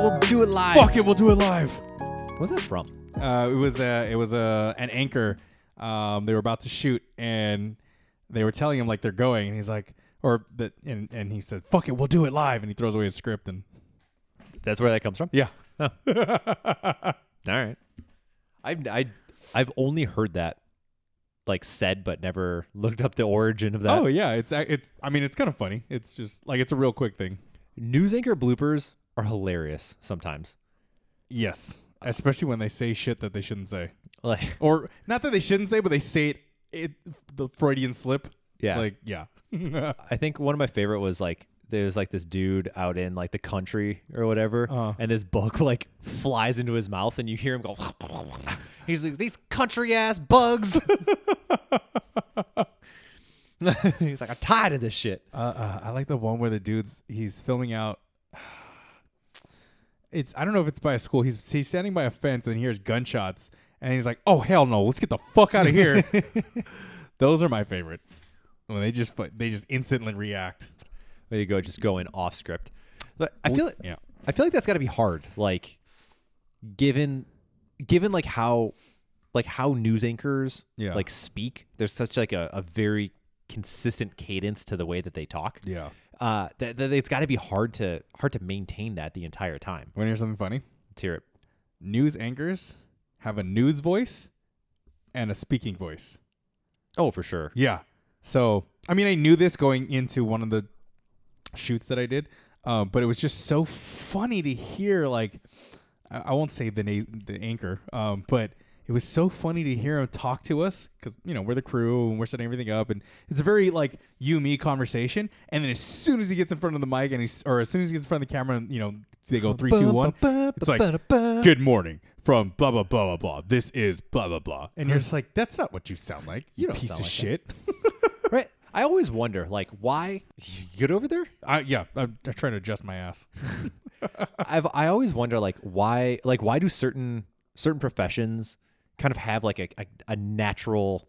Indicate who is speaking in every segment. Speaker 1: Fuck it, we'll do it live.
Speaker 2: What's that from?
Speaker 1: Uh, it was a, it was a an anchor. Um, they were about to shoot, and they were telling him like they're going, and he's like, or that, and and he said, "Fuck it, we'll do it live," and he throws away his script, and
Speaker 2: That's where that comes from.
Speaker 1: yeah,
Speaker 2: All right. I've I, I've only heard that like said, but never looked up the origin of that.
Speaker 1: oh yeah, it's a- it's. I mean, it's kind of funny. It's just like it's a real quick thing.
Speaker 2: News anchor bloopers are hilarious sometimes.
Speaker 1: Yes, especially when they say shit that they shouldn't say,
Speaker 2: Like
Speaker 1: or not that they shouldn't say, but they say it. It the Freudian slip.
Speaker 2: yeah,
Speaker 1: Like yeah.
Speaker 2: I think one of my favorite was like there was like this dude out in like the country or whatever,
Speaker 1: Uh.
Speaker 2: and this bug like flies into his mouth, and you hear him go. He's like these country ass bugs. He's like I'm tired of this shit.
Speaker 1: Uh, uh, I like the one where the dude's he's filming out. It's I don't know if it's by a school. He's he's standing by a fence and he hears gunshots and he's like, "Oh hell no, let's get the fuck out of here." Those are my favorite when they just fu- they just instantly react.
Speaker 2: There you go, just going off script. But I feel like,
Speaker 1: yeah.
Speaker 2: I feel like that's got to be hard. Like, given, given like how, like how news anchors
Speaker 1: Yeah.
Speaker 2: like speak. There's such like a, a very consistent cadence to the way that they talk.
Speaker 1: Yeah,
Speaker 2: Uh, that, that it's got to be hard to hard to maintain that the entire time.
Speaker 1: want to hear something funny?
Speaker 2: Let's hear it.
Speaker 1: News anchors have a news voice and a speaking voice.
Speaker 2: Oh, for sure.
Speaker 1: Yeah. So I mean, I knew this going into one of the shoots that I did, uh, but it was just so funny to hear. Like, I, I won't say the na- the anchor, um, but it was so funny to hear him talk to us because you know we're the crew and we're setting everything up, and it's a very like you me conversation. And then as soon as he gets in front of the mic and he's or as soon as he gets in front of the camera, and you know they go three, two, one. It's like good morning from blah blah blah blah blah. This is blah blah blah, and you're just like, that's not what you sound like. You,
Speaker 2: don't
Speaker 1: piece
Speaker 2: sound
Speaker 1: of
Speaker 2: like that.
Speaker 1: shit.
Speaker 2: right. I always wonder, like, why get over there?
Speaker 1: I yeah, I'm, I'm trying to adjust my ass.
Speaker 2: I've I always wonder like why like why do certain certain professions kind of have like a, a, a natural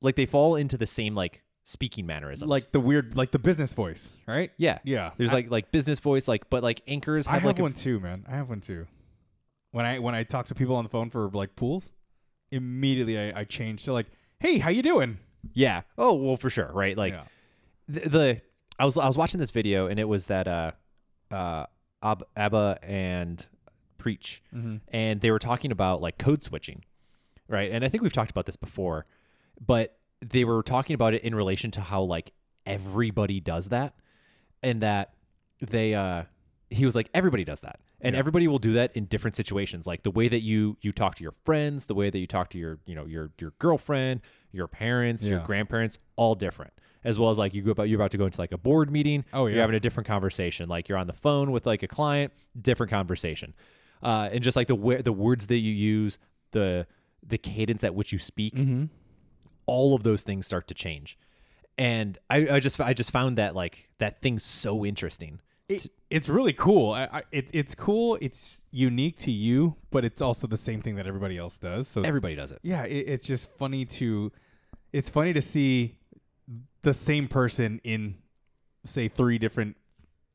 Speaker 2: like they fall into the same like speaking mannerisms
Speaker 1: like the weird, like the business voice, right?
Speaker 2: yeah
Speaker 1: yeah.
Speaker 2: there's
Speaker 1: I-
Speaker 2: like like business voice like but like anchors
Speaker 1: I
Speaker 2: have
Speaker 1: have
Speaker 2: like a-
Speaker 1: one too, man. I have one too. When I when I talk to people on the phone for like pools, immediately I, I change to like, hey, how you doing?
Speaker 2: yeah oh well for sure right like
Speaker 1: Yeah.
Speaker 2: the, the I was I was watching this video and it was that uh uh Ab- Abba and Preach
Speaker 1: Mm-hmm.
Speaker 2: and they were talking about like code switching, right? And I think we've talked about this before, but they were talking about it in relation to how like everybody does that and that they uh he was like everybody does that and everybody will do that in different situations like the way that you you talk to your friends the way that you talk to your you know your your girlfriend your parents your
Speaker 1: Yeah.
Speaker 2: grandparents all different as well as like you go about you're about to go into like a board meeting
Speaker 1: Oh, yeah.
Speaker 2: you're having a different conversation like you're on the phone with like a client different conversation uh and just like the where the words that you use the the cadence at which you speak
Speaker 1: Mm-hmm.
Speaker 2: all of those things start to change and I, I just I just found that like that thing so interesting.
Speaker 1: It, it's really cool. I, I, it, it's cool. It's unique to you, but it's also the same thing that everybody else does. So it's,
Speaker 2: Everybody does it.
Speaker 1: yeah, it, it's just funny to, it's funny to see the same person in, say, three different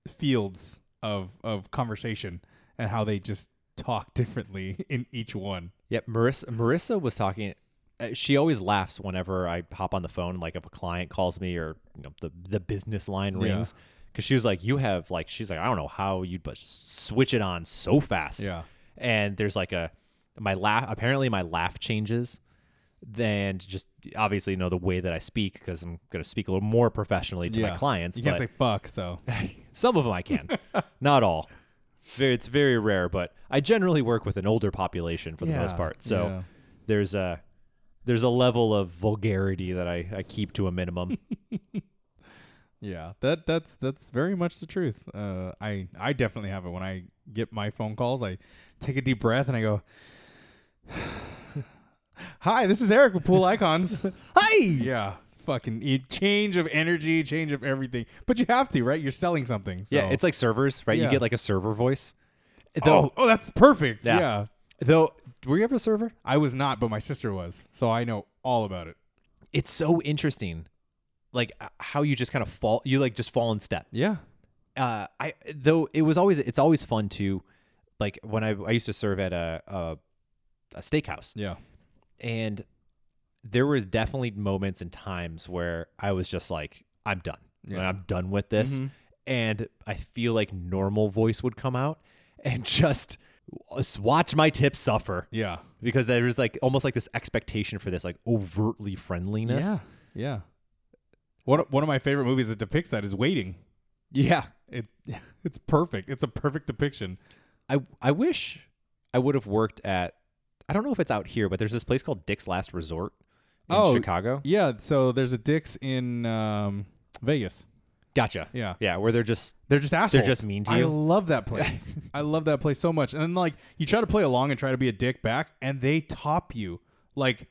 Speaker 1: fields of of conversation and how they just talk differently in each one.
Speaker 2: Yep. Marissa Marissa was talking. uh, She always laughs whenever I hop on the phone, like if a client calls me or you know the the business line
Speaker 1: Yeah.
Speaker 2: rings, because she was like, "You have like," she's like, "I don't know how you but switch it on so fast."
Speaker 1: Yeah.
Speaker 2: And there's like a my laugh. Apparently, my laugh changes. Then just obviously you know the way that I speak because I'm gonna speak a little more professionally to
Speaker 1: yeah.
Speaker 2: my clients.
Speaker 1: you can't
Speaker 2: but-
Speaker 1: say fuck. So
Speaker 2: Some of them I can, not all. Very, it's very rare, but I generally work with an older population for the most
Speaker 1: Yeah,
Speaker 2: part. So
Speaker 1: yeah.
Speaker 2: there's a there's a level of vulgarity that I, I keep to a minimum.
Speaker 1: yeah, that that's that's very much the truth. Uh, I I definitely have it when I get my phone calls. I take a deep breath and I go. Hi, this is Eric with Pool Icons.
Speaker 2: hey,
Speaker 1: Yeah, fucking e- change of energy, change of everything. But you have to, right? You're selling something. So.
Speaker 2: yeah, it's like servers, right?
Speaker 1: Yeah.
Speaker 2: You get like a server voice.
Speaker 1: oh,
Speaker 2: Though,
Speaker 1: oh, that's perfect. Yeah.
Speaker 2: Yeah. though, were you ever a server?
Speaker 1: I was not, but my sister was, so I know all about it.
Speaker 2: It's so interesting, like uh, how you just kind of fall, you like just fall in step.
Speaker 1: Yeah,
Speaker 2: uh, I though it was always it's always fun to like when I I used to serve at a a, a steakhouse,
Speaker 1: Yeah.
Speaker 2: and there was definitely moments and times where I was just like, I'm done. Like,
Speaker 1: Yeah. Mm-hmm.
Speaker 2: I'm done with this. And I feel like normal voice would come out and just s- watch my tips suffer
Speaker 1: Yeah.
Speaker 2: because there's like almost like this expectation for this like overtly friendliness.
Speaker 1: Yeah. Yeah. One one of my favorite movies that depicts that is Waiting.
Speaker 2: Yeah.
Speaker 1: It's it's perfect. It's a perfect depiction.
Speaker 2: I I wish I would have worked at I don't know if it's out here, but there's this place called Dick's Last Resort in
Speaker 1: Oh,
Speaker 2: Chicago.
Speaker 1: Yeah. So there's a Dick's in um, Vegas.
Speaker 2: Gotcha.
Speaker 1: Yeah.
Speaker 2: Yeah, where they're just
Speaker 1: They're just assholes.
Speaker 2: just mean to
Speaker 1: I
Speaker 2: you?
Speaker 1: love that place. I love that place so much. And then like you try to play along and try to be a dick back, and they top you. Like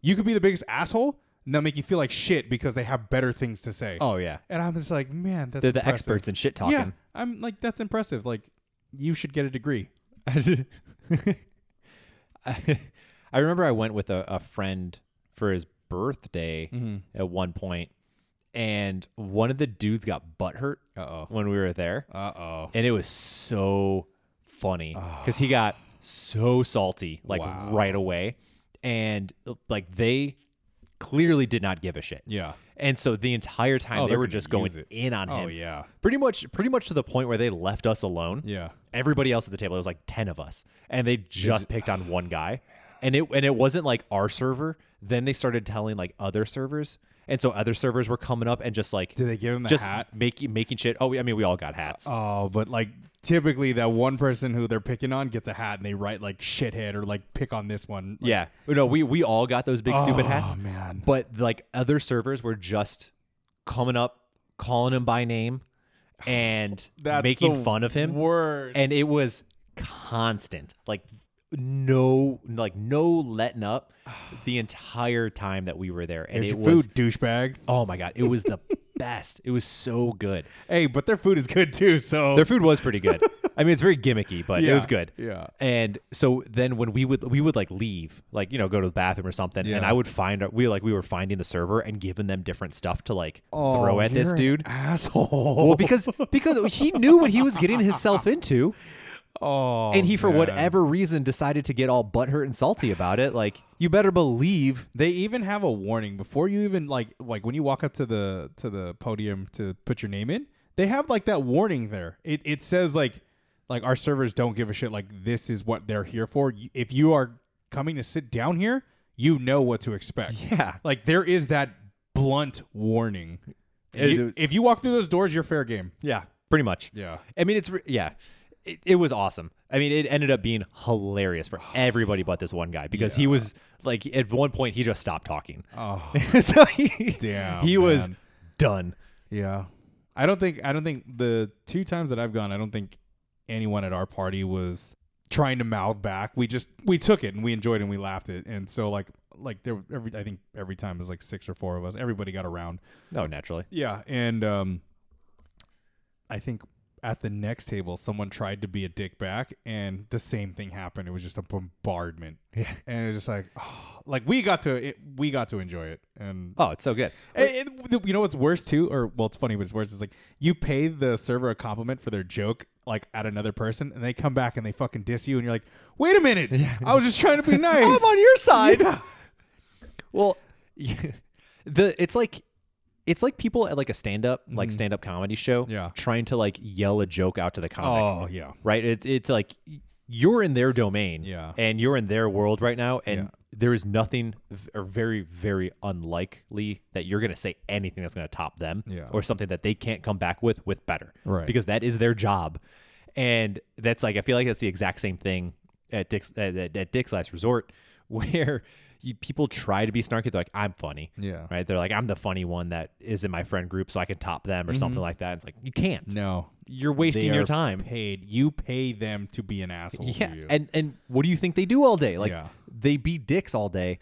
Speaker 1: you could be the biggest asshole, and they'll make you feel like shit because they have better things to say.
Speaker 2: Oh yeah.
Speaker 1: And I'm just like, man, that's
Speaker 2: They're the
Speaker 1: impressive.
Speaker 2: experts in shit talking.
Speaker 1: Yeah, I'm like that's impressive. Like you should get a degree.
Speaker 2: I I remember I went with a, a friend for his birthday
Speaker 1: Mm-hmm.
Speaker 2: at one point, and one of the dudes got butthurt
Speaker 1: Uh oh.
Speaker 2: when we were there,
Speaker 1: Uh oh.
Speaker 2: and it was so funny because he got so salty like
Speaker 1: Ah. Wow.
Speaker 2: right away, and like they clearly did not give a shit,
Speaker 1: Yeah.
Speaker 2: and so the entire time
Speaker 1: Oh,
Speaker 2: they
Speaker 1: they're
Speaker 2: were
Speaker 1: gonna
Speaker 2: just going
Speaker 1: use it.
Speaker 2: in on
Speaker 1: Oh
Speaker 2: him,
Speaker 1: yeah.
Speaker 2: pretty much pretty much to the point where they left us alone
Speaker 1: Yeah.
Speaker 2: everybody else at the table it was like 10 of us and they just picked on one guy and it and it wasn't like our server then they started telling like other servers and so other servers were coming up and just like
Speaker 1: Did they give him the
Speaker 2: just
Speaker 1: hat?
Speaker 2: making making shit oh we- i mean we all got hats
Speaker 1: Oh, but like typically that one person who they're picking on gets a hat and they write like shithead or like pick on this one. Like,
Speaker 2: yeah no we we all got those big stupid hats
Speaker 1: Oh man.
Speaker 2: but like other servers were just coming up calling him by name and
Speaker 1: That's
Speaker 2: making
Speaker 1: the
Speaker 2: fun of him
Speaker 1: Word.
Speaker 2: and it was constant like no like no letting up the entire time that we were there and
Speaker 1: Here's
Speaker 2: it
Speaker 1: your
Speaker 2: was
Speaker 1: food, douchebag.
Speaker 2: oh my god it was the best it was so good
Speaker 1: Hey, but their food is good too. So
Speaker 2: their food was pretty good i mean it's very gimmicky but it was
Speaker 1: Yeah,
Speaker 2: good
Speaker 1: yeah.
Speaker 2: and so then when we would we would like leave like you know go to the bathroom or something and
Speaker 1: Yeah.
Speaker 2: i would find we like we were finding the server and giving them different stuff to like
Speaker 1: Oh,
Speaker 2: throw at this
Speaker 1: you're an
Speaker 2: dude
Speaker 1: asshole.
Speaker 2: well because because he knew what he was getting himself into
Speaker 1: oh,
Speaker 2: and he for
Speaker 1: man.
Speaker 2: whatever reason decided to get all butthurt and salty about it like you better believe
Speaker 1: They even have a warning before you even like like when you walk up to the to the podium to put your name in. They have like that warning there. It it says like like our servers don't give a shit. Like this is what they're here for. Y- If you are coming to sit down here, you know what to expect.
Speaker 2: yeah
Speaker 1: Like there is that blunt warning.
Speaker 2: It-
Speaker 1: You-
Speaker 2: it-
Speaker 1: if you walk through those doors, you're fair game.
Speaker 2: yeah pretty much
Speaker 1: Yeah.
Speaker 2: i mean it's re- yeah it, it was awesome i mean it ended up being hilarious for everybody but this one guy because he was like at one point he just stopped talking
Speaker 1: Oh.
Speaker 2: so he,
Speaker 1: Damn,
Speaker 2: he was
Speaker 1: man.
Speaker 2: done
Speaker 1: Yeah. I don't think I don't think the two times that I've gone, I don't think anyone at our party was trying to mouth back. We just we took it and we enjoyed it and we laughed it. And so like like there every I think every time it was like six or four of us. Everybody got around.
Speaker 2: no Oh, naturally
Speaker 1: Yeah. And um I think at the next table someone tried to be a dick back and the same thing happened. It was just a bombardment.
Speaker 2: Yeah.
Speaker 1: And it was just like oh, like we got to it, we got to enjoy it and
Speaker 2: oh it's so good
Speaker 1: and- and Eh, th- you know what's worse too, or well, it's funny, but it's worse. Is like you pay the server a compliment for their joke, like at another person, and they come back and they fucking diss you, and you're like, "Wait a minute, I was just trying to be nice."
Speaker 2: I'm on your side. Well, the it's like it's like people at like a stand up like stand up comedy show
Speaker 1: Mm. Yeah.
Speaker 2: trying to like yell a joke out to the comic.
Speaker 1: Oh, yeah.
Speaker 2: Right? It's it's like you're in their domain
Speaker 1: Yeah.
Speaker 2: and you're in their world right now and
Speaker 1: Yeah.
Speaker 2: there is nothing v- or very very unlikely that you're going to say anything that's going to top them
Speaker 1: Yeah.
Speaker 2: or something that they can't come back with with better.
Speaker 1: Right.
Speaker 2: Because that is their job. And that's like I feel like that's the exact same thing at Dick's at, at, at Dick's Last Resort, where you, people try to be snarky. They're like, "I'm funny,"
Speaker 1: Yeah.
Speaker 2: right? They're like, "I'm the funny one that is in my friend group, so I can top them or something like that." It's like you can't.
Speaker 1: No,
Speaker 2: You're wasting
Speaker 1: Mm-hmm. They
Speaker 2: your
Speaker 1: are
Speaker 2: time.
Speaker 1: Paid. You pay them to be an asshole. to
Speaker 2: Yeah,
Speaker 1: you.
Speaker 2: and and what do you think they do all day? Like
Speaker 1: Yeah.
Speaker 2: they be dicks all day.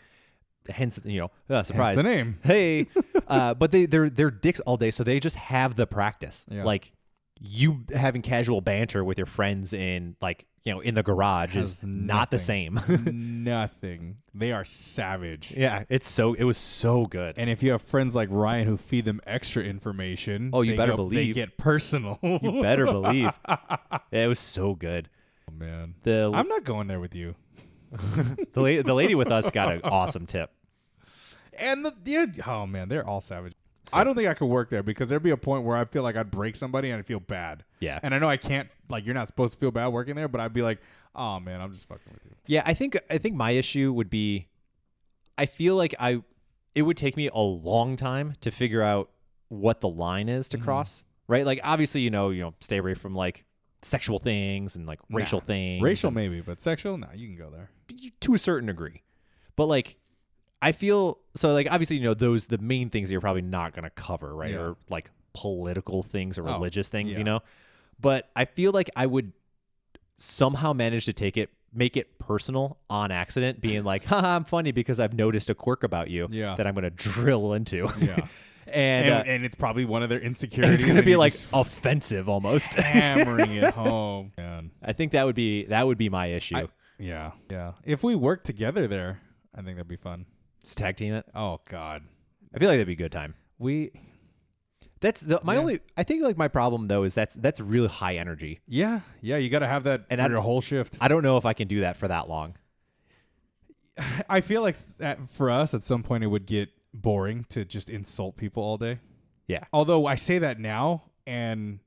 Speaker 2: Hence, you know, uh, surprise
Speaker 1: the name.
Speaker 2: Hey, uh, but they they're they're dicks all day, so they just have the practice.
Speaker 1: Yeah.
Speaker 2: Like you having casual banter with your friends in like you know in the garage is
Speaker 1: Has
Speaker 2: not the same.
Speaker 1: nothing. They are savage.
Speaker 2: yeah, it's so it was so good.
Speaker 1: And if you have friends like Ryan who feed them extra information,
Speaker 2: Oh, you
Speaker 1: they
Speaker 2: better
Speaker 1: go-
Speaker 2: believe.
Speaker 1: they get personal.
Speaker 2: You better believe it was so good.
Speaker 1: man.
Speaker 2: The
Speaker 1: I'm not going there with you.
Speaker 2: the, la- the lady with us got an awesome tip.
Speaker 1: And the dude, oh man, they're all savage. I don't think I could work there because there'd be a point where I feel like I'd break somebody and I'd feel bad.
Speaker 2: Yeah.
Speaker 1: And I know I can't, like, you're not supposed to feel bad working there, but I'd be like, oh man, I'm just fucking with you.
Speaker 2: Yeah, I think I think my issue would be I feel like I it would take me a long time to figure out what the line is to cross. Right? Like obviously, you know, you know, stay away from like sexual things and like racial things.
Speaker 1: Racial, maybe, but sexual? No, you can go there.
Speaker 2: you- to a certain degree. But like I feel so like obviously you know those the main things you're probably not going to cover, right?
Speaker 1: Yeah.
Speaker 2: Or like political things or
Speaker 1: Oh,
Speaker 2: religious things,
Speaker 1: yeah.
Speaker 2: you know. But I feel like I would somehow manage to take it make it personal on accident being like, "Haha, I'm funny because I've noticed a quirk about you
Speaker 1: Yeah.
Speaker 2: that I'm going to drill into."
Speaker 1: Yeah.
Speaker 2: and,
Speaker 1: And,
Speaker 2: uh,
Speaker 1: and it's probably one of their insecurities.
Speaker 2: it's going to
Speaker 1: and
Speaker 2: be
Speaker 1: you're
Speaker 2: like
Speaker 1: just
Speaker 2: offensive almost.
Speaker 1: hammering it home. Man.
Speaker 2: I think that would be that would be my issue.
Speaker 1: I- yeah. Yeah. If we work together there, I think that'd be fun.
Speaker 2: Just tag team it.
Speaker 1: Oh, God.
Speaker 2: I feel like that'd be a good time.
Speaker 1: We,
Speaker 2: That's the, my only. I think like my problem though is that's that's really high energy.
Speaker 1: yeah. Yeah. You got to have that
Speaker 2: And
Speaker 1: for
Speaker 2: I-
Speaker 1: your whole shift.
Speaker 2: I don't know if I can do that for that long.
Speaker 1: I feel like s- at, for us, at some point, it would get boring to just insult people all day.
Speaker 2: Yeah.
Speaker 1: Although I say that now, and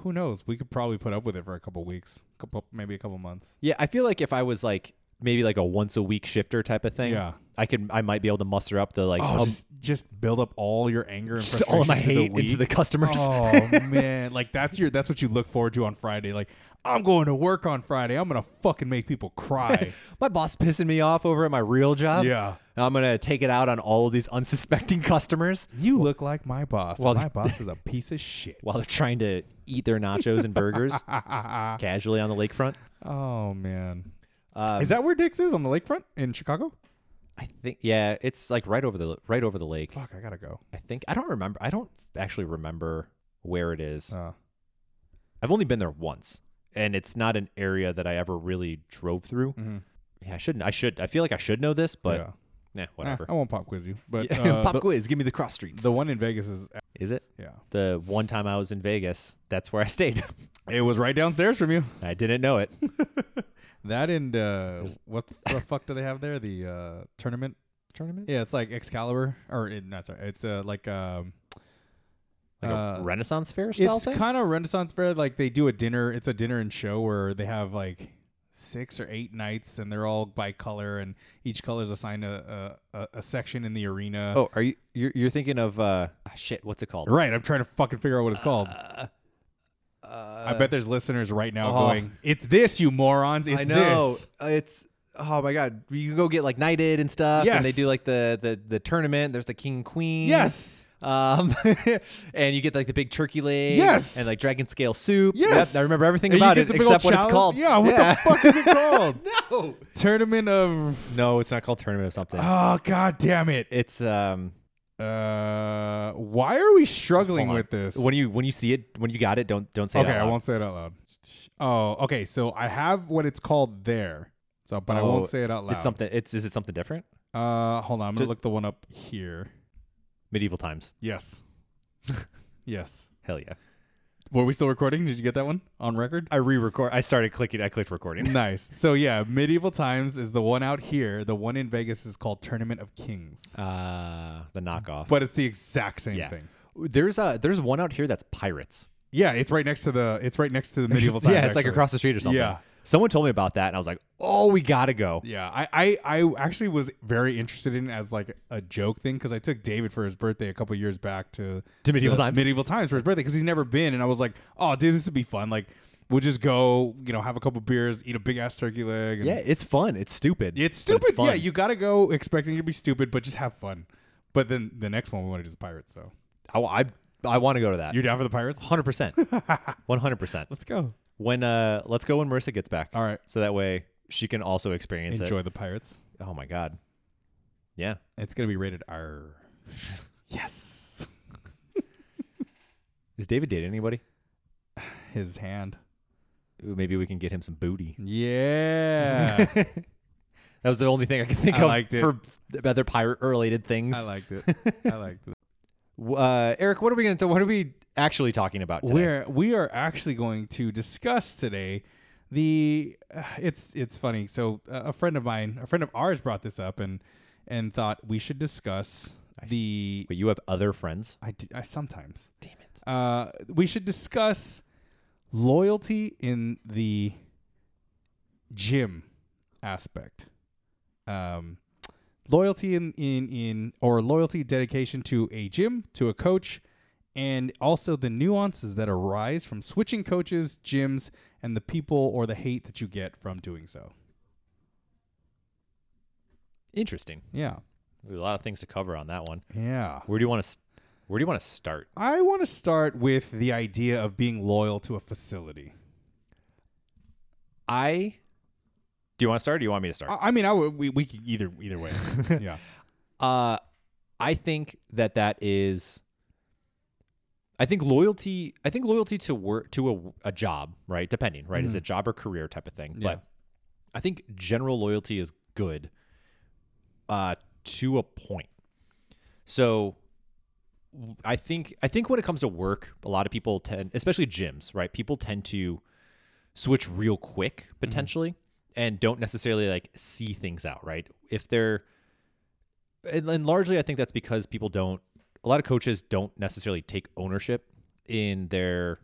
Speaker 1: who knows? We could probably put up with it for a couple weeks, couple maybe a couple months.
Speaker 2: Yeah, I feel like if I was like maybe like a once a week shifter type of thing,
Speaker 1: Yeah.
Speaker 2: I could I might be able to muster up the like
Speaker 1: Oh,
Speaker 2: um, just,
Speaker 1: just just build up all your anger and
Speaker 2: all of my
Speaker 1: frustration through
Speaker 2: hate into the
Speaker 1: week.
Speaker 2: customers.
Speaker 1: Oh man, like that's your that's what you look forward to on Friday. Like I'm going to work on Friday. I'm gonna fucking make people cry.
Speaker 2: my boss pissing me off over at my real job.
Speaker 1: Yeah.
Speaker 2: And I'm gonna take it out on all of these unsuspecting customers
Speaker 1: you look like my boss.
Speaker 2: Well,
Speaker 1: my
Speaker 2: the-
Speaker 1: boss is a piece of shit.
Speaker 2: while they're trying to eat their nachos and burgers just casually on the lakefront.
Speaker 1: Oh man,
Speaker 2: Um,
Speaker 1: is that where Dick's is on the lakefront in Chicago?
Speaker 2: I think yeah, it's like right over the right over the lake.
Speaker 1: Fuck, I gotta go.
Speaker 2: I think I don't remember. I don't actually remember where it is.
Speaker 1: Uh,
Speaker 2: I've only been there once, and it's not an area that I ever really drove through. Yeah, I shouldn't. I should. I feel like I should know this,
Speaker 1: Mm-hmm. Yeah.
Speaker 2: but yeah,
Speaker 1: eh,
Speaker 2: whatever.
Speaker 1: I won't pop quiz you, but
Speaker 2: Yeah,
Speaker 1: uh,
Speaker 2: Pop
Speaker 1: the,
Speaker 2: quiz. Give me the cross streets.
Speaker 1: the one in Vegas is
Speaker 2: is it
Speaker 1: yeah.
Speaker 2: the one time I was in Vegas? That's where I stayed.
Speaker 1: It was right downstairs from you.
Speaker 2: I didn't know it.
Speaker 1: That and uh, what the fuck do they have there? The uh, tournament.
Speaker 2: Tournament.
Speaker 1: Yeah, it's like Excalibur, or it, not sorry, it's uh, like um,
Speaker 2: Like
Speaker 1: uh,
Speaker 2: a Renaissance fair style
Speaker 1: it's
Speaker 2: thing.
Speaker 1: kind of Renaissance fair. Like they do a dinner. It's a dinner and show where they have like six or eight nights, and they're all by color, and each color is assigned a a, a, a section in the arena.
Speaker 2: oh, are you? You're, you're thinking of uh ah, shit? What's it called? Uh,
Speaker 1: Right, I'm trying to fucking figure out what it's called. I bet there's listeners right now
Speaker 2: oh.
Speaker 1: going, "It's this, you morons! It's
Speaker 2: I know.
Speaker 1: this."
Speaker 2: Uh, It's oh my god. You go get like knighted and stuff, and they
Speaker 1: Yes.
Speaker 2: do like the the the tournament. There's the king queen.
Speaker 1: Yes.
Speaker 2: Um, and you get like the big turkey leg.
Speaker 1: Yes.
Speaker 2: And like dragon scale soup.
Speaker 1: Yes,
Speaker 2: Yep, I remember everything
Speaker 1: And you
Speaker 2: about
Speaker 1: get
Speaker 2: it
Speaker 1: the big old
Speaker 2: except what it's
Speaker 1: chalice-
Speaker 2: called.
Speaker 1: Yeah, what the fuck is it called? no, tournament of.
Speaker 2: No, it's not called tournament of something.
Speaker 1: Oh god damn it!
Speaker 2: it's um.
Speaker 1: Uh, why are we struggling
Speaker 2: hold on.
Speaker 1: with this?
Speaker 2: When you when you see it when you got it, don't don't say it
Speaker 1: okay,
Speaker 2: out
Speaker 1: I
Speaker 2: loud.
Speaker 1: won't say it out loud. Oh, okay. So I have what it's called there. So, but I won't
Speaker 2: Oh,
Speaker 1: say it out loud.
Speaker 2: It's something. It's is it something different?
Speaker 1: Uh, hold on. I'm gonna
Speaker 2: Ju-
Speaker 1: look the one up here.
Speaker 2: Medieval times.
Speaker 1: Yes. yes.
Speaker 2: Hell yeah.
Speaker 1: Were we still recording? Did you get that one on record?
Speaker 2: I re-record. I started clicking. I clicked recording.
Speaker 1: nice. So yeah, medieval times is the one out here. The one in Vegas is called Tournament of Kings,
Speaker 2: Uh, the knockoff.
Speaker 1: but it's the exact same
Speaker 2: yeah.
Speaker 1: thing.
Speaker 2: There's a there's one out here that's pirates.
Speaker 1: Yeah, it's right next to the. It's right next to the medieval times.
Speaker 2: yeah, it's like
Speaker 1: actually.
Speaker 2: across the street or something.
Speaker 1: Yeah.
Speaker 2: Someone told me about that, and I was like, "Oh, we gotta go."
Speaker 1: Yeah, I, I, I actually was very interested in it as like a joke thing because I took David for his birthday a couple years back to
Speaker 2: To Medieval
Speaker 1: the
Speaker 2: Times?
Speaker 1: medieval times for his birthday because he's never been, and I was like, oh, dude, this would be fun. Like, we'll just go, you know, have a couple beers, eat a big ass turkey leg. And
Speaker 2: Yeah, it's fun. It's stupid.
Speaker 1: it's
Speaker 2: but
Speaker 1: stupid. yeah,
Speaker 2: fun.
Speaker 1: you gotta go expecting it to be stupid, but just have fun. But then the next one we want to do is pirates. So
Speaker 2: I, I, I want to go to that.
Speaker 1: you're down for the pirates?
Speaker 2: Hundred percent. One hundred percent.
Speaker 1: Let's go.
Speaker 2: When uh, let's go when Marissa gets back.
Speaker 1: All right,
Speaker 2: So that way she can also experience
Speaker 1: enjoy the pirates.
Speaker 2: it. Oh my god. Yeah.
Speaker 1: It's gonna be rated R. yes,
Speaker 2: Is David dating anybody?
Speaker 1: his hand.
Speaker 2: Ooh, maybe we can get him some booty.
Speaker 1: Yeah,
Speaker 2: That was the only thing I could think
Speaker 1: I
Speaker 2: of
Speaker 1: liked it.
Speaker 2: for other pirate related things.
Speaker 1: I liked it. I liked it.
Speaker 2: W- uh, Eric, what are we gonna? What are we actually talking about today?
Speaker 1: Where we are actually going to discuss today the uh, it's it's funny. So uh, a friend of mine, a friend of ours, brought this up and and thought we should discuss the.
Speaker 2: But you have other friends.
Speaker 1: I, d- I sometimes
Speaker 2: Damn it.
Speaker 1: uh, we should discuss loyalty in the gym aspect. Um, loyalty in, in in or loyalty dedication to a gym, to a coach, and also the nuances that arise from switching coaches, gyms, and the people or the hate that you get from doing so.
Speaker 2: Interesting.
Speaker 1: Yeah.
Speaker 2: We have a lot of things to cover on that one.
Speaker 1: Yeah.
Speaker 2: Where do you want to? Where do you want to start?
Speaker 1: I want to start with the idea of being loyal to a facility.
Speaker 2: I. Do you want to start? or Do you want me to start?
Speaker 1: I, I mean, I would we, we could either either way. yeah.
Speaker 2: Uh, I think that that is. I think loyalty. I think loyalty to work to a, a job, right? Depending, right? Is it job or career type of thing?
Speaker 1: Yeah.
Speaker 2: But I think general loyalty is good. Uh, to a point. So, w- I think I think when it comes to work, a lot of people tend, especially gyms, right? People tend to switch real quick potentially, and don't necessarily like see things out, right? If they're and, and largely I think that's because people don't a lot of coaches don't necessarily take ownership in their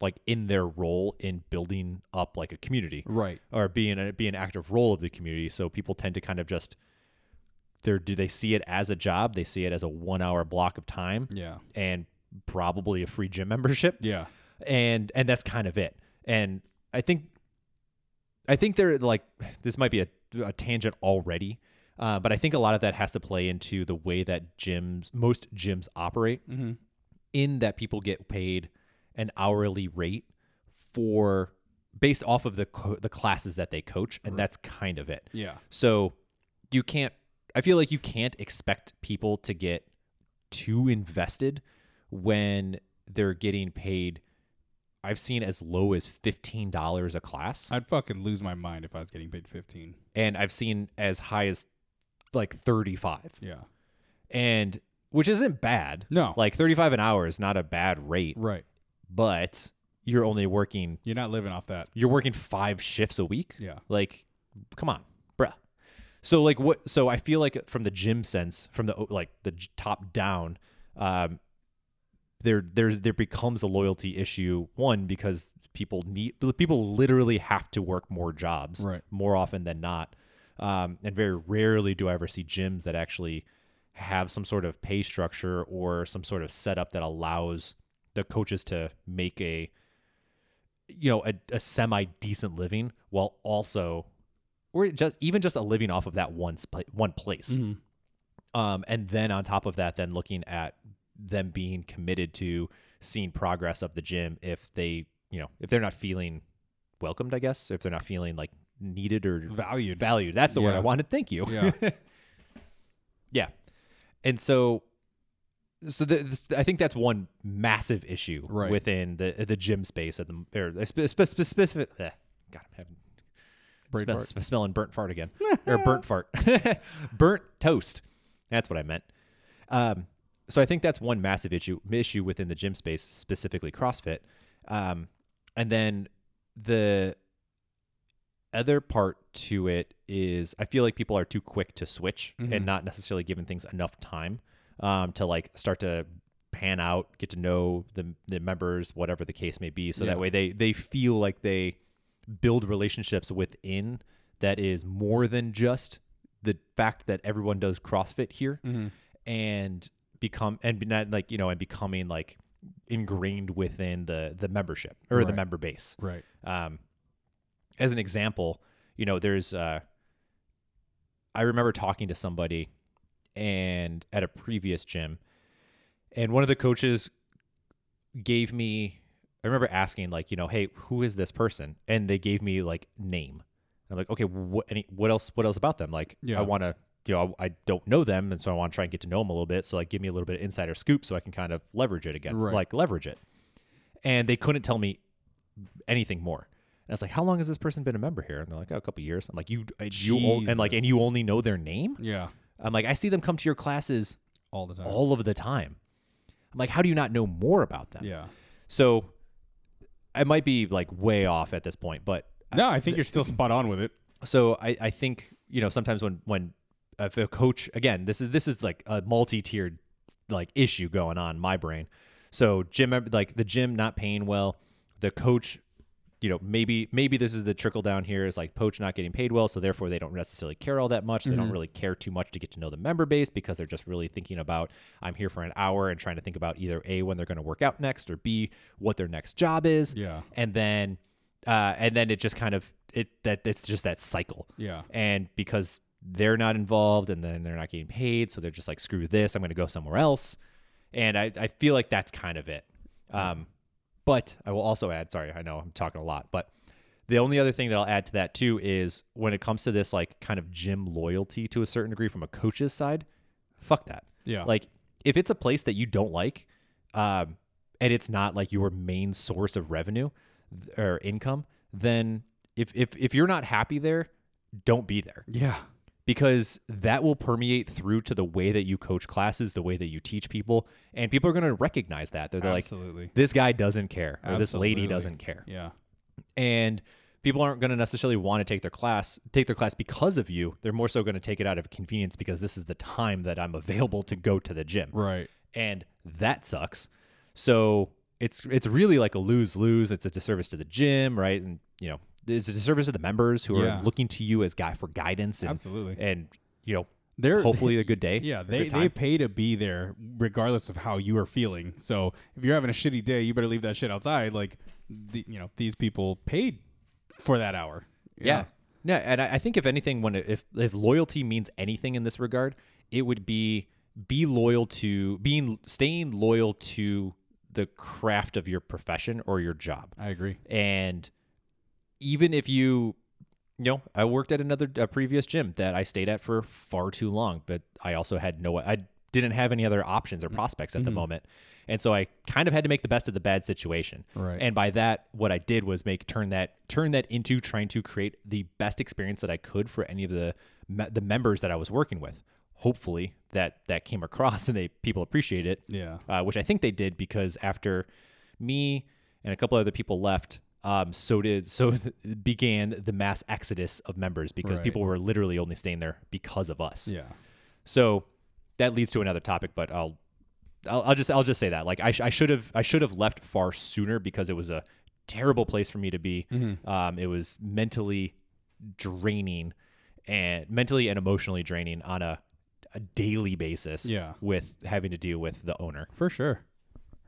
Speaker 2: like in their role in building up like a community
Speaker 1: Right.
Speaker 2: or being a, be an active role of the community so people tend to kind of just they're do they see it as a job they see it as a one hour block of time
Speaker 1: Yeah.
Speaker 2: and probably a free gym membership
Speaker 1: Yeah.
Speaker 2: and and that's kind of it and i think i think they're like this might be a, a tangent already uh, but i think a lot of that has to play into the way that gyms most gyms operate
Speaker 1: Mm-hmm.
Speaker 2: in that people get paid an hourly rate for based off of the co- the classes that they coach and that's kind of it
Speaker 1: Yeah.
Speaker 2: so you can't I feel like you can't expect people to get too invested when they're getting paid I've seen as low as $15 a class
Speaker 1: I'd fucking lose my mind if I was getting paid 15.
Speaker 2: and I've seen as high as like 35
Speaker 1: Yeah.
Speaker 2: and which isn't bad.
Speaker 1: No.
Speaker 2: Like 35 an hour is not a bad rate,
Speaker 1: Right.
Speaker 2: but you're only working
Speaker 1: You're not living off that.
Speaker 2: you're working 5 shifts a week.
Speaker 1: Yeah.
Speaker 2: Like, come on, bruh. So like what? So I feel like from the gym sense, from the like the j- top down, um, there there's there becomes a loyalty issue. One because people need people literally have to work more jobs
Speaker 1: Right.
Speaker 2: more often than not, um, and very rarely do I ever see gyms that actually have some sort of pay structure or some sort of setup that allows the coaches to make a you know a, a semi decent living while also or just even just a living off of that one sp- one place
Speaker 1: Mm.
Speaker 2: um and then on top of that then looking at them being committed to seeing progress of the gym if they you know if they're not feeling welcomed i guess if they're not feeling like needed or
Speaker 1: Valued.
Speaker 2: valued that's the word
Speaker 1: Yeah.
Speaker 2: i wanted thank you
Speaker 1: yeah.
Speaker 2: yeah. And so so the, this I think that's one massive issue
Speaker 1: Right.
Speaker 2: within the the gym space at the or spe, spe, spe, specific eh, God I'm having
Speaker 1: Brain
Speaker 2: smell-
Speaker 1: fart.
Speaker 2: sm- smelling burnt fart again or burnt fart burnt toast that's what I meant um so I think that's one massive issue issue within the gym space specifically CrossFit um and then the other part to it is I feel like people are too quick to switch and not necessarily giving things enough time um, to like start to pan out, get to know the, the members, whatever the case may be. So
Speaker 1: Yeah.
Speaker 2: that way they they feel like they build relationships within that is more than just the fact that everyone does CrossFit here and become and be not like you know and becoming like ingrained within the the membership or the
Speaker 1: Right.
Speaker 2: member base
Speaker 1: Right.
Speaker 2: um, as an example, you know, there's uh, I remember talking to somebody and at a previous gym, and one of the coaches gave me. I remember asking like, you know, hey, who is this person? And they gave me like name. I'm like, okay, what any, what else? What else about them? Like,
Speaker 1: Yeah.
Speaker 2: I want to, you know, I, I don't know them, and so I want to try and get to know them a little bit. So like, give me a little bit of insider scoop, so I can kind of leverage it against,
Speaker 1: Right.
Speaker 2: like, leverage it. And they couldn't tell me anything more. And I was like, how long has this person been a member here? And they're like, oh, a couple years. I'm like, you, and you, o- and like,
Speaker 1: Jesus.
Speaker 2: and you only know their name.
Speaker 1: Yeah.
Speaker 2: I'm like, I see them come to your classes
Speaker 1: All the time.
Speaker 2: all of the time. I'm like, how do you not know more about them?
Speaker 1: yeah.
Speaker 2: So I might be like way off at this point, but
Speaker 1: No, I think you're still spot on with it.
Speaker 2: so I, I think you know sometimes when when if a coach again this is this is like a multi-tiered like issue going on in my brain so gym like the gym not paying well the coach you know maybe maybe this is the trickle down here is like coach not getting paid well so therefore they don't necessarily care all that much they don't really care too much to get to know the member base because they're just really thinking about i'm here for an hour and trying to think about either a when they're going to work out next or b what their next job is
Speaker 1: Yeah.
Speaker 2: and then uh, and then it just kind of it that it's just that cycle
Speaker 1: Yeah.
Speaker 2: and because they're not involved and then they're not getting paid so they're just like screw this i'm going to go somewhere else and I, I feel like that's kind of it um, but i will also add sorry i know i'm talking a lot but the only other thing that i'll add to that too is when it comes to this like kind of gym loyalty to a certain degree from a coach's side fuck that
Speaker 1: Yeah.
Speaker 2: like if it's a place that you don't like, um, and it's not like your main source of revenue th- or income, then if if if you're not happy there, don't be there
Speaker 1: yeah.
Speaker 2: because that will permeate through to the way that you coach classes, the way that you teach people, and people are going to recognize that. They're, they're like,
Speaker 1: Absolutely.
Speaker 2: this guy doesn't care or this lady
Speaker 1: Absolutely.
Speaker 2: doesn't care
Speaker 1: Yeah.
Speaker 2: and people aren't going to necessarily want to take their class take their class because of you they're more so going to take it out of convenience because this is the time that i'm available to go to the gym
Speaker 1: Right.
Speaker 2: and that sucks so it's it's really like a lose lose it's a disservice to the gym right and you know it's a disservice to the members who
Speaker 1: Yeah.
Speaker 2: are looking to you as guy for guidance and
Speaker 1: Absolutely.
Speaker 2: and you know
Speaker 1: They're
Speaker 2: hopefully a good day
Speaker 1: yeah,
Speaker 2: a
Speaker 1: they,
Speaker 2: good
Speaker 1: they
Speaker 2: time.
Speaker 1: pay to be there regardless of how you are feeling. So if you're having a shitty day, you better leave that shit outside. Like, the, you know, these people paid for that hour.
Speaker 2: Yeah. No, and I, I think if anything, when it, if if loyalty means anything in this regard, it would be be loyal to being staying loyal to the craft of your profession or your job.
Speaker 1: I agree.
Speaker 2: And even if you, you know, I worked at another a previous gym that I stayed at for far too long, but I also had no, I didn't have any other options or prospects at the moment. And so I kind of had to make the best of the bad situation.
Speaker 1: Right.
Speaker 2: And by that, what I did was make turn that turn that into trying to create the best experience that I could for any of the me- the members that I was working with. Hopefully that that came across and they people appreciate it
Speaker 1: Yeah.
Speaker 2: uh, which I think they did because after me and a couple other people left, um, so did so th- began the mass exodus of members because
Speaker 1: Right.
Speaker 2: people were literally only staying there because of us.
Speaker 1: Yeah.
Speaker 2: So that leads to another topic, but I'll I'll, I'll just I'll just say that like I, sh- I should have I should have left far sooner because it was a terrible place for me to be.
Speaker 1: Mm-hmm.
Speaker 2: Um, it was mentally draining and mentally and emotionally draining on a, a daily basis.
Speaker 1: Yeah.
Speaker 2: with having to deal with the owner.
Speaker 1: For sure.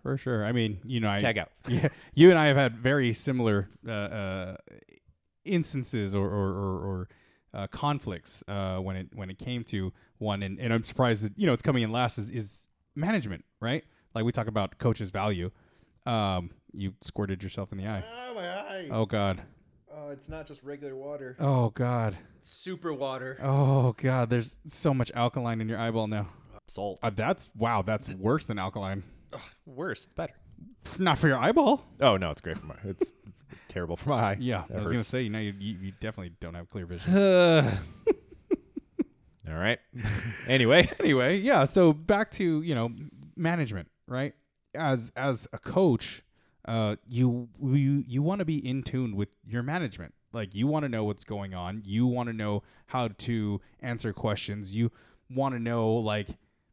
Speaker 1: For sure. I mean, you know, I,
Speaker 2: Tag out.
Speaker 1: yeah, you and I have had very similar uh, uh, instances or or, or, or uh, conflicts uh, when it when it came to one, and, and I'm surprised that you know it's coming in last is, is management, right? Like we talk about coaches' value. Um, you squirted yourself in the eye.
Speaker 3: Oh my eye!
Speaker 1: Oh God.
Speaker 3: Oh, it's not just regular water.
Speaker 1: Oh God.
Speaker 3: It's super water.
Speaker 1: Oh God. There's so much alkaline in your eyeball now.
Speaker 2: Salt.
Speaker 1: Uh, that's wow. That's worse than alkaline.
Speaker 2: Worse. It's better.
Speaker 1: Not for your eyeball.
Speaker 2: Oh no, it's great for my. It's terrible for my eye.
Speaker 1: Yeah,
Speaker 2: That
Speaker 1: I was gonna
Speaker 2: hurts.
Speaker 1: say. Now you, you you definitely don't have clear vision.
Speaker 2: All right. Anyway,
Speaker 1: anyway, yeah. So back to you know management, right? As as a coach, uh, you you you want to be in tune with your management. Like you want to know what's going on. You want to know how to answer questions. You want to know like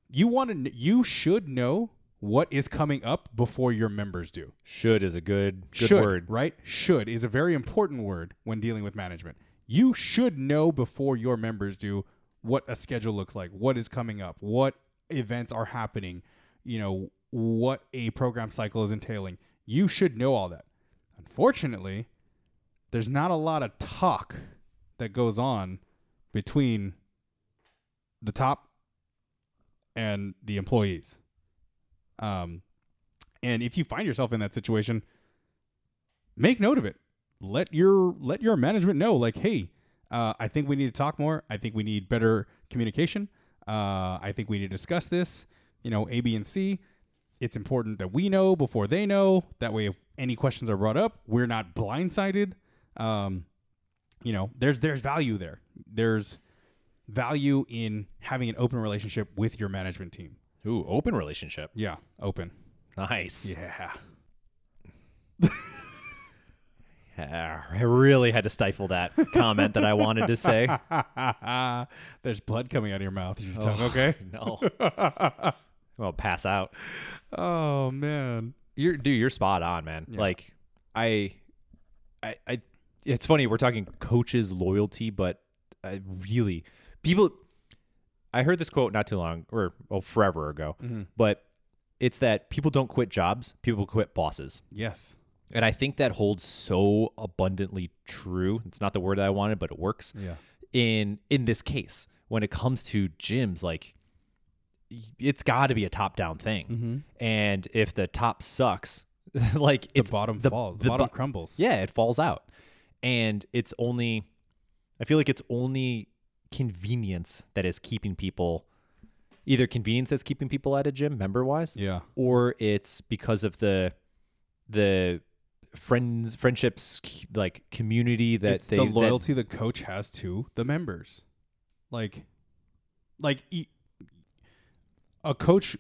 Speaker 1: you want to you should know what is coming up before your members do
Speaker 2: should is a good good
Speaker 1: should,
Speaker 2: word.
Speaker 1: right? Should is a very important word when dealing with management. You should know before your members do what a schedule looks like, what is coming up, what events are happening, you know, what a program cycle is entailing. You should know all that. Unfortunately, there's not a lot of talk that goes on between the top and the employees. Um, and if you find yourself in that situation, make note of it. Let your let your management know, like, hey, uh, I think we need to talk more. I think we need better communication. Uh, I think we need to discuss this. You know, A, B, and C. It's important that we know before they know. That way, if any questions are brought up, we're not blindsided. Um, you know, there's there's value there. There's value in having an open relationship with your management team.
Speaker 2: Ooh, open relationship.
Speaker 1: Yeah, open.
Speaker 2: Nice.
Speaker 1: Yeah.
Speaker 2: Ah, I really had to stifle that comment that I wanted to say.
Speaker 1: There's blood coming out of your mouth. Your tongue, okay?
Speaker 2: No, well, pass out.
Speaker 1: oh man.
Speaker 2: You're dude, you're spot on, man.
Speaker 1: Yeah.
Speaker 2: Like I, I, I, it's funny we're talking coaches loyalty, but I really people. I heard this quote not too long or oh forever ago, but it's that people don't quit jobs, people quit bosses.
Speaker 1: Yes.
Speaker 2: And I think that holds so abundantly true. It's not the word that I wanted, but it works
Speaker 1: Yeah.
Speaker 2: in in this case when it comes to gyms. Like y- it's got to be a top down thing. And if the top sucks, like
Speaker 1: Mm-hmm. The
Speaker 2: it's
Speaker 1: bottom falls. The,
Speaker 2: the
Speaker 1: bottom
Speaker 2: bo-
Speaker 1: crumbles.
Speaker 2: yeah, it falls out. And it's only I feel like it's only convenience that is keeping people either convenience that's keeping people at a gym member wise
Speaker 1: Yeah.
Speaker 2: or it's because of the the friends friendships c- like community that
Speaker 1: it's
Speaker 2: they
Speaker 1: the
Speaker 2: that-
Speaker 1: loyalty the coach has to the members. Like, like e- a coach,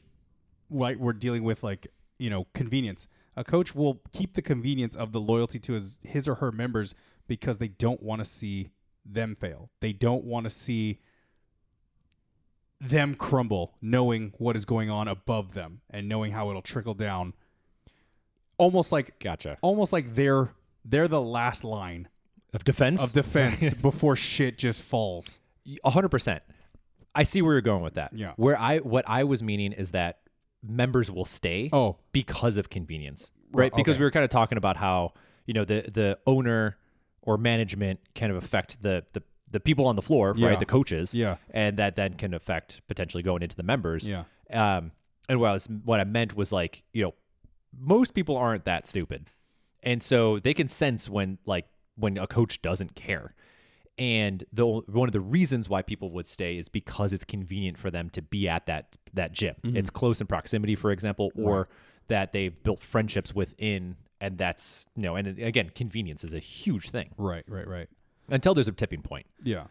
Speaker 1: like we're dealing with, like you know, convenience. A coach will keep the convenience of the loyalty to his his or her members because they don't want to see them fail. They don't want to see them crumble, knowing what is going on above them and knowing how it'll trickle down. Almost like
Speaker 2: gotcha
Speaker 1: almost like they're they're the last line
Speaker 2: of defense
Speaker 1: of defense before shit just falls.
Speaker 2: A hundred percent. I see where you're going with that.
Speaker 1: Yeah.
Speaker 2: Where I what I was meaning is that members will stay
Speaker 1: Oh,
Speaker 2: because of convenience, right?
Speaker 1: Right,
Speaker 2: Because
Speaker 1: okay.
Speaker 2: we were kind of talking about how you know the the owner or management kind of affect the the the people on the floor,
Speaker 1: Yeah.
Speaker 2: right? The coaches,
Speaker 1: Yeah.
Speaker 2: and that then can affect potentially going into the members,
Speaker 1: yeah.
Speaker 2: um, and what I was what I meant was like you know most people aren't that stupid, and so they can sense when like when a coach doesn't care, and the one of the reasons why people would stay is because it's convenient for them to be at that that gym. It's close in proximity, for example, or that they've built friendships within, and that's you know, and again, convenience is a huge thing
Speaker 1: Right, right, right.
Speaker 2: until there's a tipping point,
Speaker 1: Yeah.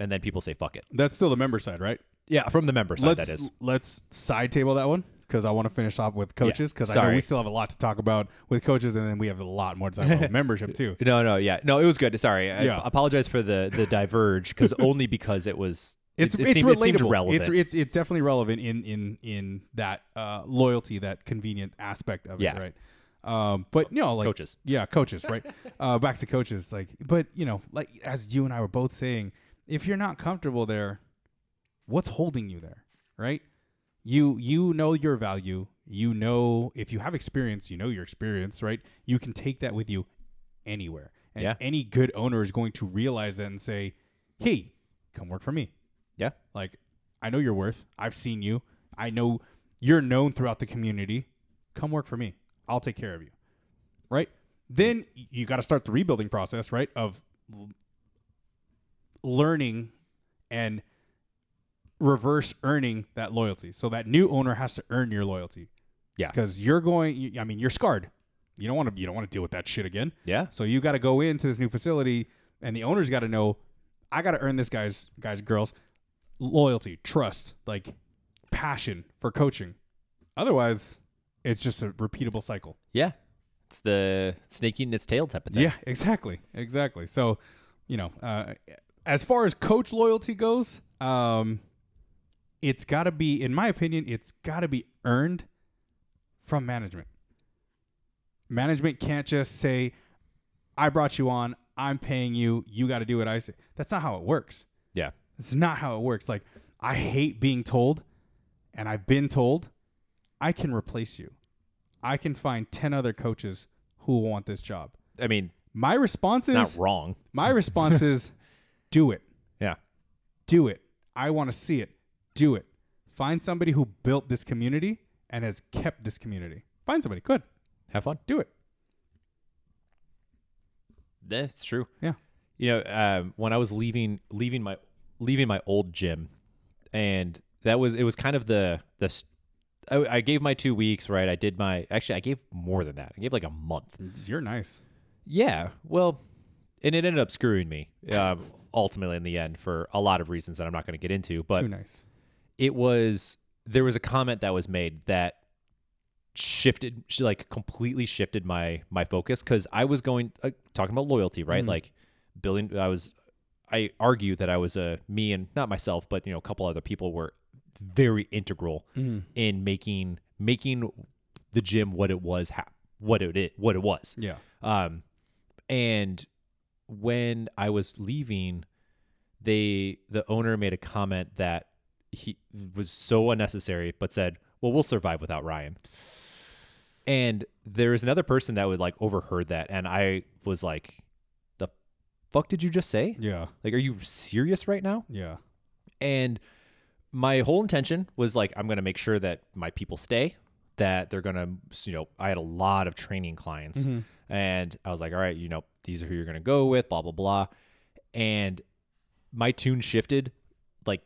Speaker 2: and then people say fuck it.
Speaker 1: That's still the member side, right?
Speaker 2: Yeah, from the member side,
Speaker 1: let's
Speaker 2: Uh, that is.
Speaker 1: let's side table that one because I want to finish off with coaches because I know we
Speaker 2: sorry.
Speaker 1: still have a lot to talk about with coaches and then we have a lot more to talk about with membership too.
Speaker 2: No, no, yeah, no, it was good. Sorry, I
Speaker 1: Yeah.
Speaker 2: ap- apologize for the the diverge because only because it was
Speaker 1: It's
Speaker 2: it,
Speaker 1: it's,
Speaker 2: it seemed,
Speaker 1: relatable.
Speaker 2: It seemed relevant.
Speaker 1: It's it's it's definitely relevant in in in that uh, loyalty, that convenient aspect of
Speaker 2: Yeah.
Speaker 1: it, right? Um, but you know, like
Speaker 2: Coaches.
Speaker 1: yeah, coaches, right? uh, back to coaches, like, but you know, like as you and I were both saying, if you're not comfortable there, what's holding you there, right? You you know your value. You know if you have experience, you know your experience, right? You can take that with you anywhere, and
Speaker 2: Yeah.
Speaker 1: any good owner is going to realize that and say, "Hey, come work for me."
Speaker 2: yeah,
Speaker 1: Like, I know your worth. I've seen you. I know you're known throughout the community. Come work for me. I'll take care of you. Right? Then y- you got to start the rebuilding process, right? Of l- learning and reverse earning that loyalty. So that new owner has to earn your loyalty.
Speaker 2: Yeah.
Speaker 1: Cuz you're going you- I mean, you're scarred. You don't want to you don't want to deal with that shit again.
Speaker 2: yeah,
Speaker 1: So you got to go into this new facility, and the owners got to know, I got to earn this guy's guys girls loyalty, trust, like passion for coaching. Otherwise, it's just a repeatable cycle.
Speaker 2: yeah. It's the snake eating its tail type of thing.
Speaker 1: Yeah, exactly, exactly. So, you know, uh, as far as coach loyalty goes, um, it's got to be, in my opinion, it's got to be earned from management. Management can't just say, "I brought you on, I'm paying you, you got to do what I say." That's not how it works.
Speaker 2: yeah,
Speaker 1: It's not how it works. Like, I hate being told, and I've been told, I can replace you. I can find ten other coaches who want this job.
Speaker 2: I mean,
Speaker 1: My response
Speaker 2: not
Speaker 1: is
Speaker 2: wrong.
Speaker 1: my response is do it.
Speaker 2: Yeah,
Speaker 1: Do it. I want to see it. Do it. Find somebody who built this community and has kept this community. Find somebody. Good.
Speaker 2: have fun.
Speaker 1: Do it.
Speaker 2: That's true.
Speaker 1: Yeah.
Speaker 2: You know, um, when I was leaving, leaving my, leaving my old gym, and that was it was kind of the the. s- I, I gave my two weeks, right? I did my actually, I gave more than that. I gave like a month.
Speaker 1: You're nice.
Speaker 2: Yeah, well, and it ended up screwing me um, ultimately in the end for a lot of reasons that I'm not going to get into. But
Speaker 1: Too nice.
Speaker 2: it was there was a comment that was made that shifted she like completely shifted my my focus because i was going uh, talking about loyalty, right? Like billion I was I argue that I was a me and not myself, but you know, a couple other people were very integral in making making the gym what it was ha- what it i- what it was.
Speaker 1: Yeah.
Speaker 2: Um, and when I was leaving, they the owner made a comment that he was so unnecessary, but said, "Well, we'll survive without Ryan." And there was another person that would like overheard that, and I was like, "The fuck did you just say?
Speaker 1: Yeah.
Speaker 2: Like, are you serious right now?"
Speaker 1: Yeah.
Speaker 2: And my whole intention was like, I'm going to make sure that my people stay, that they're going to, you know, I had a lot of training clients. And I was like, all right, you know, these are who you're going to go with, blah, blah, blah. And my tune shifted like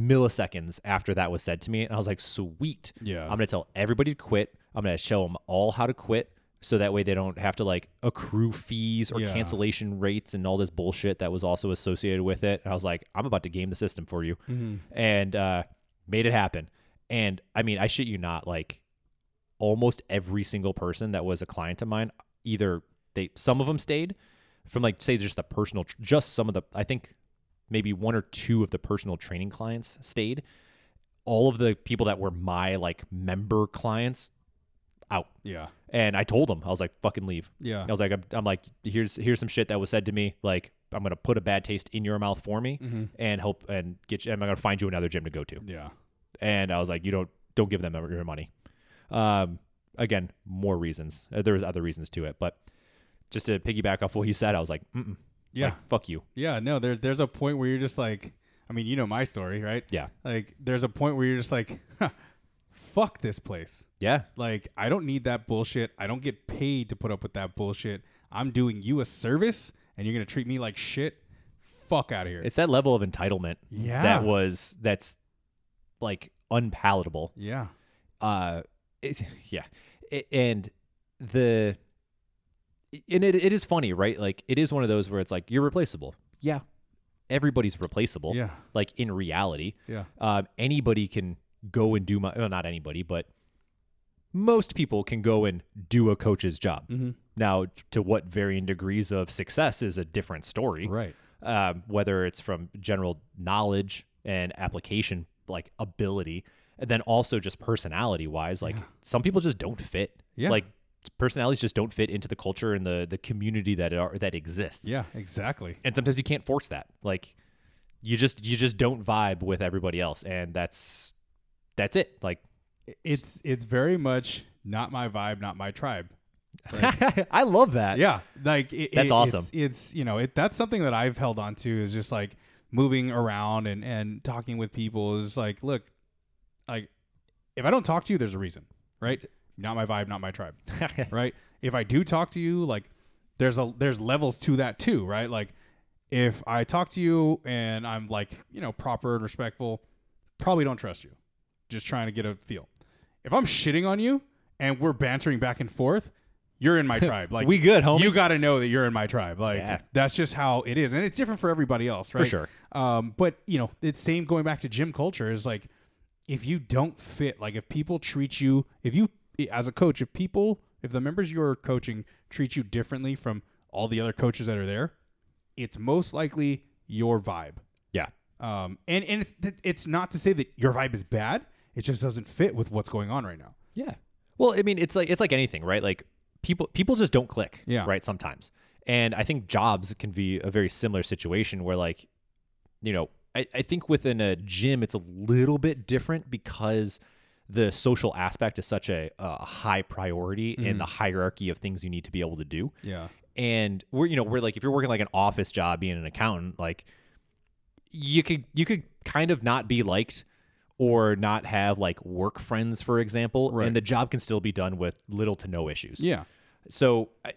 Speaker 2: milliseconds after that was said to me. And I was like, sweet.
Speaker 1: Yeah.
Speaker 2: I'm going to tell everybody to quit. I'm going to show them all how to quit. So that way they don't have to like accrue fees or
Speaker 1: Yeah.
Speaker 2: cancellation rates and all this bullshit that was also associated with it. And I was like, I'm about to game the system for you. And uh, made it happen. And I mean, I shit you not, like almost every single person that was a client of mine, either they, some of them stayed from like, say, just the personal, tr- just some of the, I think maybe one or two of the personal training clients stayed. All of the people that were my like member clients out.
Speaker 1: Yeah.
Speaker 2: And I told them, I was like, fucking leave.
Speaker 1: Yeah.
Speaker 2: I was like, I'm, I'm like, here's here's some shit that was said to me. Like, I'm gonna put a bad taste in your mouth for me,
Speaker 1: Mm-hmm.
Speaker 2: and help and get you. I'm gonna find you another gym to go to.
Speaker 1: Yeah.
Speaker 2: And I was like, you don't don't give them your money. Um, again, more reasons. Uh, there was other reasons to it, but just to piggyback off what you said, I was like, Mm-mm,
Speaker 1: Yeah.
Speaker 2: like, fuck you.
Speaker 1: Yeah. No, there's there's a point where you're just like, I mean, you know my story, right?
Speaker 2: Yeah,
Speaker 1: Like, there's a point where you're just like, huh, fuck this place.
Speaker 2: yeah,
Speaker 1: Like, I don't need that bullshit. I don't get paid to put up with that bullshit. I'm doing you a service, and you're gonna treat me like shit. Fuck out of here.
Speaker 2: it's that level of entitlement
Speaker 1: yeah.
Speaker 2: that was that's like unpalatable.
Speaker 1: yeah.
Speaker 2: uh it's, yeah I- and the and it, it is funny right like it is one of those where it's like you're replaceable yeah everybody's replaceable
Speaker 1: Yeah.
Speaker 2: like in reality
Speaker 1: Yeah.
Speaker 2: um anybody can go and do my well, not anybody but most people can go and do a coach's job
Speaker 1: Mm.
Speaker 2: now to what varying degrees of success is a different story
Speaker 1: Right.
Speaker 2: um, whether it's from general knowledge and application like ability and then also just personality wise like some people just don't fit
Speaker 1: Yeah.
Speaker 2: like personalities just don't fit into the culture and the the community that are that exists
Speaker 1: Yeah. Exactly.
Speaker 2: and sometimes you can't force that like you just you just don't vibe with everybody else and that's that's it like
Speaker 1: It's it's very much not my vibe, not my tribe.
Speaker 2: i love that
Speaker 1: yeah like it,
Speaker 2: That's
Speaker 1: it-
Speaker 2: awesome.
Speaker 1: it's, it's you know it that's something that i've held on to is just like moving around and and talking with people is like look like if i don't talk to you there's a reason right not my vibe not my tribe right if i do talk to you like there's a there's levels to that too right like if i talk to you and i'm like you know proper and respectful probably don't trust you just trying to get a feel if i'm shitting on you and we're bantering back and forth you're in my tribe like
Speaker 2: We good, homie.
Speaker 1: you got to know that you're in my tribe like
Speaker 2: Yeah.
Speaker 1: that's just how it is and it's different for everybody else right
Speaker 2: sure.
Speaker 1: um but you know it's same going back to gym culture is like if you don't fit, like if people treat you, if you as a coach, if people, if the members you're coaching treat you differently from all the other coaches that are there, it's most likely your vibe.
Speaker 2: yeah
Speaker 1: Um, and and it's it's not to say that your vibe is bad. It just doesn't fit with what's going on right now.
Speaker 2: Yeah. Well, I mean, it's like it's like anything, right? Like people people just don't click,
Speaker 1: Yeah.
Speaker 2: right? Sometimes, and I think jobs can be a very similar situation where, like, you know, I, I think within a gym it's a little bit different because the social aspect is such a, a high priority in the hierarchy of things you need to be able to do
Speaker 1: Yeah.
Speaker 2: and we're you know we're like if you're working like an office job being an accountant like you could you could kind of not be liked or not have like work friends for example
Speaker 1: Right.
Speaker 2: and the job can still be done with little to no issues
Speaker 1: Yeah.
Speaker 2: so I-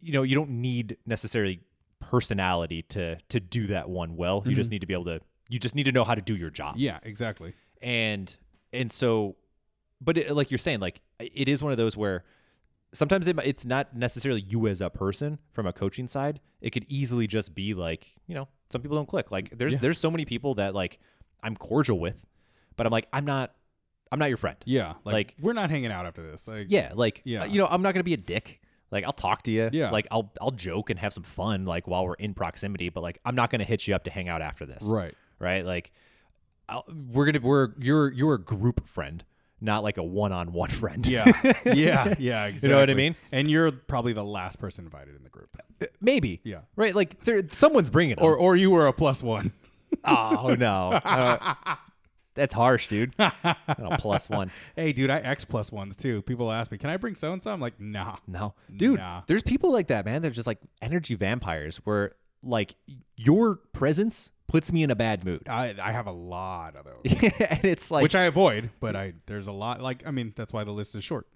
Speaker 2: you know you don't need necessarily personality to to do that one well you
Speaker 1: Mm-hmm.
Speaker 2: just need to be able to you just need to know how to do your job
Speaker 1: Yeah. Exactly.
Speaker 2: and and so but it, like you're saying like it is one of those where sometimes it, it's not necessarily you as a person from a coaching side it could easily just be like you know some people don't click like there's there's so many people that like i'm cordial with but i'm like i'm not i'm not your friend
Speaker 1: Yeah. Like,
Speaker 2: Like-
Speaker 1: we're not hanging out after this. Like
Speaker 2: yeah like uh,
Speaker 1: Yeah.
Speaker 2: you know i'm not gonna be a dick Like I'll talk to you.
Speaker 1: Yeah.
Speaker 2: Like I'll I'll joke and have some fun like while we're in proximity, but like I'm not gonna hit you up to hang out after this.
Speaker 1: Right.
Speaker 2: Right. Like I'll, we're gonna we're you're you're a group friend, not like a one on one friend.
Speaker 1: Yeah. yeah. Yeah. Exactly.
Speaker 2: know what I mean?
Speaker 1: And you're probably the last person invited in the group.
Speaker 2: Uh, Maybe.
Speaker 1: Yeah. Um,
Speaker 2: Right. Like there, someone's bringing them.
Speaker 1: Or or you were a plus one.
Speaker 2: oh no. Uh, that's harsh, dude. I don't- plus one.
Speaker 1: Hey, dude, I X plus ones too. People ask me, can I bring so and so? I'm like, nah.
Speaker 2: No, dude.
Speaker 1: Nah.
Speaker 2: There's people like that, man. They're just like energy vampires, where like your presence puts me in a bad mood,
Speaker 1: I, I have a lot of those,
Speaker 2: and it's like,
Speaker 1: which I avoid, but I there's a lot. Like, I mean, that's why the list is short.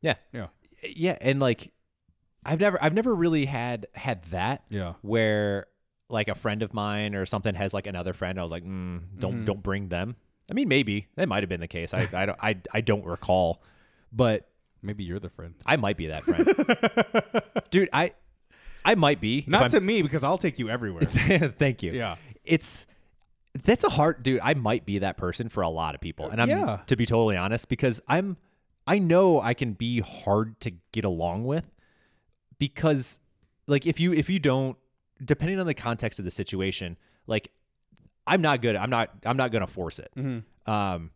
Speaker 2: yeah,
Speaker 1: Yeah.
Speaker 2: yeah, and like, I've never, I've never really had had that.
Speaker 1: Yeah.
Speaker 2: where like a friend of mine or something has like another friend. I was like, mm, don't
Speaker 1: Mm-hmm.
Speaker 2: don't bring them. I mean, maybe that might have been the case. I I don't I, I don't recall, but
Speaker 1: Maybe you're the friend.
Speaker 2: I might be that friend, dude. I I might be. if I'm-
Speaker 1: Not to me because I'll take you everywhere.
Speaker 2: Thank you.
Speaker 1: Yeah.
Speaker 2: It's that's a hard dude. I might be that person for a lot of people. And I'm
Speaker 1: Yeah.
Speaker 2: to be totally honest, because I'm I know I can be hard to get along with because like if you if you don't depending on the context of the situation, like I'm not good. I'm not I'm not gonna force it. Um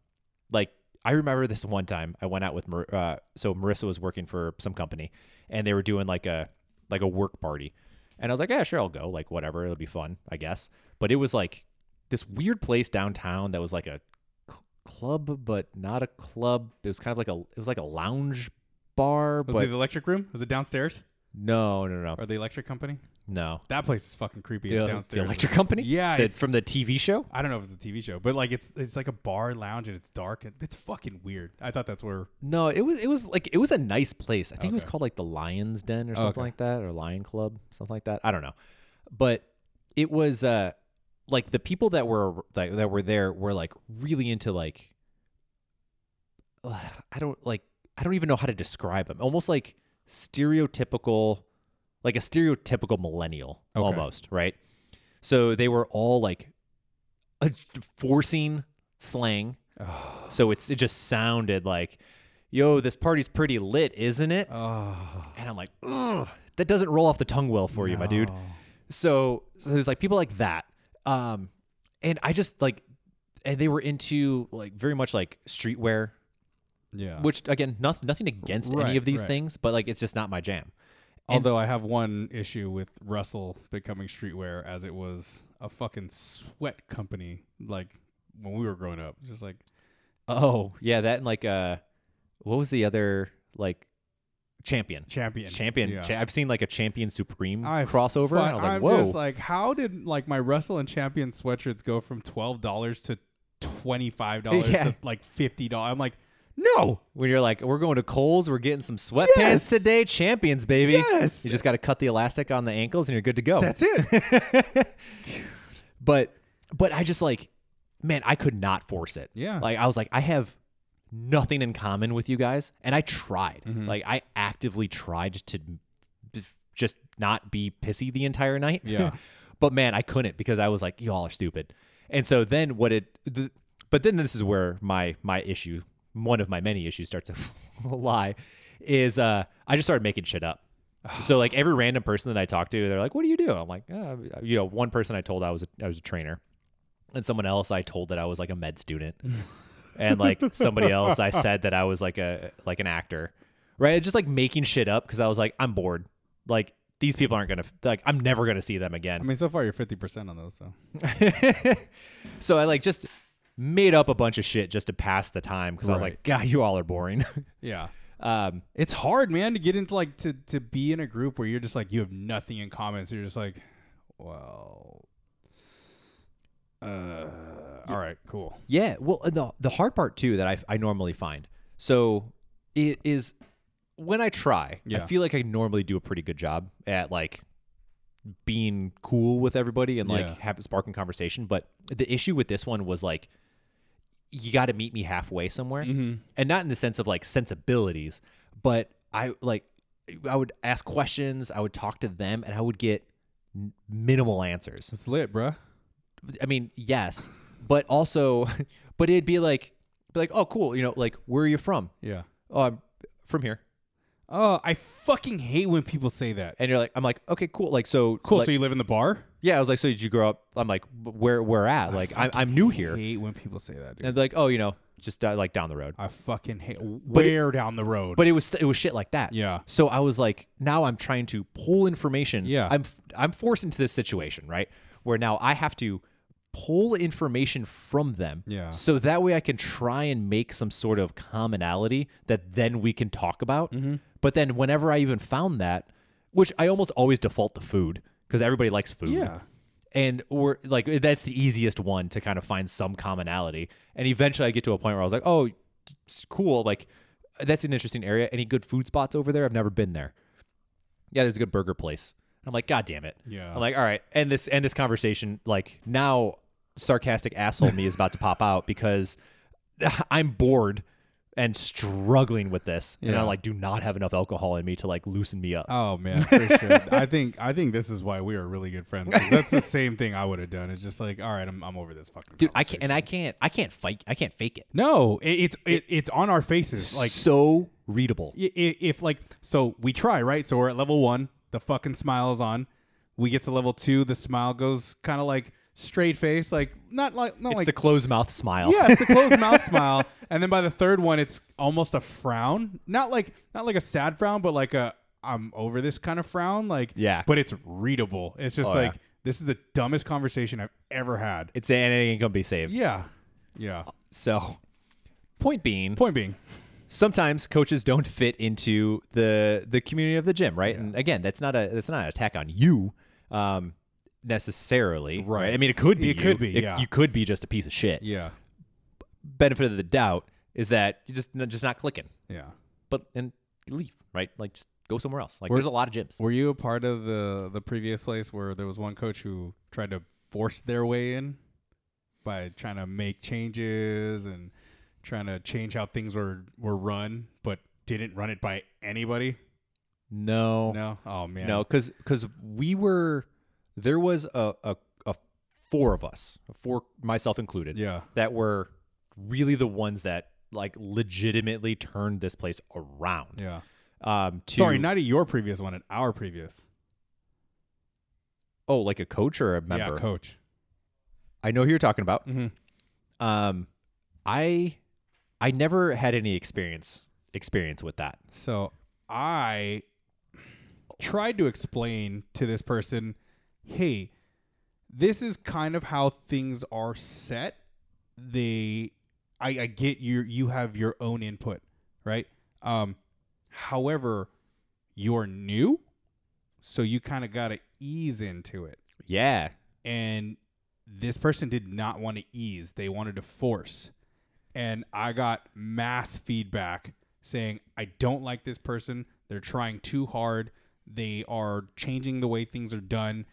Speaker 2: like I remember this one time I went out with Mar- uh, so Marissa was working for some company and they were doing like a like a work party. And I was like, yeah, sure, I'll go. Like, whatever, it'll be fun, I guess. But it was like this weird place downtown that was like a cl- club, but not a club. It was kind of like a it was like a lounge bar,
Speaker 1: Was
Speaker 2: but
Speaker 1: it the electric room? Was it downstairs
Speaker 2: no, no, no,
Speaker 1: or the electric company?
Speaker 2: no.
Speaker 1: That place is fucking creepy.
Speaker 2: The,
Speaker 1: It's
Speaker 2: the
Speaker 1: downstairs.
Speaker 2: electric company,
Speaker 1: Yeah,
Speaker 2: The-
Speaker 1: it's-
Speaker 2: from the TV show.
Speaker 1: I don't know if it's a TV show, but like it's it's like a bar lounge and it's dark and it's fucking weird. I thought that's where
Speaker 2: No, it was it was like it was a nice place. I think it was
Speaker 1: Okay. Oh,
Speaker 2: called like the Lion's Den or something
Speaker 1: okay.
Speaker 2: like that, or Lion Club, something like that. I don't know, but it was uh like the people that were that, that were there were like really into like I don't like I don't even know how to describe them. Almost like stereotypical, like a stereotypical millennial
Speaker 1: Okay.
Speaker 2: almost, right? So they were all like forcing slang. So it's it just sounded like, "Yo, this party's pretty lit, isn't
Speaker 1: Uh,
Speaker 2: it?" And I'm like, Ugh, "That doesn't roll off the tongue well Oh. for you, my dude." So, so there's like people like that, um, and I just like, and they were into like very much like streetwear,
Speaker 1: yeah.
Speaker 2: which again, nothing nothing against any
Speaker 1: Right,
Speaker 2: of these
Speaker 1: right.
Speaker 2: things, but like it's just not my jam.
Speaker 1: Although I have one issue with Russell becoming streetwear as it was a fucking sweat company like when we were growing up. It's just like
Speaker 2: Oh yeah, that and like uh, what was the other like champion?
Speaker 1: champion.
Speaker 2: Champion.
Speaker 1: Yeah.
Speaker 2: Cha- I've seen like a Champion Supreme
Speaker 1: I
Speaker 2: crossover.
Speaker 1: fu-
Speaker 2: and I was like,
Speaker 1: I'm
Speaker 2: whoa.
Speaker 1: just like, how did like my Russell and Champion sweatshirts go from twelve dollars to twenty five dollars
Speaker 2: Yeah.
Speaker 1: to like fifty dollars? I'm like, no,
Speaker 2: when you're like, we're going to Kohl's, we're getting some sweatpants
Speaker 1: Yes!
Speaker 2: today, champions, baby.
Speaker 1: Yes!
Speaker 2: You just got to cut the elastic on the ankles and you're good to go.
Speaker 1: that's it.
Speaker 2: but, but I just like, man, I could not force it.
Speaker 1: Yeah.
Speaker 2: Like, I was like, I have nothing in common with you guys. And I tried.
Speaker 1: Mm-hmm.
Speaker 2: Like, I actively tried to b- just not be pissy the entire night.
Speaker 1: Yeah.
Speaker 2: but man, I couldn't because I was like, y'all are stupid. And so then what it, th- but then this is where my my issue, one of my many issues, starts to lie, is uh, I just started making shit up. so like every random person that I talk to, they're like, "What do you do?" I'm like, uh, you know, one person I told I was a, I was a trainer, and someone else I told that I was like a med student, and like somebody else I said that I was like a like an actor, right? Just like making shit up because I was like, I'm bored. Like these people aren't gonna like I'm never gonna see them again.
Speaker 1: I mean, so far you're fifty percent on those. So
Speaker 2: so I like just made up a bunch of shit just to pass the time because I was
Speaker 1: Right.
Speaker 2: like, God, you all are boring.
Speaker 1: yeah,
Speaker 2: um,
Speaker 1: it's hard, man, to get into like to to be in a group where you're just like you have nothing in common. So you're just like, well, uh, all right, cool.
Speaker 2: yeah. Well, and the the hard part too that I I normally find so it is when I try, I
Speaker 1: Yeah.
Speaker 2: feel like I normally do a pretty good job at like being cool with everybody and like
Speaker 1: Yeah.
Speaker 2: have a sparking conversation. But the issue with this one was like you got to meet me halfway somewhere,
Speaker 1: Mm-hmm.
Speaker 2: and not in the sense of like sensibilities, but I like I would ask questions, I would talk to them, and I would get n- minimal answers.
Speaker 1: It's lit, bruh.
Speaker 2: I mean, yes, but also, but it'd be like, be like, oh, cool, you know, like where are you from?
Speaker 1: Yeah.
Speaker 2: Oh, I'm from here.
Speaker 1: Oh, I fucking hate when people say that.
Speaker 2: And you're like, I'm like, okay, cool. Like, so
Speaker 1: Cool.
Speaker 2: like-
Speaker 1: so you live in the bar?
Speaker 2: yeah, I was like, so did you grow up? I'm like, "B- where where at? Like, I'm I'm new here.
Speaker 1: Hate when people say that, dude.
Speaker 2: And they're like, oh, you know, just uh, like down the road.
Speaker 1: I fucking hate. Where down the road?
Speaker 2: But it was it was shit like that.
Speaker 1: Yeah.
Speaker 2: So I was like, now I'm trying to pull information.
Speaker 1: Yeah.
Speaker 2: I'm f- I'm forced into this situation, right? Where now I have to pull information from them.
Speaker 1: Yeah.
Speaker 2: So that way I can try and make some sort of commonality that then we can talk about.
Speaker 1: Mm-hmm.
Speaker 2: But then whenever I even found that, which I almost always default to food because everybody likes food
Speaker 1: yeah.
Speaker 2: and or like that's the easiest one to kind of find some commonality and eventually i get to a point where i was like oh it's cool like that's an interesting area any good food spots over there i've never been there yeah there's a good burger place i'm like god damn it
Speaker 1: Yeah.
Speaker 2: i'm like all right and this end this conversation like now sarcastic asshole me is about to pop out because i'm bored and struggling with this and
Speaker 1: Yeah.
Speaker 2: i like do not have enough alcohol in me to like loosen me up
Speaker 1: Oh man, for sure. I think I think this is why we are really good friends. 'cause That's the same thing I would have done. It's just like, all right, I'm I'm over this fucking
Speaker 2: dude i can't and i can't i can't fight i can't fake it
Speaker 1: No, it, it's it, it's on our faces. Like
Speaker 2: so readable.
Speaker 1: i- i- if like so we try right. So we're at level one. The fucking smile is on. We get to level two. The smile goes kind of like straight face, like not like not
Speaker 2: It's
Speaker 1: like
Speaker 2: the closed mouth smile.
Speaker 1: Yeah, it's a closed mouth smile, and then by the third one, it's almost a frown. Not like not like a sad frown, but like a I'm over this kind of frown. Like
Speaker 2: Yeah.
Speaker 1: but it's readable. It's just
Speaker 2: Oh,
Speaker 1: like
Speaker 2: yeah.
Speaker 1: this is the dumbest conversation I've ever had.
Speaker 2: It's and it Uh, ain't gonna be saved.
Speaker 1: Yeah, yeah.
Speaker 2: So point being
Speaker 1: Point being,
Speaker 2: sometimes coaches don't fit into the the community of the gym, right? And again, that's not a that's not an attack on you um necessarily.
Speaker 1: Right.
Speaker 2: I mean it could be
Speaker 1: It
Speaker 2: you.
Speaker 1: could be, yeah.
Speaker 2: You could be just a piece of shit.
Speaker 1: yeah,
Speaker 2: Benefit of the doubt is that you just just not clicking.
Speaker 1: yeah.
Speaker 2: But and leave, right? Like just go somewhere else. Like
Speaker 1: We're-
Speaker 2: there's a lot of gyms.
Speaker 1: Were you a part of the the previous place where there was one coach who tried to force their way in by trying to make changes and trying to change how things were were run, but didn't run it by anybody?
Speaker 2: No.
Speaker 1: No. Oh man.
Speaker 2: No, because because we were there was a, a a four of us, four myself included,
Speaker 1: Yeah.
Speaker 2: that were really the ones that like legitimately turned this place around.
Speaker 1: Yeah.
Speaker 2: Um, to,
Speaker 1: Sorry, not at your previous one, at our previous.
Speaker 2: oh, like a coach or a member.
Speaker 1: Yeah, coach.
Speaker 2: I know who you're talking about.
Speaker 1: Mm-hmm.
Speaker 2: Um, I I never had any experience experience with that.
Speaker 1: So I tried to explain to this person, hey, this is kind of how things are set. They I, I get your you have your own input, right? Um however, you're new, so you kind of gotta ease into it.
Speaker 2: Yeah,
Speaker 1: and this person did not want to ease they wanted to force and i got mass feedback saying i don't like this person they're trying too hard they are changing the way things are done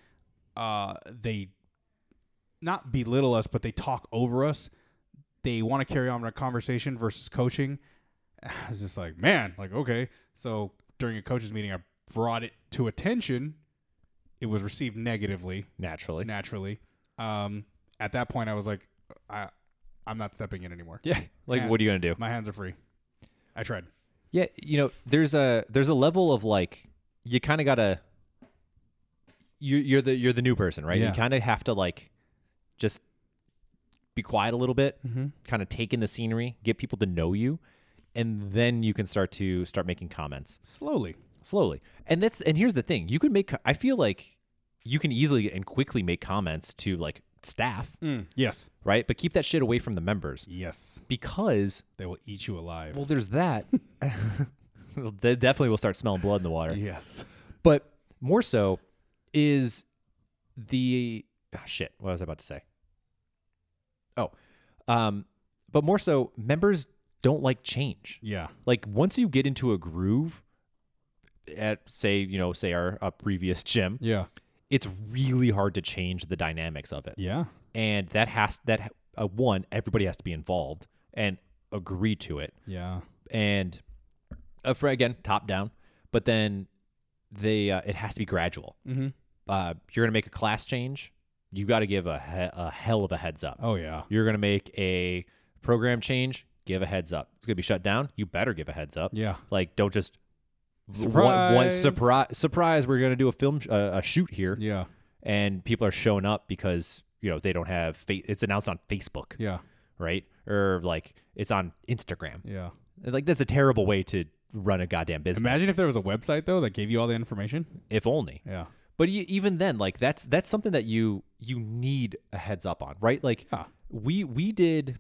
Speaker 1: uh, they not belittle us but they talk over us they want to carry on a conversation versus coaching i was just like man like okay so during a coaches meeting i brought it to attention it was received negatively
Speaker 2: naturally.
Speaker 1: naturally. Um, at that point, I was like, I, I'm not stepping in anymore.
Speaker 2: yeah, like
Speaker 1: Yeah.
Speaker 2: what are you gonna do?
Speaker 1: My hands are free. I tried.
Speaker 2: Yeah, you know, there's a there's a level of like you kind of gotta you you're the you're the new person, right?
Speaker 1: Yeah.
Speaker 2: You kind of have to like just be quiet a little bit,
Speaker 1: Mhm.
Speaker 2: kind of take in the scenery, get people to know you, and then you can start to start making comments
Speaker 1: Slowly.
Speaker 2: slowly. And that's and here's the thing: you can make. co- I feel like you can easily and quickly make comments to like staff,
Speaker 1: Yes.
Speaker 2: right? But keep that shit away from the members
Speaker 1: Mm. Yes.
Speaker 2: because
Speaker 1: They will eat you alive.
Speaker 2: well, there's that. they definitely will start smelling blood in the water.
Speaker 1: yes.
Speaker 2: but more so is the ah, shit what was i about to say oh um but more so members don't like change
Speaker 1: Yeah.
Speaker 2: like once you get into a groove at say you know say our, our previous gym
Speaker 1: Yeah.
Speaker 2: it's really hard to change the dynamics of it
Speaker 1: Yeah.
Speaker 2: and that has that uh, one everybody has to be involved and agree to it
Speaker 1: Yeah.
Speaker 2: and uh, for again top down but then they uh, it has to be gradual
Speaker 1: Mm-hmm.
Speaker 2: uh, you're gonna make a class change you got to give a, he- a hell of a heads up
Speaker 1: Oh yeah.
Speaker 2: you're gonna make a program change give a heads up it's gonna be shut down you better give a heads up
Speaker 1: Yeah.
Speaker 2: like don't just One, one
Speaker 1: Surprise.
Speaker 2: surprise! Surprise! We're gonna do a film, sh- uh, a shoot here,
Speaker 1: Yeah.
Speaker 2: and people are showing up because you know they don't have. Fa- it's announced on Facebook,
Speaker 1: Yeah.
Speaker 2: right? Or like it's on Instagram.
Speaker 1: Yeah.
Speaker 2: Like that's a terrible way to run a goddamn business.
Speaker 1: Imagine if there was a website though that gave you all the information.
Speaker 2: if only.
Speaker 1: Yeah.
Speaker 2: But e even then, like that's that's something that you you need a heads up on, right? Like
Speaker 1: Yeah.
Speaker 2: we we did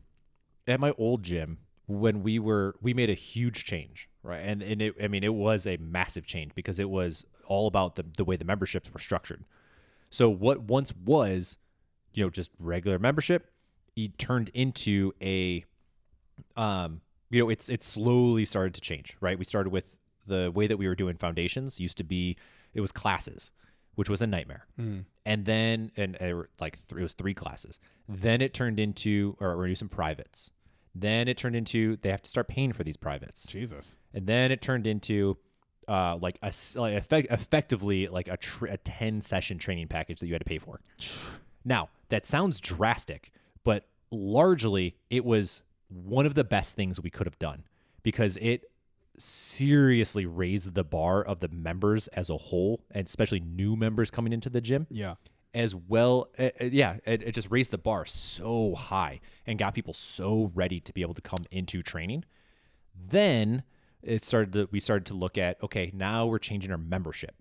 Speaker 2: at my old gym when we were we made a huge change, right? And and it I mean it was a massive change because it was all about the the way the memberships were structured. So what once was, you know, just regular membership, it turned into a um, you know, it's it slowly started to change, right? We started with the way that we were doing foundations used to be it was classes, which was a nightmare. And then and uh, like th- it was three classes. Then it turned into or we're gonna do some privates. Then it turned into they have to start paying for these privates
Speaker 1: Jesus.
Speaker 2: and then it turned into uh, like a s- like effect, effectively like a, tr- a 10 session training package that you had to pay for now that sounds drastic but largely it was one of the best things we could have done because it seriously raised the bar of the members as a whole and especially new members coming into the gym
Speaker 1: Yeah.
Speaker 2: as well. uh, uh, yeah, it, it just raised the bar so high and got people so ready to be able to come into training. Then it started to, we started to look at okay, now we're changing our membership.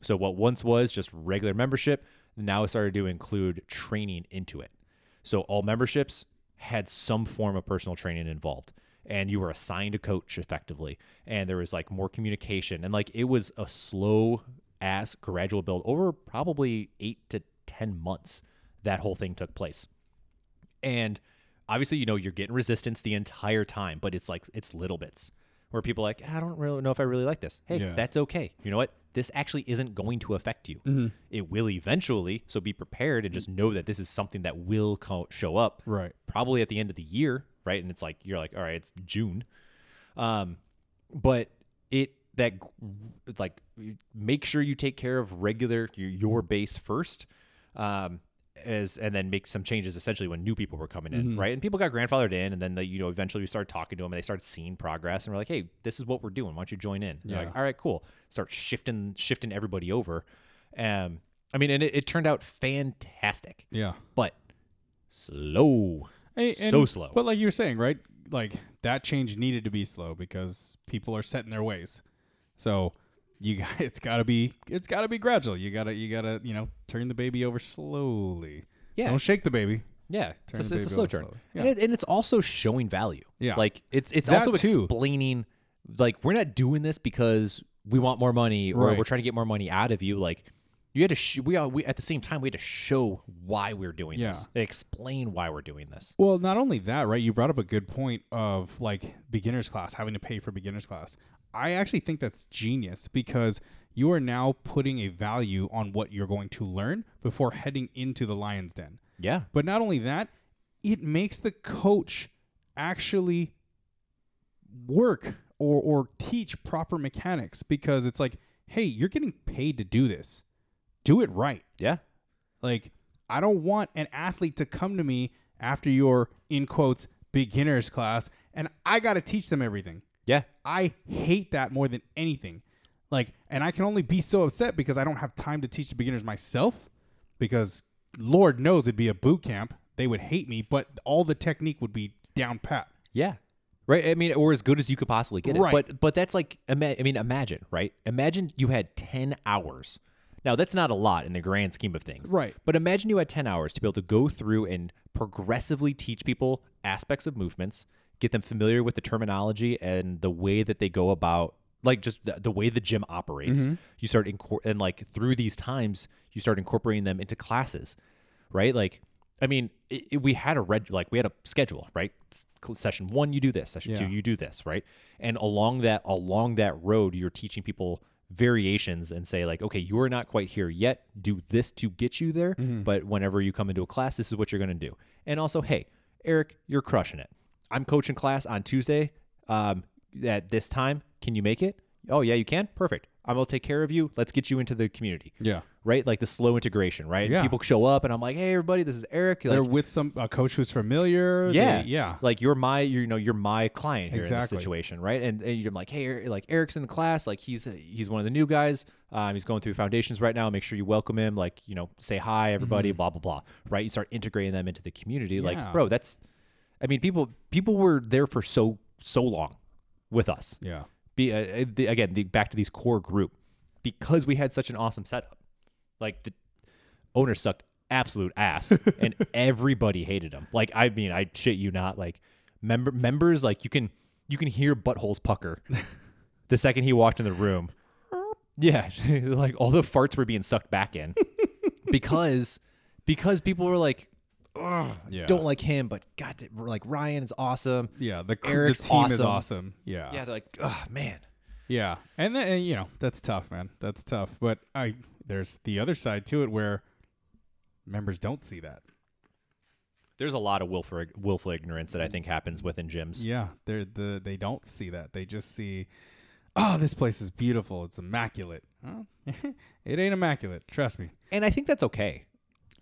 Speaker 2: So what once was just regular membership, now it started to include training into it. So all memberships had some form of personal training involved and you were assigned a coach effectively and there was like more communication and like it was a slow ass gradual build over probably 8 to 10 months that whole thing took place and obviously you know you're getting resistance the entire time but it's like it's little bits where people are like i don't really know if i really like this hey
Speaker 1: Yeah.
Speaker 2: that's okay you know what this actually isn't going to affect you it will eventually so be prepared and just know that this is something that will co- show up
Speaker 1: Right.
Speaker 2: probably at the end of the year right and it's like you're like all right it's june um but it that like make sure you take care of regular your, your base first um as and then make some changes essentially when new people were coming in right and people got grandfathered in and then they, you know eventually we started talking to them and they started seeing progress and we're like hey this is what we're doing why don't you join in yeah. like all right cool start shifting shifting everybody over um i mean and it, it turned out fantastic
Speaker 1: Yeah.
Speaker 2: but slow
Speaker 1: Hey, and-
Speaker 2: so slow
Speaker 1: But like you were saying, right? Like that change needed to be slow because people are set in their ways. So you got it's got to be it's got to be gradual. You got to you got to, you know, turn the baby over slowly.
Speaker 2: Yeah.
Speaker 1: Don't shake the baby.
Speaker 2: Yeah, it's,
Speaker 1: Turn the
Speaker 2: a- it's a
Speaker 1: baby
Speaker 2: slow
Speaker 1: over
Speaker 2: turn,
Speaker 1: slowly.
Speaker 2: and,
Speaker 1: Yeah.
Speaker 2: it, and it's also showing value.
Speaker 1: Yeah.
Speaker 2: like it's it's
Speaker 1: That
Speaker 2: also
Speaker 1: too.
Speaker 2: explaining, like we're not doing this because we want more money or
Speaker 1: Right.
Speaker 2: we're trying to get more money out of you. Like you had to, sh- we, all, we at the same time we had to show why we're doing
Speaker 1: Yeah.
Speaker 2: this and explain why we're doing this.
Speaker 1: Well, not only that, right? You brought up a good point of like beginner's class, having to pay for beginner's class. I actually think that's genius because you are now putting a value on what you're going to learn before heading into the lion's den.
Speaker 2: Yeah,
Speaker 1: But not only that, it makes the coach actually work or or teach proper mechanics because it's like, hey, you're getting paid to do this. Do it right.
Speaker 2: yeah,
Speaker 1: Like, I don't want an athlete to come to me after your in quotes beginners class and I got to teach them everything.
Speaker 2: yeah,
Speaker 1: I hate that more than anything. Like, and I can only be so upset because I don't have time to teach the beginners myself. Because Lord knows it'd be a boot camp. They would hate me, but all the technique would be down pat.
Speaker 2: yeah. Right. I mean, or as good as you could possibly get it.
Speaker 1: Right.
Speaker 2: But but that's like, ima- I mean, imagine, right? Imagine you had ten hours. Now that's not a lot in the grand scheme of things.
Speaker 1: Right.
Speaker 2: But imagine you had 10 hours to be able to go through and progressively teach people aspects of movements, get them familiar with the terminology and the way that they go about like just the, the way the gym operates.
Speaker 1: Mm-hmm.
Speaker 2: You start incor- and like through these times you start incorporating them into classes, right? Like I mean, it, it- we had a red like we had a schedule, right? S- cl- Session 1 you do this, session 2
Speaker 1: Yeah.
Speaker 2: you do this, right? And along that along that road you're teaching people variations and say like okay you're not quite here yet do this to get you there but whenever you come into a class this is what you're going to do and also hey eric you're crushing it i'm coaching class on tuesday um, at this time can you make it oh yeah you can perfect i'm going to take care of you let's get you into the community
Speaker 1: Yeah.
Speaker 2: right? Like the slow integration, right?
Speaker 1: Yeah.
Speaker 2: People show up and I'm like, hey, everybody, this is Eric. Like,
Speaker 1: They're with some a coach who's familiar. They-
Speaker 2: yeah,
Speaker 1: yeah.
Speaker 2: Like you're my, you know, you're my client here in
Speaker 1: Exactly.
Speaker 2: this situation, right? And, and you're like, hey, Er- like Eric's in the class, like he's he's one of the new guys. Um, he's going through foundations right now. Make sure you welcome him. Like you know, say hi, everybody. Blah blah blah. Right? You start integrating them into the community. Like,
Speaker 1: Mm-hmm. Yeah.
Speaker 2: bro, that's, I mean, people people were there for so so long with us.
Speaker 1: yeah.
Speaker 2: Be uh, uh, the, again the, back to these core group because we had such an awesome setup. Like the owner sucked absolute ass and everybody hated him like i mean i shit you not like member members like you can you can hear buttholes pucker the second he walked in the room yeah like all the farts were being sucked back in because because people were like Ugh,
Speaker 1: Yeah.
Speaker 2: don't like him but god da- like ryan is awesome
Speaker 1: Yeah. The, cr- the
Speaker 2: Eric's
Speaker 1: team is
Speaker 2: awesome.
Speaker 1: awesome. Yeah.
Speaker 2: yeah they're like oh man
Speaker 1: Yeah, and then and, you know that's tough, man. That's tough. But I there's the other side to it where members don't see that.
Speaker 2: there's a lot of willful willful ignorance that i think happens within gyms
Speaker 1: Mm. Yeah, they're the they don't see that. They just see, oh, this place is beautiful. It's immaculate. Huh? it ain't immaculate. Trust me.
Speaker 2: and I think that's okay.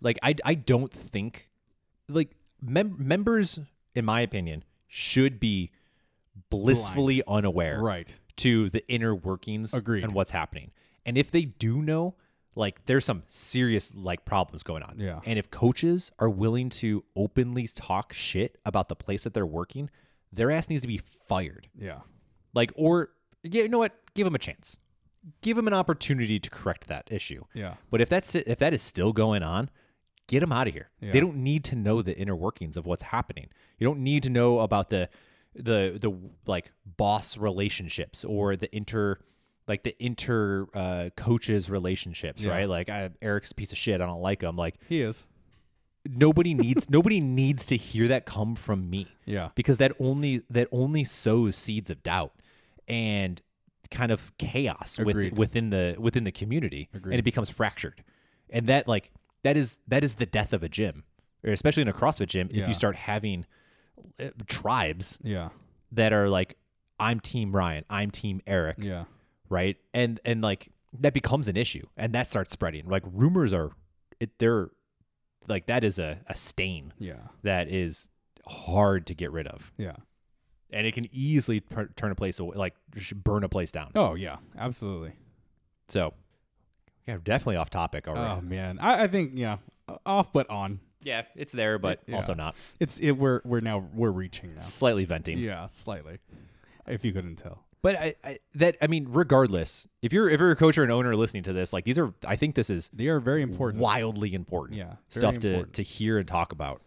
Speaker 2: Like I, I don't think like mem- members, in my opinion, should be blissfully unaware
Speaker 1: Right.
Speaker 2: to the inner workings
Speaker 1: Agreed.
Speaker 2: and what's happening. And if they do know, like there's some serious like problems going on.
Speaker 1: Yeah.
Speaker 2: And if coaches are willing to openly talk shit about the place that they're working, their ass needs to be fired.
Speaker 1: Yeah.
Speaker 2: Like or yeah, you know what? Give them a chance. Give them an opportunity to correct that issue.
Speaker 1: Yeah.
Speaker 2: But if that's if that is still going on, get them out of here.
Speaker 1: Yeah.
Speaker 2: They don't need to know the inner workings of what's happening. You don't need to know about the the the like boss relationships or the inter like the inter uh, coaches relationships,
Speaker 1: Yeah.
Speaker 2: right? Like I, Eric's a piece of shit. I don't like him. Like
Speaker 1: He is.
Speaker 2: nobody needs nobody needs to hear that come from me
Speaker 1: Yeah.
Speaker 2: because that only that only sows seeds of doubt and kind of chaos with,
Speaker 1: Agreed.
Speaker 2: within the within the community and it
Speaker 1: Agreed.
Speaker 2: becomes fractured and that like that is that is the death of a gym or especially in a crossfit gym if
Speaker 1: Yeah.
Speaker 2: you start having uh, tribes
Speaker 1: Yeah.
Speaker 2: that are like i'm team ryan i'm team eric
Speaker 1: Yeah.
Speaker 2: right and and like that becomes an issue and that starts spreading like rumors are it they're like that is a, a stain
Speaker 1: Yeah.
Speaker 2: that is hard to get rid of
Speaker 1: Yeah.
Speaker 2: and it can easily pr- turn a place away, like sh- burn a place down.
Speaker 1: Oh yeah. Absolutely.
Speaker 2: So, yeah, definitely off topic already.
Speaker 1: Oh man. I, I think yeah. Off but on.
Speaker 2: yeah, it's there, but
Speaker 1: Yeah.
Speaker 2: also not.
Speaker 1: It's it. We're we're now we're reaching now.
Speaker 2: Slightly venting,
Speaker 1: Yeah. Slightly. If you couldn't tell.
Speaker 2: but I, I that I mean, regardless, if you're if you're a coach or an owner listening to this, like these are, I think this is
Speaker 1: They are very important.
Speaker 2: wildly important.
Speaker 1: Yeah, very
Speaker 2: stuff
Speaker 1: important.
Speaker 2: to to hear and talk about,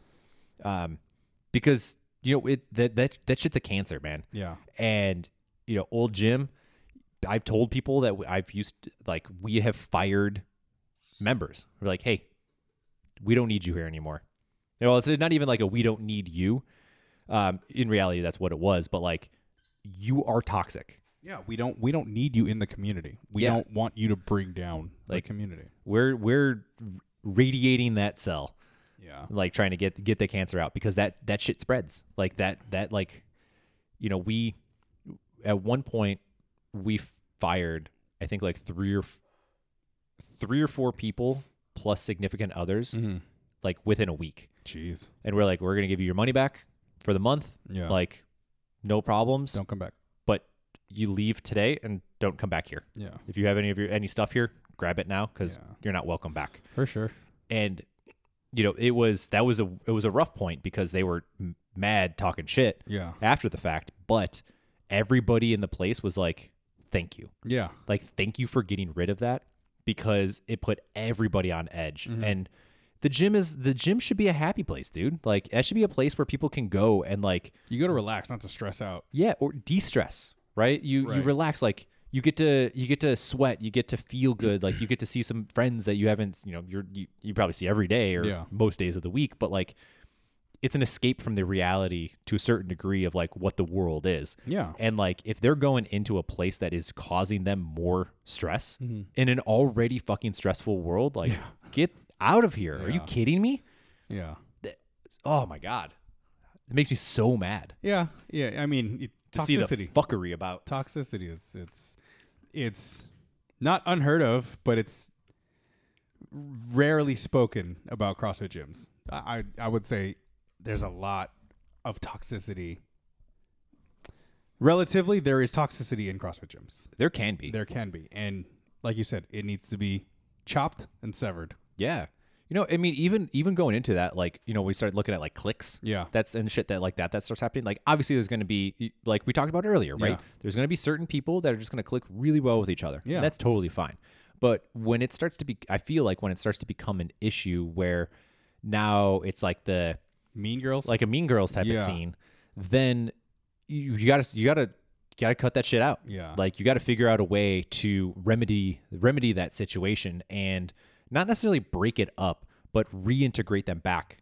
Speaker 2: um, because you know it that that that shit's a cancer, man.
Speaker 1: Yeah.
Speaker 2: and you know old jim i've told people that w- i've used like we have fired members we're like hey we don't need you here anymore well it's not even like a we don't need you um, in reality that's what it was but like you are toxic
Speaker 1: Yeah, we don't we don't need you in the community. We
Speaker 2: Yeah.
Speaker 1: don't want you to bring down
Speaker 2: Like-
Speaker 1: the community.
Speaker 2: we're we're radiating that cell
Speaker 1: Yeah.
Speaker 2: like trying to get get the cancer out because that that shit spreads like that that like you know we at one point we fired i think like three or f- three or four people plus significant
Speaker 1: Mm.
Speaker 2: others like within a
Speaker 1: Mm-hmm.
Speaker 2: week
Speaker 1: Jeez.
Speaker 2: and we're like we're gonna give you your money back for the month
Speaker 1: Yeah.
Speaker 2: like no problems
Speaker 1: don't come back.
Speaker 2: but you leave today and don't come back here
Speaker 1: Yeah.
Speaker 2: if you have any of your any stuff here grab it now because
Speaker 1: Yeah.
Speaker 2: you're not welcome back
Speaker 1: For sure.
Speaker 2: and you know it was that was a it was a rough point because they were m- mad talking shit
Speaker 1: Yeah.
Speaker 2: after the fact but everybody in the place was like thank you
Speaker 1: Yeah.
Speaker 2: like thank you for getting rid of that because it put everybody on edge and the gym is the gym should be a happy place dude like that should be a place where people can go and like
Speaker 1: You go to relax, not to stress out.
Speaker 2: yeah or de-stress right you you
Speaker 1: Right.
Speaker 2: relax like you get to you get to sweat you get to feel good like you get to see some friends that you haven't you know you're you, you probably see every day or
Speaker 1: Yeah.
Speaker 2: most days of the week but like it's an escape from the reality to a certain degree of like what the world is
Speaker 1: Yeah.
Speaker 2: and like if they're going into a place that is causing them more stress
Speaker 1: Mm-hmm.
Speaker 2: in an already fucking stressful world like get out of here are you
Speaker 1: Yeah.
Speaker 2: kidding me
Speaker 1: Yeah.
Speaker 2: oh my god it makes me so mad
Speaker 1: Yeah. Yeah. I mean it,
Speaker 2: to see the
Speaker 1: toxicity.
Speaker 2: fuckery about
Speaker 1: toxicity is it's it's not unheard of, but it's rarely spoken about CrossFit gyms. I I, I would say there's a lot of toxicity. Relatively, there is toxicity in CrossFit gyms.
Speaker 2: There can be.
Speaker 1: There can be, and like you said, it needs to be chopped and severed.
Speaker 2: Yeah. You know, I mean, even even going into that, like, you know, we started looking at like clicks.
Speaker 1: Yeah.
Speaker 2: That's and shit that like that that starts happening. Like obviously there's gonna be like we talked about earlier, right?
Speaker 1: Yeah.
Speaker 2: There's gonna be certain people that are just gonna click really well with each other.
Speaker 1: Yeah.
Speaker 2: That's totally fine. But when it starts to be I feel like when it starts to become an issue where now it's like the
Speaker 1: Mean Girls,
Speaker 2: like a mean girls type
Speaker 1: Yeah.
Speaker 2: of scene, then you, you gotta you gotta gotta cut that shit out.
Speaker 1: Yeah.
Speaker 2: Like you gotta figure out a way to remedy remedy that situation and not necessarily break it up, but reintegrate them back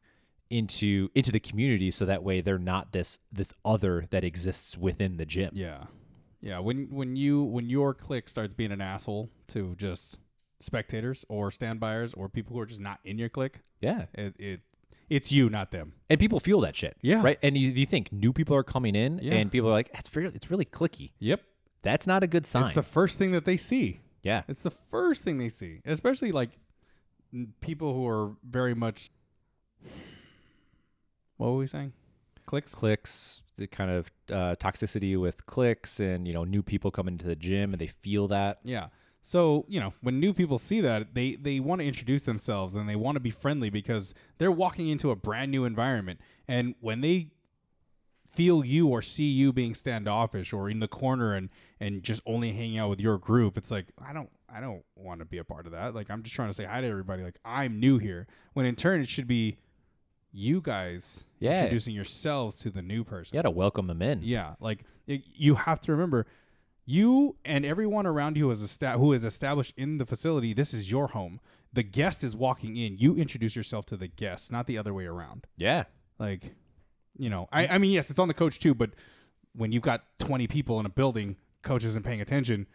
Speaker 2: into into the community so that way they're not this this other that exists within the gym.
Speaker 1: Yeah. Yeah, when when you when your clique starts being an asshole to just spectators or standbyers or people who are just not in your clique,
Speaker 2: Yeah.
Speaker 1: it, it it's you, not them.
Speaker 2: And people feel that shit.
Speaker 1: Yeah.
Speaker 2: Right. And you, you think new people are coming in
Speaker 1: Yeah.
Speaker 2: and people are like, that's very it's really clicky.
Speaker 1: Yep.
Speaker 2: That's not a good sign.
Speaker 1: It's the first thing that they see.
Speaker 2: yeah.
Speaker 1: It's the first thing they see, especially like n- people who are very much. What were we saying? Clicks.
Speaker 2: clicks the kind of uh, toxicity with clicks and you know new people coming into the gym and they feel that
Speaker 1: Yeah. So you know when new people see that they they want to introduce themselves and they want to be friendly because they're walking into a brand new environment and when they feel you or see you being standoffish or in the corner and and just only hanging out with your group it's like i don't i don't want to be a part of that like i'm just trying to say hi to everybody like i'm new here when in turn it should be you guys
Speaker 2: Yeah.
Speaker 1: introducing yourselves to the new person
Speaker 2: you gotta welcome them in
Speaker 1: yeah, like y- you have to remember, you and everyone around you is esta- who is established in the facility. This is your home. The guest is walking in. You introduce yourself to the guest, not the other way around.
Speaker 2: yeah
Speaker 1: Like, you know, I, I mean, yes, it's on the coach too, but when you've got 20 people in a building, coach isn't paying attention.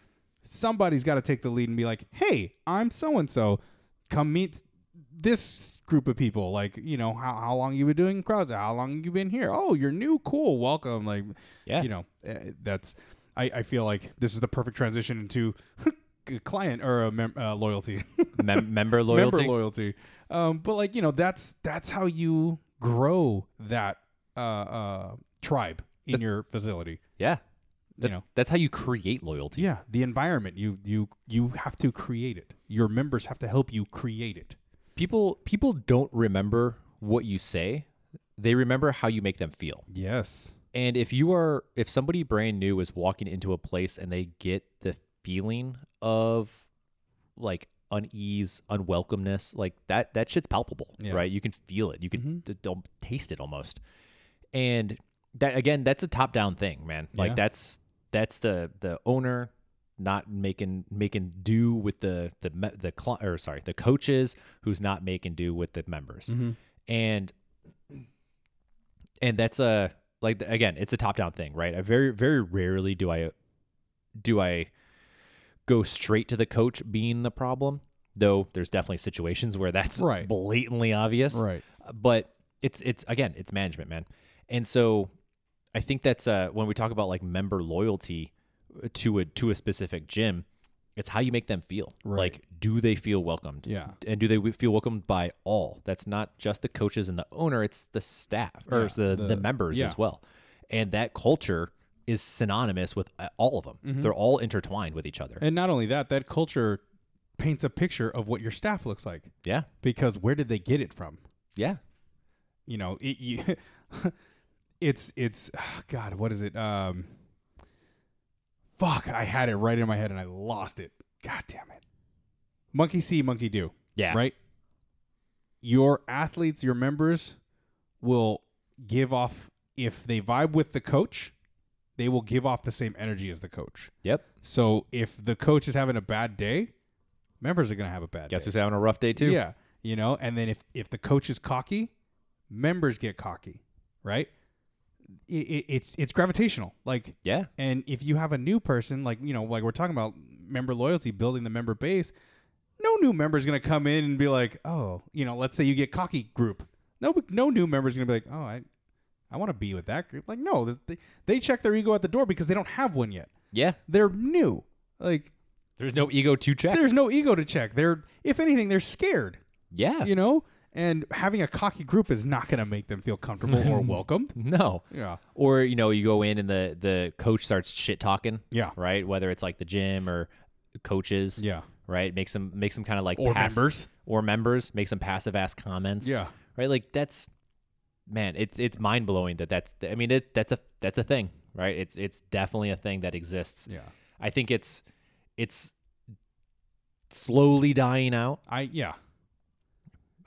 Speaker 1: Somebody's got to take the lead and be like, hey, I'm so and so. Come meet this group of people. Like, you know, how, how long you been doing crowds? How long you been here? Oh, you're new. Cool. Welcome. Like,
Speaker 2: Yeah.
Speaker 1: you know, eh, that's, I, I feel like this is the perfect transition into client or a mem- uh, loyalty.
Speaker 2: Mem- member loyalty
Speaker 1: member loyalty. Um, but like you know, that's that's how you grow that uh, uh, tribe in your facility.
Speaker 2: yeah
Speaker 1: You know,
Speaker 2: that's how you create loyalty
Speaker 1: yeah, the environment you you you have to create it. Your members have to help you create it.
Speaker 2: people people don't remember what you say they remember how you make them feel
Speaker 1: Yes.
Speaker 2: and if you are if somebody brand new is walking into a place and they get the feeling of like unease unwelcomeness like that that shit's palpable
Speaker 1: Yeah. Mm-hmm.
Speaker 2: right you can feel it you can d- don't taste it almost and that again that's a top down thing man like
Speaker 1: Yeah.
Speaker 2: that's that's the the owner not making making do with the the me- the cli or sorry the coaches who's not making do with the members
Speaker 1: Mm-hmm.
Speaker 2: and and that's a like again it's a top down thing right i very very rarely do i do i go straight to the coach being the problem though there's definitely situations where that's
Speaker 1: Right.
Speaker 2: blatantly obvious
Speaker 1: Right.
Speaker 2: but it's it's again it's management man and so i think that's uh when we talk about like member loyalty uh, to a to a specific gym it's how you make them feel
Speaker 1: Right.
Speaker 2: like do they feel welcomed
Speaker 1: Yeah.
Speaker 2: and do they w- feel welcomed by all that's not just the coaches and the owner it's the staff or
Speaker 1: Yeah,
Speaker 2: it's the,
Speaker 1: the-
Speaker 2: the, members
Speaker 1: yeah.
Speaker 2: as well and that culture is synonymous with uh, all of them they're all intertwined with each other
Speaker 1: Mm-hmm. And not only that, that culture paints a picture of what your staff looks like
Speaker 2: yeah
Speaker 1: because where did they get it from?
Speaker 2: yeah
Speaker 1: you know it, you, it's it's ah, god what is it um fuck i had it right in my head and i lost it god damn it monkey see monkey do
Speaker 2: yeah
Speaker 1: right your athletes your members will give off if they vibe with the coach they will give off the same energy as the coach
Speaker 2: yep
Speaker 1: so if the coach is having a bad day members are going to have a bad
Speaker 2: guess
Speaker 1: day
Speaker 2: who's having a rough day too
Speaker 1: yeah, you know, and then if if the coach is cocky, members get cocky, right? I i it's it's gravitational, like,
Speaker 2: yeah
Speaker 1: and if you have a new person, like you know, like we're talking about member loyalty, building the member base. No new member is gonna come in and be like, oh, you know, let's say you get cocky group. No, no new member is gonna be like, oh, I, I want to be with that group. Like, no, they, they check their ego at the door because they don't have one yet
Speaker 2: yeah
Speaker 1: they're new. Like
Speaker 2: There's no ego to check.
Speaker 1: There's no ego to check. They're, if anything, they're scared.
Speaker 2: yeah.
Speaker 1: You know, and having a cocky group is not going to make them feel comfortable or welcomed.
Speaker 2: no.
Speaker 1: Yeah.
Speaker 2: Or you know, you go in and the the coach starts shit talking.
Speaker 1: Yeah.
Speaker 2: Right. Whether it's like the gym or coaches.
Speaker 1: Yeah.
Speaker 2: Right. Makes them makes them kind of like
Speaker 1: Or
Speaker 2: pass-
Speaker 1: members.
Speaker 2: or members makes some passive ass comments.
Speaker 1: Yeah.
Speaker 2: Right. Like that's man, it's it's mind blowing that that's I mean it that's a that's a thing. Right. It's it's definitely a thing that exists.
Speaker 1: Yeah.
Speaker 2: I think it's it's slowly dying out.
Speaker 1: I, yeah.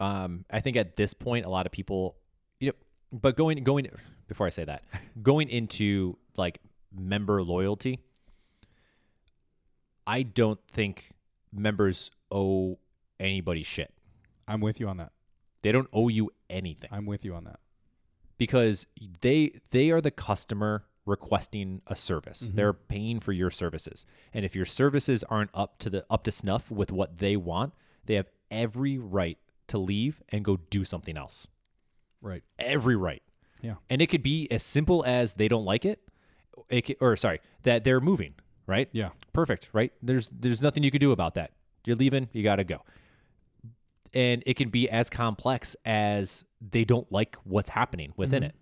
Speaker 2: Um, I think at this point, a lot of people, you know, but going going before I say that, going into like member loyalty, I don't think members owe anybody shit.
Speaker 1: I'm with you on that.
Speaker 2: They don't owe you anything
Speaker 1: I'm with you on that.
Speaker 2: because they they are the customer requesting a service. They're paying for your services. And if your services aren't up to the up to snuff with what they want, they have every right to leave and go do something else.
Speaker 1: Right.
Speaker 2: Every right.
Speaker 1: Yeah.
Speaker 2: And it could be as simple as they don't like it, it could, or sorry, that they're moving, right?
Speaker 1: Yeah.
Speaker 2: Perfect, right? There's there's nothing you could do about that. You're leaving, you got to go. And it can be as complex as they don't like what's happening within
Speaker 1: Mm-hmm.
Speaker 2: it.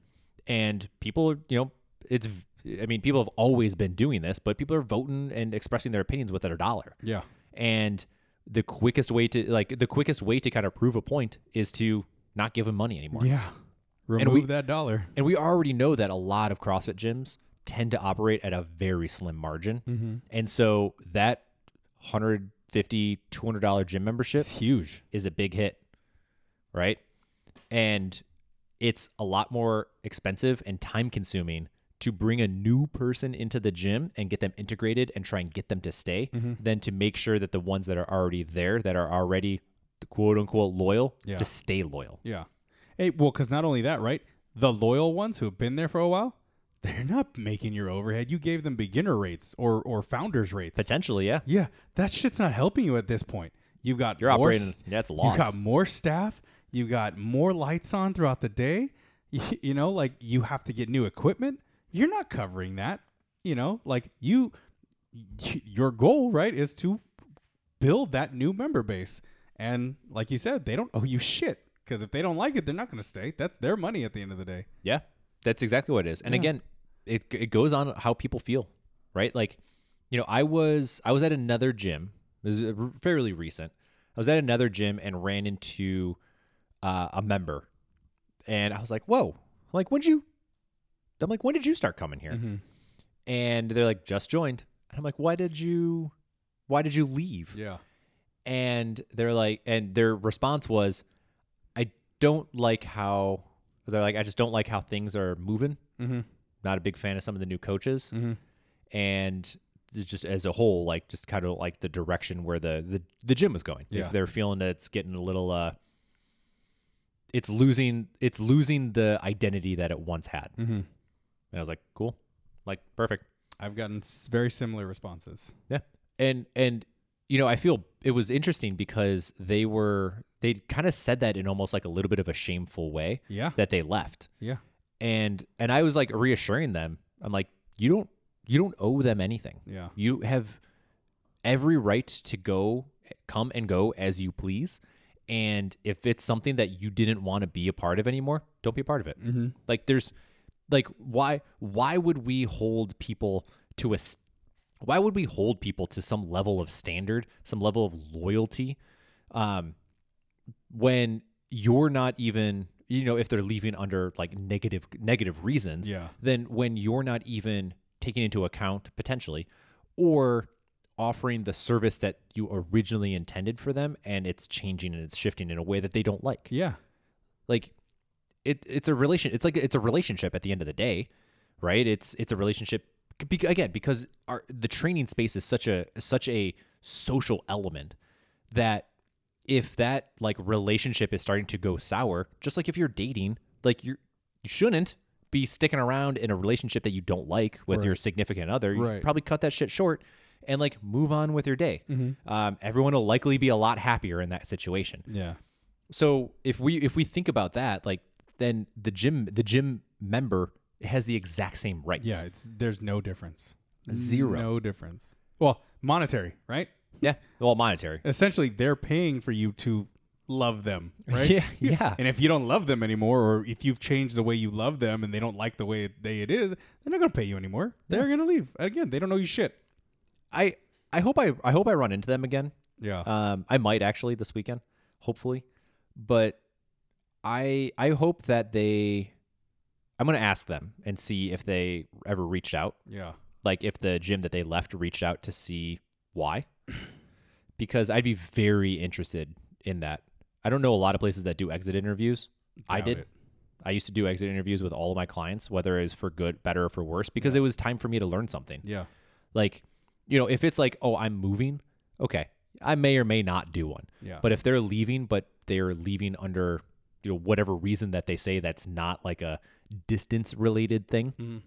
Speaker 2: And people, are, you know, it's I mean, people have always been doing this, but people are voting and expressing their opinions with their dollar.
Speaker 1: Yeah.
Speaker 2: And the quickest way to like the quickest way to kind of prove a point is to not give them money anymore.
Speaker 1: Yeah. Remove
Speaker 2: we-
Speaker 1: that dollar.
Speaker 2: And we already know that a lot of CrossFit gyms tend to operate at a very slim margin. And so that $150, $200 gym membership
Speaker 1: It's huge.
Speaker 2: is a big hit, right? And it's a lot more expensive and time consuming to bring a new person into the gym and get them integrated and try and get them to stay than to make sure that the ones that are already there, that are already quote unquote loyal,
Speaker 1: Yeah.
Speaker 2: to stay loyal.
Speaker 1: Yeah. Hey, well, because not only that, right? The loyal ones who have been there for a while, they're not making your overhead. You gave them beginner rates or or founders rates.
Speaker 2: Potentially, yeah.
Speaker 1: yeah, that shit's not helping you at this point. You've got
Speaker 2: You're
Speaker 1: more
Speaker 2: operating-
Speaker 1: s-
Speaker 2: yeah, it's a
Speaker 1: You
Speaker 2: loss.
Speaker 1: got more staff. You got more lights on throughout the day. You, you know, like you have to get new equipment. You're not covering that. You know, like you, y- your goal right is to build that new member base. And like you said, they don't owe you shit because if they don't like it, they're not going to stay. That's their money at the end of the day.
Speaker 2: Yeah, that's exactly what it is. And again, it it goes on how people feel, right? Like, you know, I was I was at another gym. This is uh, r- fairly recent. I was at another gym and ran into uh, a member, and I was like, "Whoa!" I'm like, when did you? I'm like, when did you start coming here? And they're like, just joined. And I'm like, why did you? Why did you leave?
Speaker 1: Yeah.
Speaker 2: and they're like and their response was i don't like how they're like i just don't like how things are moving
Speaker 1: Mm-hmm.
Speaker 2: not a big fan of some of the new coaches
Speaker 1: Mhm.
Speaker 2: and it's just as a whole like just kind of like the direction where the the, the gym was going
Speaker 1: Yeah.
Speaker 2: if they're feeling that it's getting a little uh it's losing it's losing the identity that it once had
Speaker 1: Mm-hmm.
Speaker 2: and i was like cool like perfect
Speaker 1: I've gotten s- very similar responses.
Speaker 2: yeah. And and you know, I feel it was interesting because they were they kind of said that in almost like a little bit of a shameful way
Speaker 1: Yeah.
Speaker 2: that they left.
Speaker 1: Yeah.
Speaker 2: And and I was like reassuring them. I'm like, you don't you don't owe them anything.
Speaker 1: Yeah.
Speaker 2: You have every right to go come and go as you please. And if it's something that you didn't want to be a part of anymore, don't be a part of it.
Speaker 1: Mm-hmm.
Speaker 2: Like there's like why why would we hold people to a s- why would we hold people to some level of standard, some level of loyalty um when you're not even you know if they're leaving under like negative negative reasons
Speaker 1: Yeah.
Speaker 2: then when you're not even taking into account potentially or offering the service that you originally intended for them and it's changing and it's shifting in a way that they don't like
Speaker 1: Yeah.
Speaker 2: like it it's a relation it's like it's a relationship at the end of the day right it's it's a relationship be, again because our the training space is such a such a social element that if that like relationship is starting to go sour just like if you're dating like you're you shouldn't be sticking around in a relationship that you don't like with your significant other you should
Speaker 1: Right.
Speaker 2: probably cut that shit short and like move on with your day um, everyone will likely be a lot happier in that situation
Speaker 1: Yeah.
Speaker 2: so if we if we think about that, like then the gym the gym member has the exact same rights.
Speaker 1: Yeah, it's there's no difference.
Speaker 2: Zero.
Speaker 1: No difference. Well, monetary, right?
Speaker 2: Yeah. Well, monetary.
Speaker 1: Essentially, they're paying for you to love them, right?
Speaker 2: Yeah, yeah.
Speaker 1: And if you don't love them anymore, or if you've changed the way you love them and they don't like the way it, they it is, they're not gonna pay you anymore. They're gonna leave again. They don't know you shit.
Speaker 2: I I hope I I hope I run into them again.
Speaker 1: Yeah.
Speaker 2: Um, I might actually this weekend, hopefully, but I I hope that they. I'm gonna ask them and see if they ever reached out,
Speaker 1: yeah.
Speaker 2: like if the gym that they left reached out to see why, because I'd be very interested in that. I don't know a lot of places that do exit interviews. I
Speaker 1: Doubt
Speaker 2: did.
Speaker 1: it.
Speaker 2: I used to do exit interviews with all of my clients, whether it was for good, better, or for worse, because it was time for me to learn something.
Speaker 1: Yeah.
Speaker 2: Like, you know, if it's like, oh, I'm moving, okay, I may or may not do one.
Speaker 1: Yeah.
Speaker 2: But if they're leaving, but they're leaving under, you know, whatever reason that they say that's not like a distance related thing,
Speaker 1: Mm-hmm.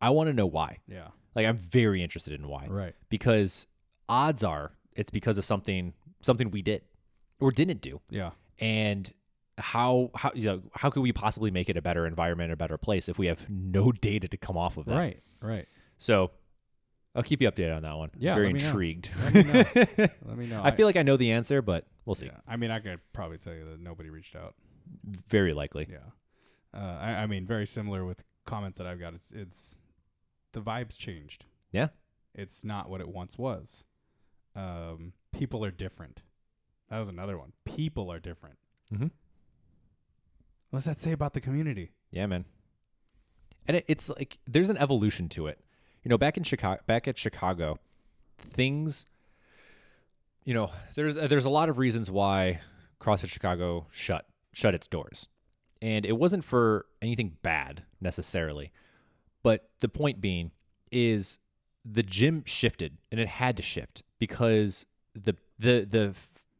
Speaker 2: I want to know why.
Speaker 1: Yeah.
Speaker 2: Like, I'm very interested in why.
Speaker 1: Right.
Speaker 2: Because odds are it's because of something, something we did or didn't do
Speaker 1: Yeah.
Speaker 2: and how how you know how could we possibly make it a better environment, a better place if we have no data to come off of that?
Speaker 1: Right. Right.
Speaker 2: So I'll keep you updated on that one.
Speaker 1: Yeah,
Speaker 2: very
Speaker 1: let me know.
Speaker 2: intrigued.
Speaker 1: Let me know. Let me know.
Speaker 2: I feel like I know the answer, but we'll see.
Speaker 1: Yeah. I mean, I could probably tell you that nobody reached out.
Speaker 2: Very likely.
Speaker 1: Yeah. Uh, I, I mean, very similar with comments that I've got. It's, it's the vibes changed.
Speaker 2: Yeah.
Speaker 1: It's not what it once was. Um, people are different. That was another one. People are different.
Speaker 2: Mm-hmm.
Speaker 1: What does that say about the community?
Speaker 2: Yeah, man. And it, it's like there's an evolution to it. You know, back in Chicago, back at Chicago, things. You know, there's uh, there's a lot of reasons why CrossFit Chicago shut shut its doors, and it wasn't for anything bad necessarily, but the point being is the gym shifted and it had to shift because the the the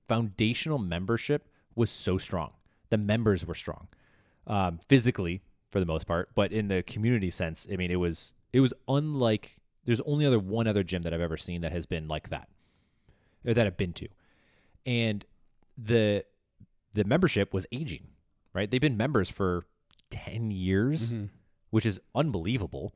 Speaker 2: foundational membership was so strong. The members were strong um, physically for the most part, but in the community sense, I mean, it was it was unlike. There's only other one other gym that I've ever seen that has been like that, or that I've been to, and the the membership was aging. Right, they've been members for ten years, which is unbelievable.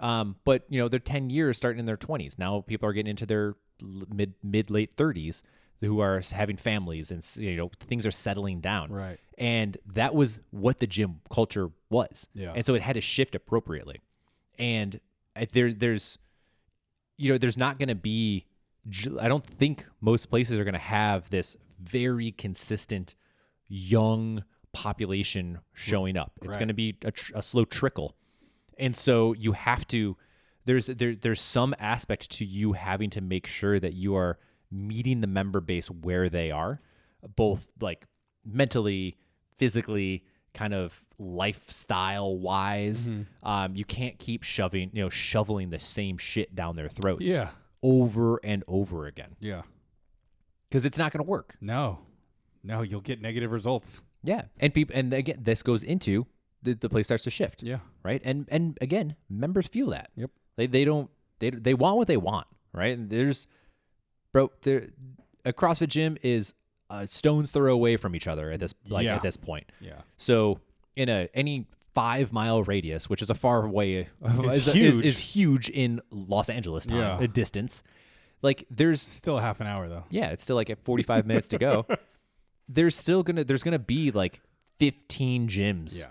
Speaker 2: Um, but you know, they're ten years starting in their twenties. Now people are getting into their l- mid mid late thirties who are having families and s- you know things are settling down
Speaker 1: Right.
Speaker 2: and that was what the gym culture was.
Speaker 1: Yeah.
Speaker 2: And so it had to shift appropriately. And I- there, there's, you know, there's not going to be. j- I don't think most places are going to have this very consistent young population showing up. It's
Speaker 1: Right.
Speaker 2: going to be a, tr- a slow trickle, and so you have to. There's there there's some aspect to you having to make sure that you are meeting the member base where they are, both like mentally, physically, kind of lifestyle wise.
Speaker 1: Mm-hmm.
Speaker 2: Um, you can't keep shoving, you know, shoveling the same shit down their throats
Speaker 1: Yeah.
Speaker 2: over and over again
Speaker 1: Yeah.
Speaker 2: because it's not going to work.
Speaker 1: No. No, you'll get negative results.
Speaker 2: Yeah, and people, and again, this goes into the, the place starts to shift.
Speaker 1: Yeah.
Speaker 2: right? And and again, members feel that.
Speaker 1: Yep.
Speaker 2: They they don't they they want what they want, right? And there's bro, there a CrossFit gym is a stone's throw away from each other at this like
Speaker 1: Yeah.
Speaker 2: at this point.
Speaker 1: Yeah.
Speaker 2: So in a any five mile radius, which is a far away, is, Is,
Speaker 1: huge.
Speaker 2: is huge in Los Angeles time
Speaker 1: Yeah.
Speaker 2: a distance. Like there's
Speaker 1: Still half an hour though.
Speaker 2: yeah, it's still like at forty five minutes to go. There's still gonna there's gonna be like fifteen gyms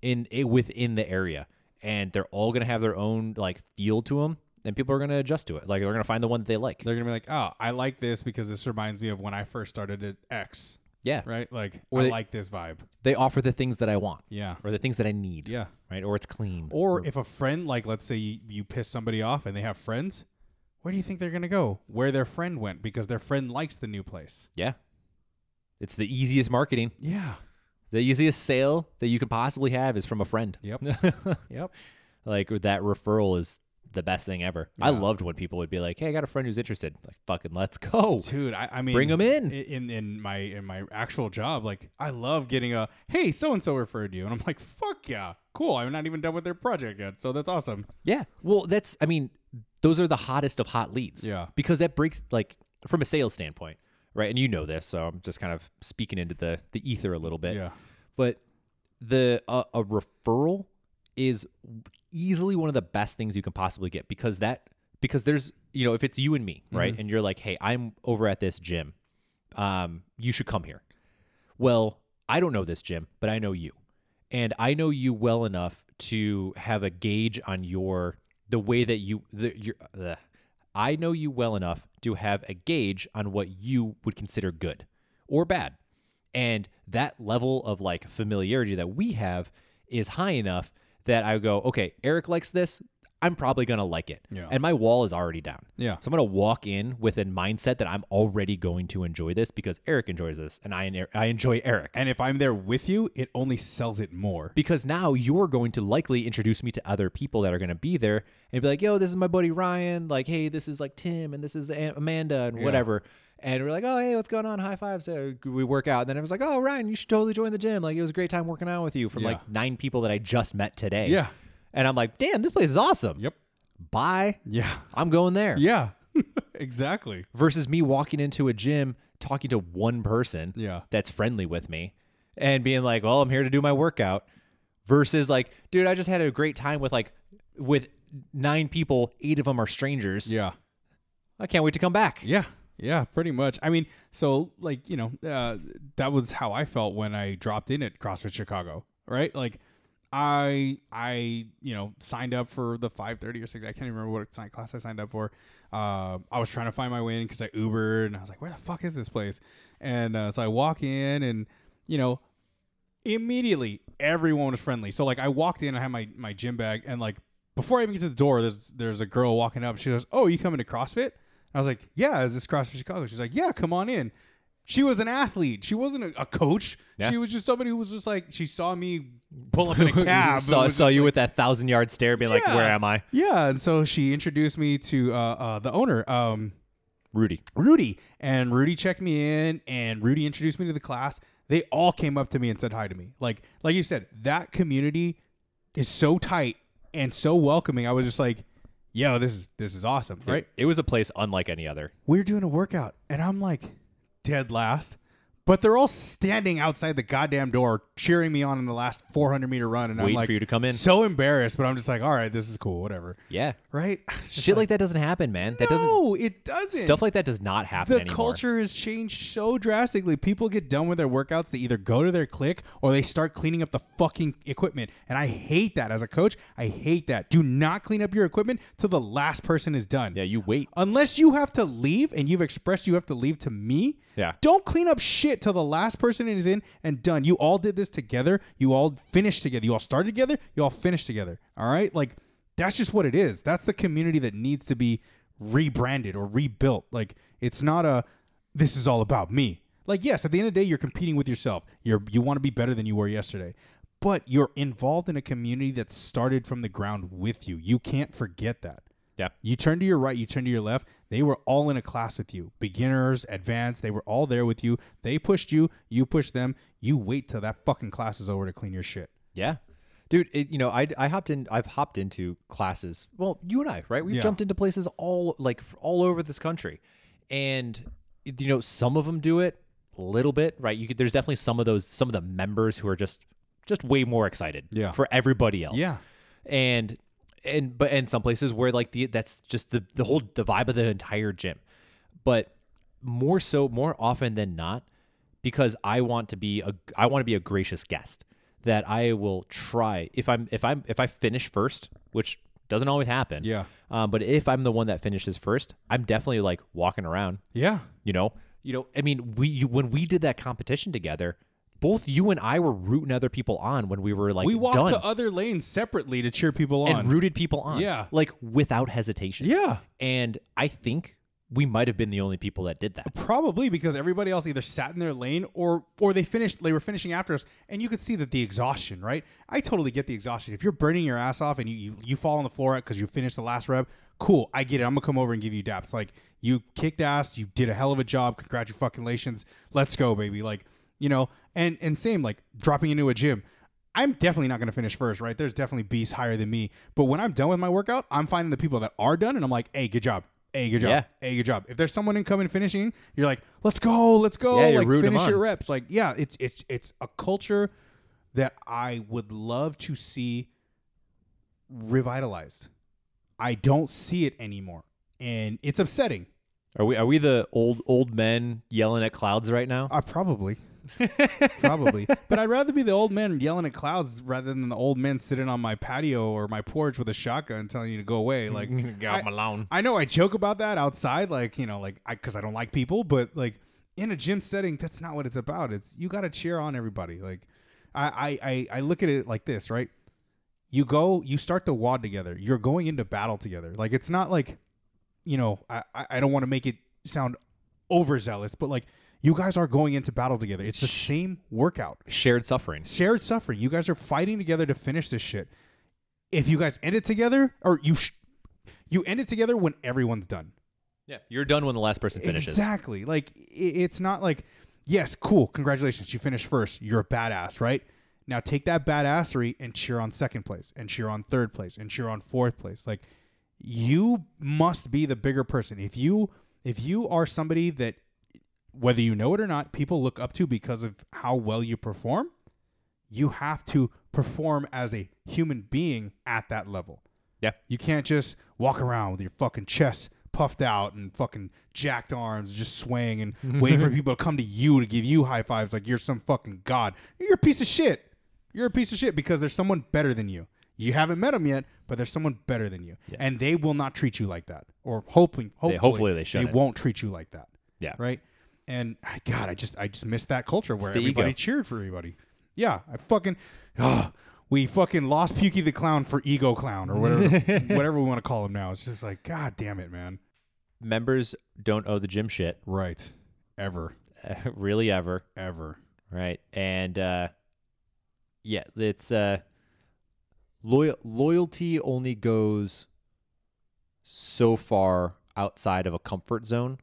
Speaker 2: in it within the area and they're all going to have their own like feel to them and people are going to adjust to it like they're going to find the one that they like
Speaker 1: They're gonna be like, oh, I like this because this reminds me of when I first started at X.
Speaker 2: yeah
Speaker 1: Right? Like
Speaker 2: Or
Speaker 1: I
Speaker 2: they-
Speaker 1: like this vibe.
Speaker 2: they offer the things that i want
Speaker 1: Yeah.
Speaker 2: or the things that i need
Speaker 1: Yeah.
Speaker 2: right or it's clean
Speaker 1: Or if a friend, like let's say you, you piss somebody off and they have friends, where do you think they're gonna go? Where their friend went because their friend likes the new place.
Speaker 2: yeah it's the easiest marketing
Speaker 1: Yeah.
Speaker 2: the easiest sale that you can possibly have is from a friend
Speaker 1: Yep. Yep.
Speaker 2: like that referral is the best thing ever i loved when people would be like hey i got a friend who's interested like fucking let's go
Speaker 1: Dude, I, I mean,
Speaker 2: Bring 'em in.
Speaker 1: i- In in my in my actual job, like I love getting a hey, so and so referred you, and I'm like, fuck yeah, cool. I'm not even done with their project yet, so that's awesome.
Speaker 2: Yeah. Well, that's I mean, those are the hottest of hot leads.
Speaker 1: Yeah.
Speaker 2: Because that breaks like from a sales standpoint, right? And you know this, so I'm just kind of speaking into the the ether a little bit.
Speaker 1: Yeah.
Speaker 2: But the uh, a referral is easily one of the best things you can possibly get because that because there's you know if it's you and me right and you're like hey i'm over at this gym um, you should come here well i don't know this gym but i know you and i know you well enough to have a gauge on your the way that you the, your, the i know you well enough to have a gauge on what you would consider good or bad and that level of like familiarity that we have is high enough that i go okay eric likes this i'm probably gonna like it
Speaker 1: Yeah.
Speaker 2: and my wall is already down
Speaker 1: Yeah.
Speaker 2: so I'm gonna walk in with a mindset that I'm already going to enjoy this because Eric enjoys this, and I I enjoy Eric
Speaker 1: And if I'm there with you, it only sells it more.
Speaker 2: because now you're going to likely introduce me to other people that are gonna be there and be like, yo, this is my buddy Ryan. Like, hey, this is like Tim, and this is A- Amanda, and whatever. And we're like, oh, hey, what's going on? High fives. So we work out. And then I was like, oh, Ryan, you should totally join the gym. Like, it was a great time working out with you from
Speaker 1: Yeah.
Speaker 2: like nine people that I just met today.
Speaker 1: Yeah.
Speaker 2: And I'm like, damn, this place is awesome.
Speaker 1: Yep.
Speaker 2: Bye.
Speaker 1: Yeah.
Speaker 2: I'm going there.
Speaker 1: Yeah. exactly.
Speaker 2: versus me walking into a gym talking to one person
Speaker 1: Yeah.
Speaker 2: that's friendly with me and being like, "Well, I'm here to do my workout." Versus like, "Dude, I just had a great time with like with nine people, eight of them are strangers.
Speaker 1: Yeah.
Speaker 2: I can't wait to come back."
Speaker 1: Yeah. Yeah, pretty much. I mean, so like, you know, uh, that was how I felt when I dropped in at CrossFit Chicago, right? Like I I, you know, signed up for the 5:30 or 6. I can't even remember what sign- class I signed up for. Uh, I was trying to find my way in cuz I Ubered and I was like, "Where the fuck is this place?" And uh, so I walk in and, you know, immediately everyone was friendly. So like I walked in, I had my my gym bag, and like before I even get to the door, there's there's a girl walking up. She goes, "Oh, you coming to CrossFit?" I was like, "Yeah, is this CrossFit Chicago?" She's like, "Yeah, come on in." She was an athlete. She wasn't a, a coach.
Speaker 2: Yeah.
Speaker 1: She was just somebody who was just like she saw me pull up in a cab. and
Speaker 2: saw
Speaker 1: was
Speaker 2: saw
Speaker 1: just
Speaker 2: you
Speaker 1: like-
Speaker 2: with that thousand yard stare, being like,
Speaker 1: Yeah.
Speaker 2: "Where am I,
Speaker 1: Yeah, and so she introduced me to uh, uh, the owner. Um,
Speaker 2: Rudy?"
Speaker 1: Rudy. And Rudy checked me in and Rudy introduced me to the class. They all came up to me and said hi to me. Like like you said, that community is so tight and so welcoming. I was just like, yo, this is this is awesome, right?
Speaker 2: It was a place unlike any other.
Speaker 1: We're doing a workout and I'm like dead last. But they're all standing outside the goddamn door cheering me on in the last 400 meter run, and I'm
Speaker 2: Waiting
Speaker 1: like,
Speaker 2: for you to come in.
Speaker 1: So embarrassed, but I'm just like, all right, this is cool, whatever,
Speaker 2: Yeah,
Speaker 1: right? It's just
Speaker 2: shit like, that doesn't happen, man. That doesn't.
Speaker 1: no, it doesn't.
Speaker 2: Stuff like that does not happen
Speaker 1: The
Speaker 2: anymore.
Speaker 1: culture has changed so drastically. People get done with their workouts, they either go to their clique or they start cleaning up the fucking equipment. And I hate that as a coach. I hate that. Do not clean up your equipment till the last person is done.
Speaker 2: Yeah, you wait.
Speaker 1: Unless you have to leave and you've expressed you have to leave to me,
Speaker 2: Yeah.
Speaker 1: don't clean up shit till the last person is in and done. You all did this together. You all finished together. You all started together. You all finished together. All right? Like that's just what it is. That's the community that needs to be rebranded or rebuilt. Like it's not a this is all about me. Like yes, at the end of the day you're competing with yourself. You're you want to be better than you were yesterday. But you're involved in a community that started from the ground with you. You can't forget that.
Speaker 2: Yeah.
Speaker 1: You turn to your right, you turn to your left. They were all in a class with you. Beginners, advanced, they were all there with you. They pushed you, you pushed them. You wait till that fucking class is over to clean your shit.
Speaker 2: Yeah. Dude, it, you know, I, I hopped in. I've hopped into classes. Well, you and I, right? We've
Speaker 1: Yeah.
Speaker 2: jumped into places all like f- all over this country, and you know, some of them do it a little bit, right? You could, there's definitely some of those some of the members who are just just way more excited,
Speaker 1: Yeah.
Speaker 2: for everybody else,
Speaker 1: Yeah.
Speaker 2: and and but and some places where like the that's just the the whole the vibe of the entire gym, but more so more often than not because I want to be a I want to be a gracious guest that I will try if I'm if I'm if I finish first, which doesn't always happen.
Speaker 1: Yeah.
Speaker 2: Um, but if I'm the one that finishes first, I'm definitely like walking around.
Speaker 1: Yeah.
Speaker 2: You know. You know. I mean, we you, when we did that competition together, both you and I were rooting other people on when we were like
Speaker 1: We walked
Speaker 2: done
Speaker 1: to other lanes separately to cheer people on.
Speaker 2: and rooted people on.
Speaker 1: Yeah.
Speaker 2: Like without hesitation.
Speaker 1: yeah.
Speaker 2: And I think we might have been the only people that did that.
Speaker 1: Probably because everybody else either sat in their lane or or they finished they were finishing after us and you could see that the exhaustion, right? I totally get the exhaustion. If you're burning your ass off and you you, you fall on the floor because you finished the last rep, cool. I get it. I'm gonna come over and give you daps. Like you kicked ass, you did a hell of a job. Congratulations. Let's go, baby. Like, you know, and and same, like dropping into a gym. I'm definitely not going to finish first, right? There's definitely beasts higher than me. But when I'm done with my workout, I'm finding the people that are done and I'm like, hey, good job. Hey, good job.
Speaker 2: Yeah.
Speaker 1: Hey, good job. If there's someone in coming finishing, you're like, let's go, let's go.
Speaker 2: Yeah, you're
Speaker 1: like
Speaker 2: rooting 'em
Speaker 1: finish your
Speaker 2: on.
Speaker 1: reps. Like, yeah, it's it's it's a culture that I would love to see revitalized. I don't see it anymore. and it's upsetting.
Speaker 2: Are we are we the old old men yelling at clouds right now?
Speaker 1: Uh, probably. probably. But I'd rather be the old man yelling at clouds rather than the old man sitting on my patio or my porch with a shotgun telling you to go away. Like,
Speaker 2: Get off my lawn.
Speaker 1: I know I joke about that outside, like you know, like I because I don't like people, but like in a gym setting, that's not what it's about. It's you got to cheer on everybody. Like I, I I I look at it like this, right? You go, you start the wad together. You're going into battle together. Like it's not like, you know, I I I don't want to make it sound overzealous, but like you guys are going into battle together. It's the same workout
Speaker 2: Shared suffering.
Speaker 1: shared suffering. You guys are fighting together to finish this shit. If you guys end it together, or you sh- you end it together when everyone's done.
Speaker 2: Yeah, you're done when the last person finishes.
Speaker 1: Exactly. Like i- it's not like, yes, cool, congratulations, you finished first. You're a badass, right? Now take that badassery and cheer on second place, and cheer on third place, and cheer on fourth place. Like you must be the bigger person. If you if you are somebody that whether you know it or not, people look up to because of how well you perform, you have to perform as a human being at that level.
Speaker 2: Yeah.
Speaker 1: You can't just walk around with your fucking chest puffed out and fucking jacked arms just swaying and waiting for people to come to you to give you high fives like you're some fucking god. You're a piece of shit. You're a piece of shit because there's someone better than you. You haven't met them yet, but there's someone better than you. And they will not treat you like that. Or hoping hopefully,
Speaker 2: hopefully they
Speaker 1: They
Speaker 2: shouldn't.
Speaker 1: won't treat you like that.
Speaker 2: Yeah.
Speaker 1: Right? And I- God, I just I just miss that culture where
Speaker 2: the
Speaker 1: everybody
Speaker 2: ego.
Speaker 1: cheered for everybody. Yeah, I fucking ugh, we fucking lost Pukey the clown for ego clown or whatever whatever we want to call him now. It's just like god damn it, man.
Speaker 2: Members don't owe the gym shit
Speaker 1: Right. Ever.
Speaker 2: really ever,
Speaker 1: Ever.
Speaker 2: right? And uh yeah, it's uh loyal loyalty only goes so far outside of a comfort zone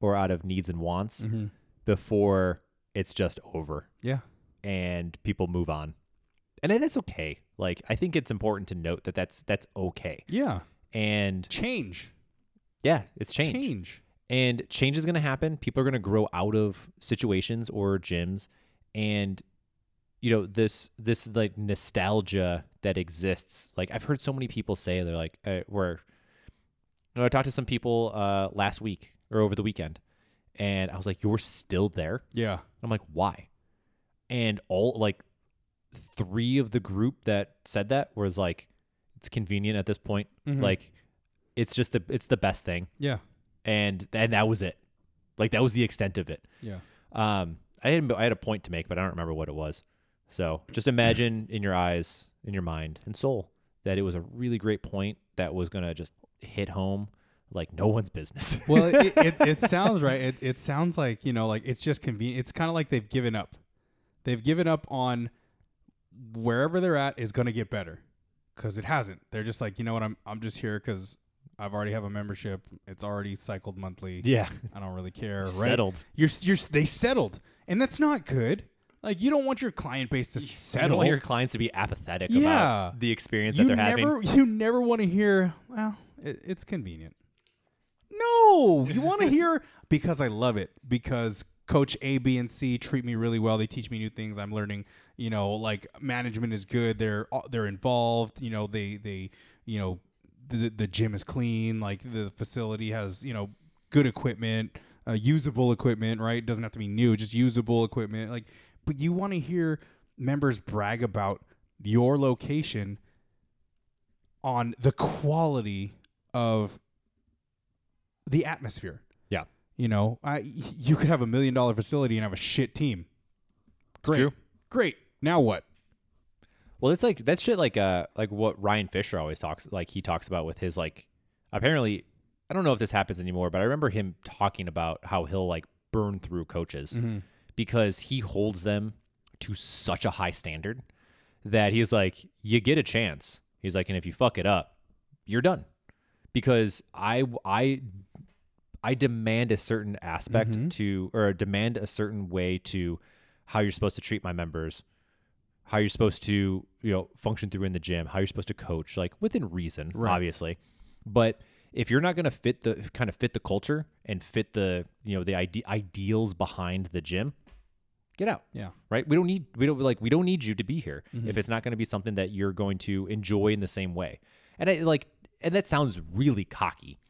Speaker 2: or out of needs and wants before it's just over.
Speaker 1: Yeah.
Speaker 2: and people move on and then that's okay like i think it's important to note that that's that's okay
Speaker 1: Yeah.
Speaker 2: and
Speaker 1: Change.
Speaker 2: yeah it's change,
Speaker 1: Change.
Speaker 2: and change is going to happen people are going to grow out of situations or gyms and you know this this like nostalgia that exists like i've heard so many people say they're like uh, where you know, i talked to some people uh last week or over the weekend and i was like you're still there
Speaker 1: Yeah.
Speaker 2: I'm like, why? And all like three of the group that said that was like, it's convenient at this point.
Speaker 1: Mhm.
Speaker 2: Like, it's just the it's the best thing,
Speaker 1: Yeah.
Speaker 2: and and that was it. Like that was the extent of it.
Speaker 1: Yeah.
Speaker 2: Um, I had I had a point to make, but I don't remember what it was. So just imagine in your eyes, in your mind, and soul that it was a really great point that was gonna just hit home like no one's business.
Speaker 1: Well, it, it, it sounds right. It, it sounds like, you know, like it's just convenient. It's kind of like they've given up. They've given up on wherever they're at is going to get better because it hasn't. They're just like, you know what? I'm, I'm just here because I've already have a membership. It's already cycled monthly.
Speaker 2: yeah,
Speaker 1: I don't really care. Right?
Speaker 2: settled.
Speaker 1: You're, you're, they settled. And that's not good. Like, you don't want your client base to
Speaker 2: I don't
Speaker 1: settle.
Speaker 2: want your clients to be apathetic
Speaker 1: Yeah.
Speaker 2: about the experience
Speaker 1: you
Speaker 2: that they're
Speaker 1: never,
Speaker 2: having.
Speaker 1: You never want to hear, well, it, it's convenient. No, you want to hear because I love it, because coach A, B, and C treat me really well. They teach me new things. I'm learning, you know, like management is good. They're they're involved, you know, they they, you know, the the gym is clean, like the facility has, you know, good equipment, uh, usable equipment, right? It doesn't have to be new, just usable equipment. Like but you want to hear members brag about your location on the quality of the atmosphere.
Speaker 2: Yeah.
Speaker 1: You know, I you could have a million dollar facility and have a shit team. Great.
Speaker 2: true.
Speaker 1: Great. Now what?
Speaker 2: Well, it's like that's shit like uh like what Ryan Fisher always talks like he talks about with his like apparently I don't know if this happens anymore, but I remember him talking about how he'll like burn through coaches because he holds them to such a high standard that he's like you get a chance. He's like and if you fuck it up, you're done. Because I I I demand a certain aspect to or demand a certain way to how you're supposed to treat my members, how you're supposed to, you know, function through in the gym, how you're supposed to coach, like within reason, obviously. But if you're not going to fit the kind of fit the culture and fit the, you know, the ide- ideals behind the gym, get out
Speaker 1: Yeah.
Speaker 2: right? We don't need we don't like we don't need you to be here if it's not going to be something that you're going to enjoy in the same way. And I like and that sounds really cocky.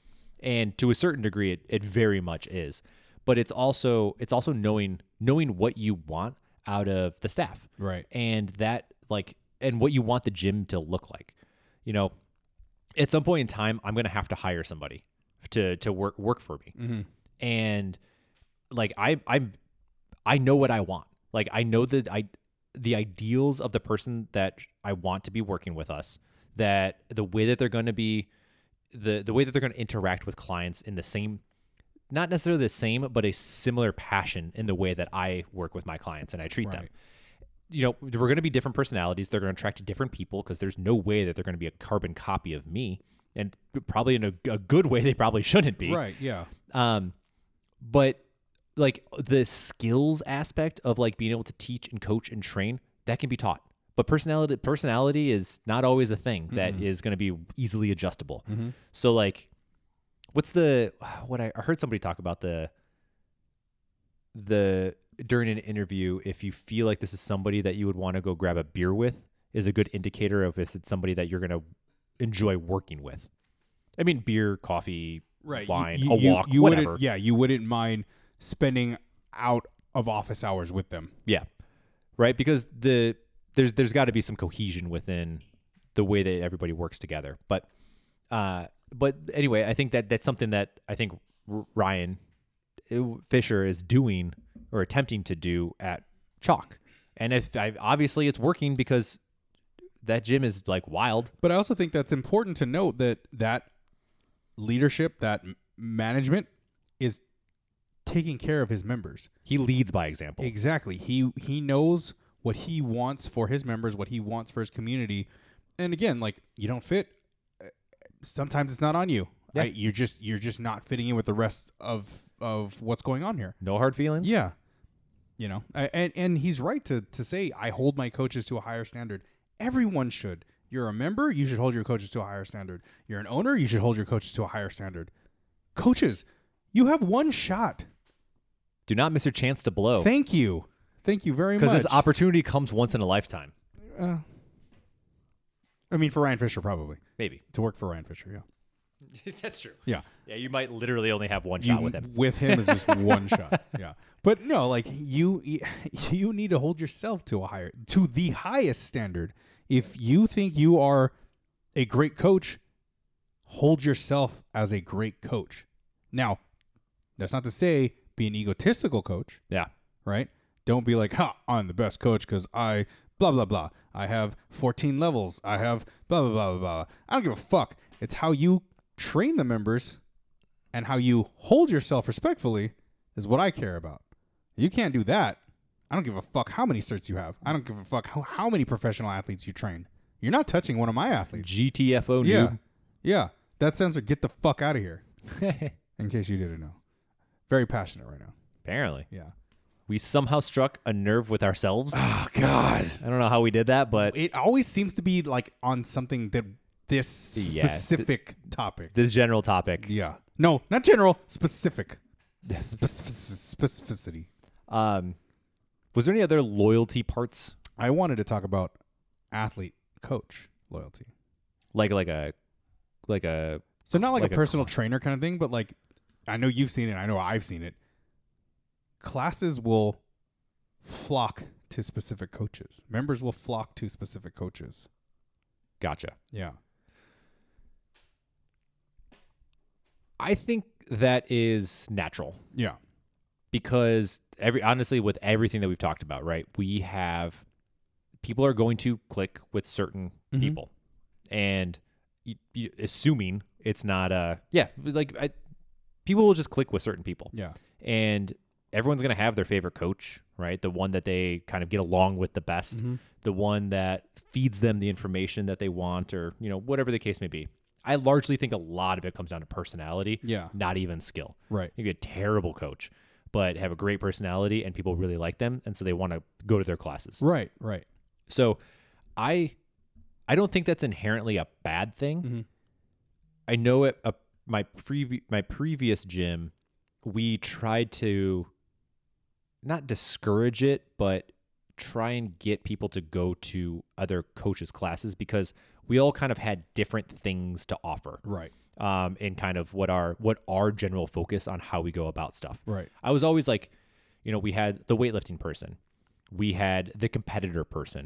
Speaker 2: and to a certain degree it, it very much is but it's also it's also knowing knowing what you want out of the staff
Speaker 1: Right.
Speaker 2: and that like and what you want the gym to look like you know at some point in time i'm gonna have to hire somebody to to work work for me and like i i'm i know what i want like i know that i the ideals of the person that i want to be working with us that the way that they're gonna be the the way that they're gonna interact with clients in the same not necessarily the same but a similar passion in the way that i work with my clients and i treat them
Speaker 1: Right.
Speaker 2: you know, we're going to be different personalities. They're going to attract different people because there's no way that they're going to be a carbon copy of me. And probably in a, a good way, they probably shouldn't be.
Speaker 1: Right. Yeah.
Speaker 2: Um, but like the skills aspect of like being able to teach and coach and train that can be taught. But personality personality is not always a thing that is going to be easily adjustable. So like, what's the what I, I heard somebody talk about the the during an interview if you feel like this is somebody that you would want to go grab a beer with is a good indicator of if it's somebody that you're going to enjoy working with. I mean, beer, coffee,
Speaker 1: Right.
Speaker 2: wine,
Speaker 1: you,
Speaker 2: a
Speaker 1: you-
Speaker 2: walk,
Speaker 1: you wouldn't-
Speaker 2: whatever.
Speaker 1: Yeah. You wouldn't mind spending out of office hours with them.
Speaker 2: Yeah. Right? Because the there's there's got to be some cohesion within the way that everybody works together. But uh but anyway, I think that that's something that I think R- Ryan uh, Fisher is doing or attempting to do at Chalk. And if I obviously it's working because that gym is like wild.
Speaker 1: But I also think that's important to note that that leadership, that m- management, is taking care of his members.
Speaker 2: He leads by example.
Speaker 1: Exactly. He he knows what he wants for his members, what he wants for his community. And again, like you don't fit, uh, sometimes it's not on you.
Speaker 2: Yeah.
Speaker 1: Right? You're just you're just not fitting in with the rest of of what's going on here.
Speaker 2: no hard feelings.
Speaker 1: Yeah. You know, I- and and he's right to to say I hold my coaches to a higher standard. Everyone should. You're a member, you should hold your coaches to a higher standard. You're an owner, you should hold your coaches to a higher standard. Coaches, you have one shot.
Speaker 2: Do not miss your chance to blow
Speaker 1: Thank you. Thank you very much.
Speaker 2: Oh. because this opportunity comes once in a lifetime.
Speaker 1: Uh, I mean, for Ryan Fisher, probably
Speaker 2: Maybe.
Speaker 1: to work for Ryan Fisher. Yeah,
Speaker 2: that's true.
Speaker 1: yeah.
Speaker 2: Yeah, you might literally only have one
Speaker 1: You-
Speaker 2: shot with him.
Speaker 1: is just one shot. Yeah, but no, like you, you need to hold yourself to a higher, to the highest standard. If you think you are a great coach, hold yourself as a great coach. Now, that's not to say be an egotistical coach.
Speaker 2: Yeah.
Speaker 1: right? Don't be like, ha, I'm the best coach because I blah blah blah. I have 14 levels. I have blah blah blah blah blah. I don't give a fuck. It's how you train the members and how you hold yourself respectfully is what I care about. You can't do that. I don't give a fuck how many certs you have. I don't give a fuck how, how many professional athletes you train. You're not touching one of my athletes.
Speaker 2: GTFO
Speaker 1: Yeah.
Speaker 2: noob.
Speaker 1: Yeah. That sounds like get the fuck out of here. In case you didn't know. Very passionate right now.
Speaker 2: Apparently,
Speaker 1: Yeah.
Speaker 2: we somehow struck a nerve with ourselves. I
Speaker 1: Oh God.
Speaker 2: don't know how we did that, but
Speaker 1: it always seems to be like on something that this
Speaker 2: Yeah, th-
Speaker 1: specific topic.
Speaker 2: this general topic.
Speaker 1: yeah. No, not general, specific. Spec- Specificity.
Speaker 2: Um, was there any other loyalty parts,
Speaker 1: I wanted to talk about athlete coach loyalty.
Speaker 2: like like a like a
Speaker 1: So not like,
Speaker 2: Like
Speaker 1: a
Speaker 2: a
Speaker 1: personal trainer kind of thing, but like I know you've seen it, I know I've seen it. Classes will flock to specific coaches. Members will flock to specific coaches.
Speaker 2: gotcha?
Speaker 1: Yeah.
Speaker 2: I think that is natural.
Speaker 1: Yeah.
Speaker 2: because every honestly with everything that we've talked about right we have people are going to click with certain
Speaker 1: Mhm.
Speaker 2: people and you, you, assuming it's not a yeah like I, people will just click with certain people
Speaker 1: Yeah.
Speaker 2: and everyone's going to have their favorite coach right the one that they kind of get along with the best the one that feeds them the information that they want or you know whatever the case may be i largely think a lot of it comes down to personality
Speaker 1: Yeah.
Speaker 2: not even skill
Speaker 1: Right.
Speaker 2: you could be a terrible coach, but have a great personality and people really like them, and so they want to go to their classes.
Speaker 1: Right. Right.
Speaker 2: So, I, I don't think that's inherently a bad thing.
Speaker 1: Mhm.
Speaker 2: I know at a, my pre my previous gym, we tried to, not discourage it, but try and get people to go to other coaches' classes because we all kind of had different things to offer
Speaker 1: Right.
Speaker 2: um, in kind of what our what our general focus on how we go about stuff.
Speaker 1: Right.
Speaker 2: I was always like, you know, we had the weightlifting person, we had the competitor person,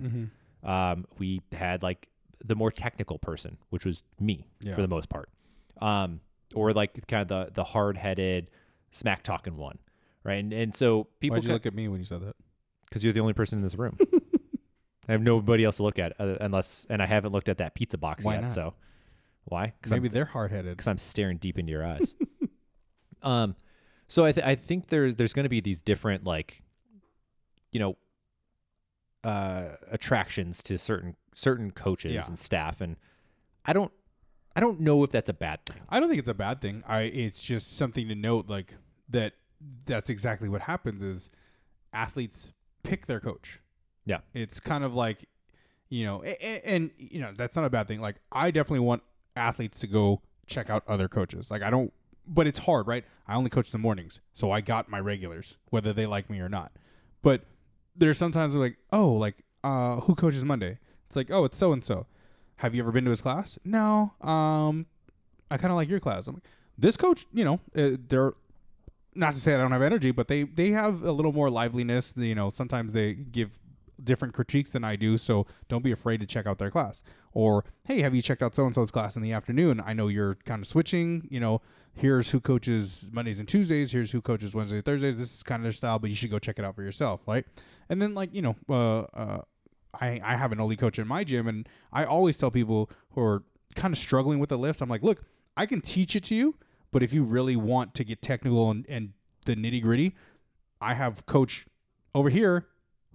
Speaker 1: Mm-hmm.
Speaker 2: um, we had like the more technical person, which was me
Speaker 1: Yeah.
Speaker 2: for the most part, um, or like kind of the the hard headed, smack talking one, right? And and so people
Speaker 1: Why'd you
Speaker 2: ca-
Speaker 1: look at me when you said that?
Speaker 2: because you're the only person in this room. I have nobody else to look at uh, unless, and I haven't looked at that pizza box
Speaker 1: Why
Speaker 2: yet.
Speaker 1: not?
Speaker 2: So why? Because
Speaker 1: Maybe they're hard headed.
Speaker 2: because I'm staring deep into your eyes. um, so I th- I think there's there's going to be these different like, you know, uh, attractions to certain certain coaches
Speaker 1: Yeah.
Speaker 2: and staff, and I don't I don't know if that's a bad thing.
Speaker 1: I don't think it's a bad thing. I it's just something to note like that that's exactly what happens is athletes pick their coach.
Speaker 2: Yeah.
Speaker 1: It's kind of like you know a- a- and, you know that's not a bad thing. Like I definitely want athletes to go check out other coaches. Like I don't but it's hard, right? I only coach the mornings. So I got my regulars whether they like me or not. But there's sometimes like, "Oh, like uh who coaches Monday?" It's like, "Oh, it's so and so." Have you ever been to his class? No. Um I kind of like your class. I'm like, this coach, you know, uh, they're not to say I don't have energy, but they they have a little more liveliness. You know, sometimes they give different critiques than I do, so don't be afraid to check out their class. Or hey, have you checked out so and so's class in the afternoon? I know you're kind of switching. You know, here's who coaches Mondays and Tuesdays. Here's who coaches Wednesdays and Thursdays. This is kind of their style, but you should go check it out for yourself, right? And then like you know, uh, uh, I I have an only coach in my gym, and I always tell people who are kind of struggling with the lifts, I'm like, look, I can teach it to you, but if you really want to get technical and, and the nitty gritty, I have coach over here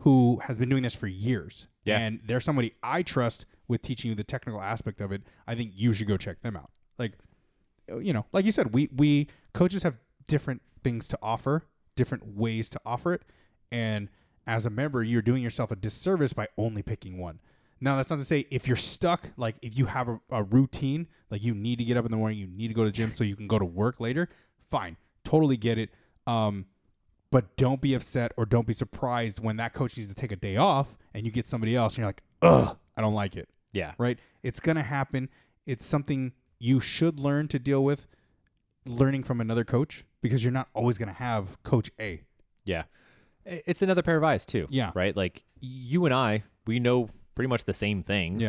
Speaker 1: who has been doing this for years.
Speaker 2: Yeah.
Speaker 1: And they're somebody I trust with teaching you the technical aspect of it. I think you should go check them out. Like you know, like you said, we we coaches have different things to offer, different ways to offer it, and as a member, you're doing yourself a disservice by only picking one. Now, that's not to say if you're stuck, like if you have a, a routine, like you need to get up in the morning, you need to go to the gym so you can go to work later. Fine, totally get it. Um, but don't be upset or don't be surprised when that coach needs to take a day off and you get somebody else and you're like, ugh, I don't like it
Speaker 2: Yeah,
Speaker 1: right? It's going to happen. It's something you should learn to deal with learning from another coach because you're not always going to have coach A.
Speaker 2: yeah. I- It's another pair of eyes too.
Speaker 1: Yeah.
Speaker 2: right. Like you and I, we know pretty much the same things.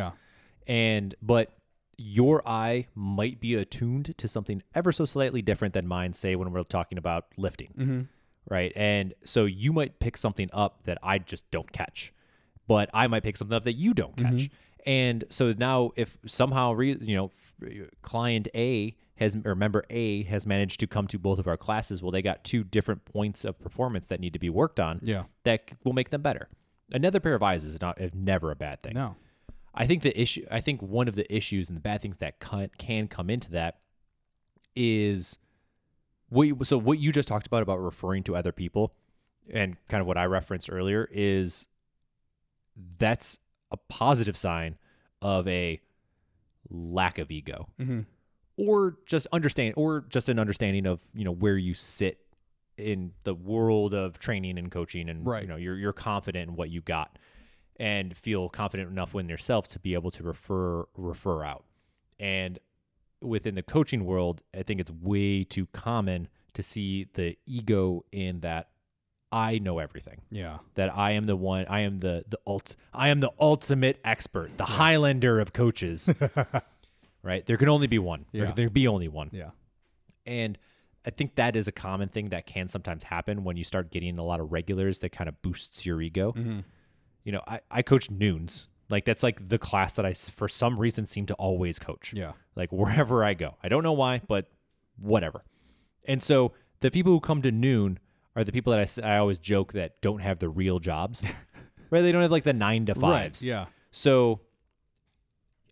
Speaker 2: and but your eye might be attuned to something ever so slightly different than mine say when we're talking about lifting right and so you might pick something up that i just don't catch but i might pick something up that you don't catch and so now if somehow re, you know client a has or member a has managed to come to both of our classes well they got two different points of performance that need to be worked on
Speaker 1: Yeah.
Speaker 2: that c- will make them better another pair of eyes is not is never a bad thing
Speaker 1: No.
Speaker 2: I think the issue. I think one of the issues and the bad things that can, can come into that is what. You, so what you just talked about about referring to other people, and kind of what I referenced earlier is that's a positive sign of a lack of ego
Speaker 1: Mm-hmm.
Speaker 2: or just understand or just an understanding of you know where you sit in the world of training and coaching and
Speaker 1: Right.
Speaker 2: you know you're you're confident in what you got and feel confident enough in yourself to be able to refer refer out and within the coaching world i think it's way too common to see the ego in that i know everything
Speaker 1: Yeah.
Speaker 2: that I am the one, I am the the ult, I am the ultimate expert, the Highlander of coaches. right? There can only be one. There
Speaker 1: Yeah.
Speaker 2: can there be only one.
Speaker 1: Yeah.
Speaker 2: And I think that is a common thing that can sometimes happen when you start getting a lot of regulars that kind of boosts your ego.
Speaker 1: Mm-hmm.
Speaker 2: You know, I, I coach noons. Like that's like the class that I s- for some reason seem to always coach
Speaker 1: Yeah.
Speaker 2: like wherever I go. I don't know why, but whatever. And so the people who come to noon are the people that I s- I, always joke that don't have the real jobs, right? They don't have like the nine to fives.
Speaker 1: Yeah.
Speaker 2: So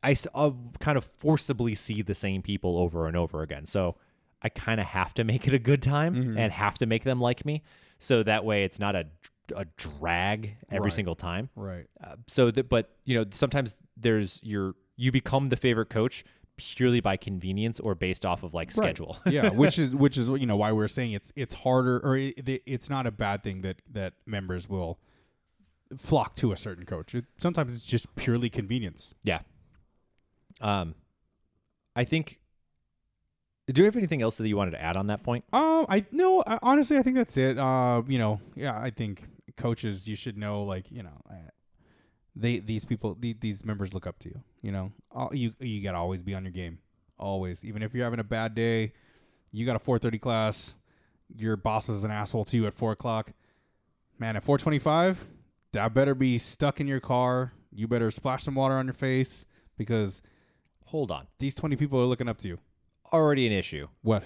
Speaker 2: I s- I'll kind of forcibly see the same people over and over again. So I kind of have to make it a good time
Speaker 1: Mm-hmm.
Speaker 2: and have to make them like me. So that way it's not a, a drag every
Speaker 1: Right.
Speaker 2: single time.
Speaker 1: Right.
Speaker 2: Uh, so that but you know sometimes there's your you become the favorite coach purely by convenience or based off of like schedule
Speaker 1: yeah, which is which is you know why we're saying it's it's harder or it, it- it's not a bad thing that that members will flock to a certain coach. It, sometimes it's just purely convenience.
Speaker 2: yeah um i think Do you have anything else that you wanted to add on that point?
Speaker 1: Um, I no, I, honestly, I think that's it. Uh, you know, yeah, I think coaches, you should know, like, you know, uh, they these people, the, these members look up to you. You know, all, you you gotta always be on your game, always. Even if you're having a bad day, you got a 4:30 class. Your boss is an asshole to you at four o'clock. Man, at 4:25, that better be stuck in your car. You better splash some water on your face because
Speaker 2: Hold on.
Speaker 1: these 20 people are looking up to you.
Speaker 2: Already an issue.
Speaker 1: What?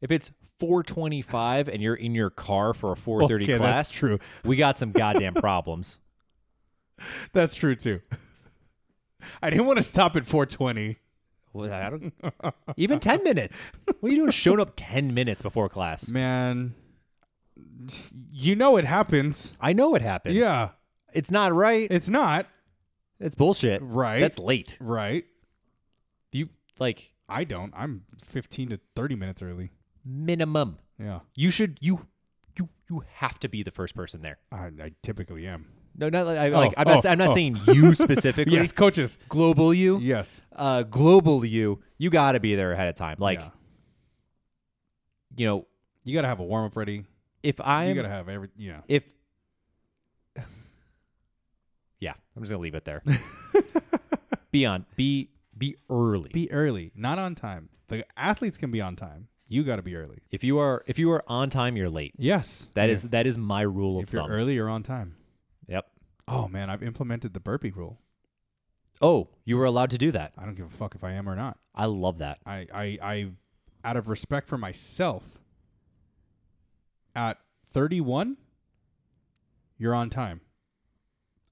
Speaker 2: If it's 425 and you're in your car for a 430
Speaker 1: okay,
Speaker 2: class,
Speaker 1: that's true.
Speaker 2: we got some goddamn problems.
Speaker 1: That's true too. I didn't want to stop at 420.
Speaker 2: Well, I don't, even 10 minutes. What are you doing showing up 10 minutes before class?
Speaker 1: Man, you know it happens.
Speaker 2: I know it happens.
Speaker 1: yeah,
Speaker 2: It's not right.
Speaker 1: it's not
Speaker 2: It's bullshit.
Speaker 1: Right.
Speaker 2: That's late.
Speaker 1: right.
Speaker 2: You like
Speaker 1: I don't. I'm 15 to 30 minutes early.
Speaker 2: minimum.
Speaker 1: Yeah,
Speaker 2: You should you you you have to be the first person there.
Speaker 1: I, I typically am.
Speaker 2: No, not like, I, like I'm not
Speaker 1: oh,
Speaker 2: I'm not
Speaker 1: oh.
Speaker 2: saying you specifically.
Speaker 1: Yes, coaches.
Speaker 2: Global you.
Speaker 1: Yes.
Speaker 2: uh, global you, you got to be there ahead of time. Like,
Speaker 1: Yeah.
Speaker 2: you know,
Speaker 1: You gotta have a warm up ready.
Speaker 2: if I
Speaker 1: You
Speaker 2: am
Speaker 1: gotta have every. Yeah.
Speaker 2: if yeah, I'm just gonna leave it there. be on, be be early.
Speaker 1: Be early, not on time. The athletes can be on time. You gotta be early.
Speaker 2: if you are if you are on time, you're late.
Speaker 1: Yes.
Speaker 2: That is that is my rule of
Speaker 1: If you're
Speaker 2: thumb.
Speaker 1: early, you're on time.
Speaker 2: Yep.
Speaker 1: Oh man, I've implemented the burpee rule.
Speaker 2: Oh, you were allowed to do that.
Speaker 1: I don't give a fuck if I am or not.
Speaker 2: I love that.
Speaker 1: I, I, I, out of respect for myself, at 31, you're on time.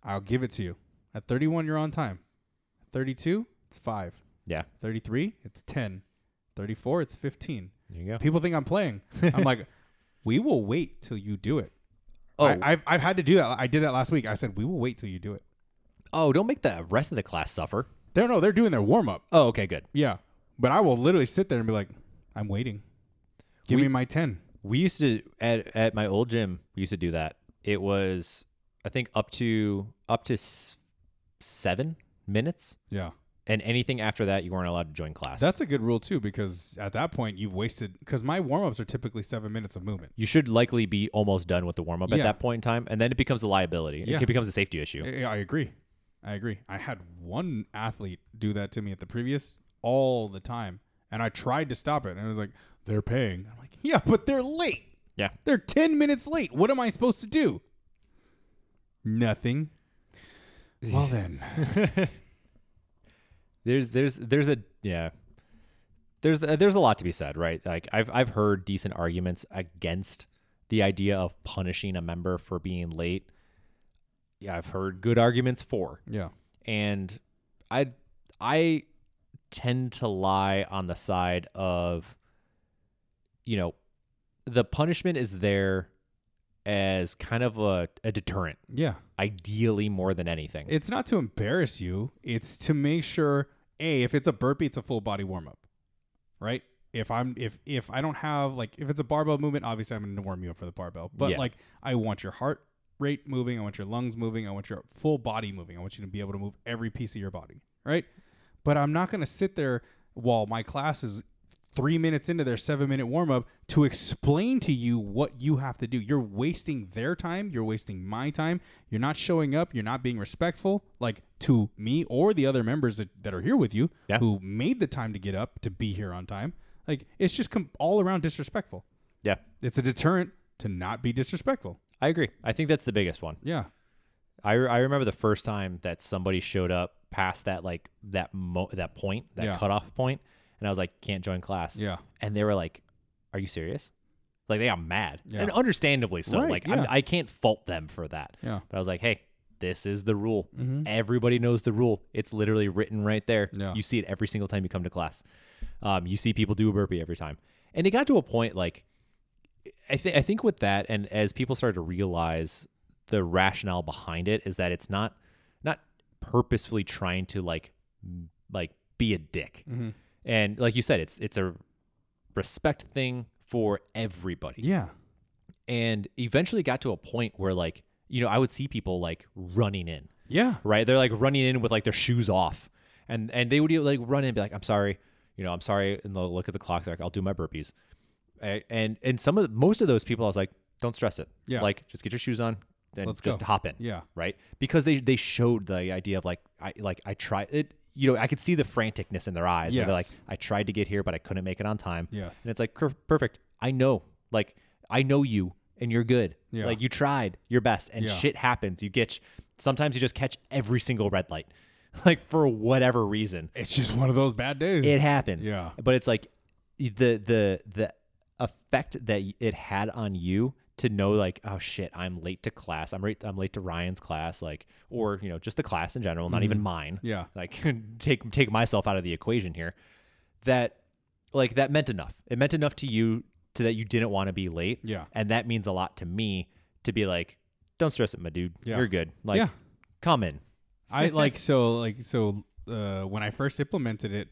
Speaker 1: I'll give it to you. At 31, you're on time. 32, it's 5.
Speaker 2: Yeah.
Speaker 1: 33, it's 10. 34, it's 15.
Speaker 2: There you go.
Speaker 1: People think I'm playing. I'm like, we will wait till you do it.
Speaker 2: Oh,
Speaker 1: I, I've, I've had to do that. I did that last week. I said, we will wait till you do it.
Speaker 2: oh, don't make the rest of the class suffer.
Speaker 1: They're, no, they're doing their warm up.
Speaker 2: Oh, okay, good.
Speaker 1: Yeah. But I will literally sit there and be like, I'm waiting. Give me my 10.
Speaker 2: We used to at at my old gym. We used to do that. It was I think up to up to s- seven minutes,
Speaker 1: Yeah.
Speaker 2: and anything after that, you weren't allowed to join class.
Speaker 1: That's a good rule too, because at that point you've wasted. Because my warm ups are typically seven minutes of movement.
Speaker 2: you should likely be almost done with the warm up at
Speaker 1: Yeah.
Speaker 2: that point in time, and then it becomes a liability.
Speaker 1: Yeah.
Speaker 2: It becomes a safety issue.
Speaker 1: I, I agree. I agree. I had one athlete do that to me at the previous all the time, and I tried to stop it, and it was like they're paying. I'm like, yeah, but they're late.
Speaker 2: Yeah.
Speaker 1: They're ten minutes late. What am I supposed to do? Nothing. Well then,
Speaker 2: There's there's there's a yeah. There's uh, there's a lot to be said, right? Like I've I've heard decent arguments against the idea of punishing a member for being late. Yeah, I've heard good arguments for.
Speaker 1: yeah,
Speaker 2: and I I tend to lie on the side of you know the punishment is there as kind of a, a deterrent
Speaker 1: yeah.
Speaker 2: ideally more than anything
Speaker 1: It's not to embarrass you. It's to make sure a if it's a burpee, it's a full body warm up, right? If I'm if if I don't have like if it's a barbell movement, obviously I'm going to warm you up for the barbell. But
Speaker 2: Yeah.
Speaker 1: like I want your heart rate moving, I want your lungs moving, I want your full body moving. I want you to be able to move every piece of your body, right? But I'm not going to sit there while my class is three minutes into their seven minute warm up to explain to you what you have to do. You're wasting their time. You're wasting my time. You're not showing up. You're not being respectful, like to me or the other members that, that are here with you
Speaker 2: Yeah.
Speaker 1: who made the time to get up to be here on time. Like, it's just com- all around disrespectful.
Speaker 2: yeah
Speaker 1: It's a deterrent to not be disrespectful.
Speaker 2: i agree i think that's the biggest one
Speaker 1: Yeah.
Speaker 2: i, re- I remember the first time that somebody showed up past that like that mo- that point that
Speaker 1: Yeah.
Speaker 2: cutoff point and i was like can't join class
Speaker 1: Yeah.
Speaker 2: and they were like, "Are you serious?" Like they got mad,
Speaker 1: Yeah.
Speaker 2: and understandably so.
Speaker 1: Right,
Speaker 2: like
Speaker 1: yeah.
Speaker 2: I'm, I can't fault them for that.
Speaker 1: Yeah.
Speaker 2: But I was like, "Hey, this is the rule. Everybody knows the rule. It's literally written right there.
Speaker 1: Yeah.
Speaker 2: You see it every single time you come to class. Um, you see people do a burpee every time." And it got to a point like, I think I think with that, and as people started to realize the rationale behind it is that it's not not purposefully trying to like m- like be a dick. And like you said, it's it's a respect thing for everybody.
Speaker 1: Yeah.
Speaker 2: And eventually got to a point where like, you know, I would see people like running in,
Speaker 1: Yeah.
Speaker 2: e, right? They're like running in with like their shoes off. And and they would like run in and be like, I'm sorry, you know, I'm sorry, and they'll look at the clock. They're like, I'll do my burpees. A- And and some of most of those people, I was like, don't stress it.
Speaker 1: Yeah.
Speaker 2: Like, just get your shoes on and
Speaker 1: Let's
Speaker 2: just
Speaker 1: go.
Speaker 2: hop in.
Speaker 1: Yeah.
Speaker 2: Right. Because they they showed the idea of like I like I tried it. You know, I could see the franticness in their eyes. where They're like,
Speaker 1: Yes.
Speaker 2: I tried to get here, but I couldn't make it on time.
Speaker 1: Yes.
Speaker 2: And it's like, "Cur- perfect. I know. Like, I know you and you're good.
Speaker 1: Yeah.
Speaker 2: Like, you tried your best and
Speaker 1: Yeah.
Speaker 2: shit happens. You get, sometimes you just catch every single red light, like, for whatever reason.
Speaker 1: It's just one of those bad days.
Speaker 2: It happens.
Speaker 1: Yeah.
Speaker 2: But it's like the, the, the effect that it had on you to know like oh shit i'm late to class i'm late i'm late to ryan's class like or you know just the class in general not even mine
Speaker 1: Mm-hmm. Yeah.
Speaker 2: like take take myself out of the equation here that like that meant enough it meant enough to you to that you didn't want to be late
Speaker 1: Yeah.
Speaker 2: and that means a lot to me to be like don't stress it my dude
Speaker 1: Yeah.
Speaker 2: you're good like
Speaker 1: Yeah.
Speaker 2: come in
Speaker 1: I like so like so uh, when I first implemented it,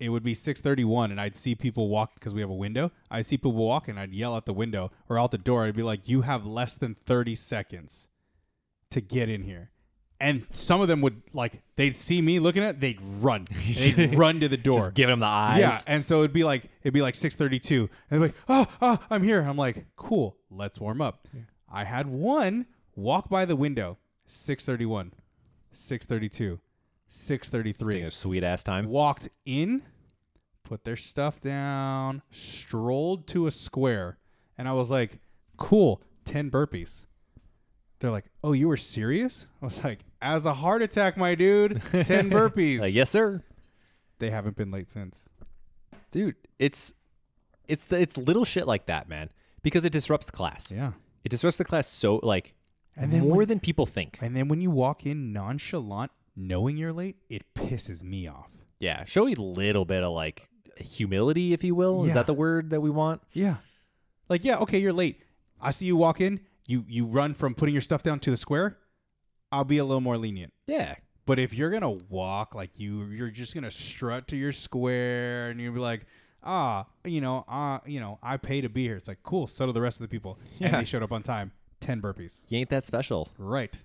Speaker 1: it would be six thirty one, and I'd see people walk because we have a window. I'd see people walk, and I'd yell out the window or out the door. I'd be like, "You have less than thirty seconds to get in here." And some of them would like they'd see me looking at, it, they'd run, they'd run to the door.
Speaker 2: just give him the eyes
Speaker 1: Yeah, and so it'd be like it'd be like six thirty two, and they're like, oh, oh, I'm here. I'm like, cool, let's warm up. I had one walk by the window, six thirty one, six thirty two, six thirty three.
Speaker 2: sweet ass time
Speaker 1: Walked in, put their stuff down, strolled to a square, and I was like, cool, ten burpees. They're like, oh, you were serious? I was like, as a heart attack, my dude, ten burpees.
Speaker 2: like yes sir
Speaker 1: They haven't been late since.
Speaker 2: dude it's it's the it's little shit like that man because it disrupts the class
Speaker 1: Yeah.
Speaker 2: it disrupts the class so like
Speaker 1: And then
Speaker 2: more
Speaker 1: when-
Speaker 2: than people think
Speaker 1: And then when you walk in nonchalant, knowing you're late, it pisses me off.
Speaker 2: Yeah, show a little bit of like humility, if you will. Is
Speaker 1: Yeah.
Speaker 2: that the word that we want?
Speaker 1: Yeah. Like, yeah, okay, you're late. I see you walk in, you you run from putting your stuff down to the square, I'll be a little more lenient.
Speaker 2: Yeah,
Speaker 1: But if you're gonna walk like you you're just gonna strut to your square and you'll be like, ah, you know, ah, you know, I pay to be here. It's like cool, so do the rest of the people. And
Speaker 2: Yeah.
Speaker 1: they showed up on time. Ten burpees.
Speaker 2: you ain't that special.
Speaker 1: Right.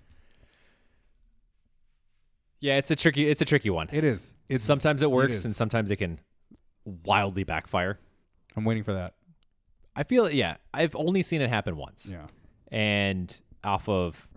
Speaker 2: Yeah, it's a tricky, it's a tricky one.
Speaker 1: It is. It's
Speaker 2: Sometimes it works,
Speaker 1: is.
Speaker 2: and sometimes it can wildly backfire.
Speaker 1: I'm waiting for that.
Speaker 2: I feel, yeah, I've only seen it happen once,
Speaker 1: Yeah.
Speaker 2: and off of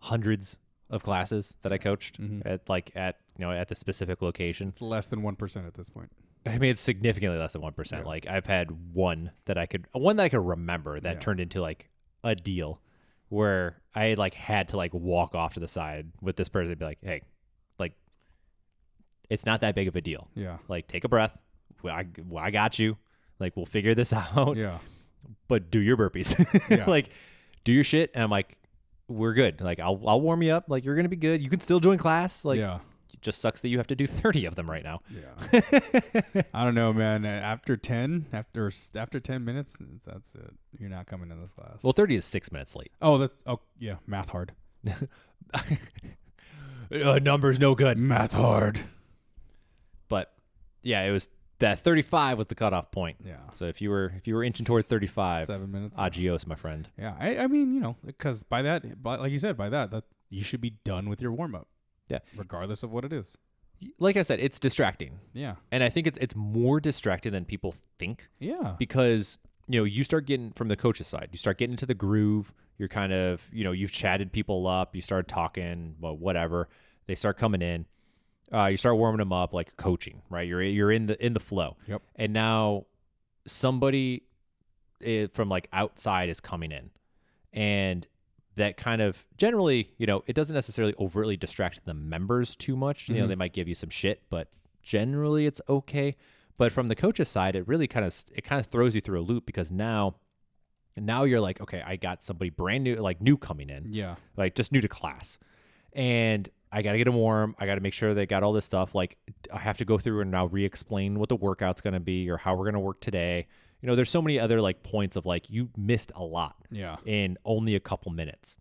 Speaker 2: hundreds of classes that I coached
Speaker 1: Mm-hmm.
Speaker 2: at, like at you know at the specific location.
Speaker 1: It's less than one percent at this point.
Speaker 2: I mean, it's significantly less than one percent. Like I've had one that I could, one that I could remember that
Speaker 1: Yeah.
Speaker 2: turned into like a deal, where I like had to like walk off to the side with this person and be like, hey, like, it's not that big of a deal.
Speaker 1: Yeah.
Speaker 2: Like, take a breath. Well, I, well, I got you. Like, we'll figure this out.
Speaker 1: Yeah.
Speaker 2: But do your burpees.
Speaker 1: Yeah.
Speaker 2: like, do your shit. And I'm like, we're good. Like, I'll I'll warm you up. Like, you're gonna be good. You can still join class. Like,
Speaker 1: yeah.
Speaker 2: it just sucks that you have to do thirty of them right now.
Speaker 1: Yeah. I don't know, man. Uh, After ten, after after ten minutes, it's- that's it. You're not coming to this class.
Speaker 2: Well, thirty is six minutes late.
Speaker 1: oh, that's oh yeah, math hard.
Speaker 2: uh, numbers no good.
Speaker 1: Math hard.
Speaker 2: But yeah, it was that 35 was the cutoff point.
Speaker 1: Yeah.
Speaker 2: So if you were if you were inching towards 35,
Speaker 1: Seven minutes.
Speaker 2: adios, my friend.
Speaker 1: yeah. I, I mean, you know, because by that, by, like you said, by that, that you should be done with your warm up,
Speaker 2: Yeah.
Speaker 1: regardless of what it is.
Speaker 2: Like I said, it's distracting,
Speaker 1: Yeah.
Speaker 2: and I think it's it's more distracting than people think
Speaker 1: Yeah.
Speaker 2: because you know you start getting from the coach's side, you start getting into the groove. You're kind of you know you've chatted people up, you start talking, well, whatever. They start coming in. Uh, you start warming them up like coaching, right? You're you're in the in the flow.
Speaker 1: Yep.
Speaker 2: and now somebody eh, from like outside is coming in and that kind of generally you know it doesn't necessarily overtly distract the members too much you know they might give you some shit but generally it's okay but from the coach's side it really kind of s- it kind of throws you through a loop because now now you're like okay i got somebody brand new like new coming in
Speaker 1: Yeah.
Speaker 2: like just new to class and i gotta get them warm i gotta make sure they got all this stuff like i have to go through and now re-explain what the workout's gonna be or how we're gonna work today you know there's so many other like points of like you missed a lot
Speaker 1: Yeah.
Speaker 2: in only a couple minutes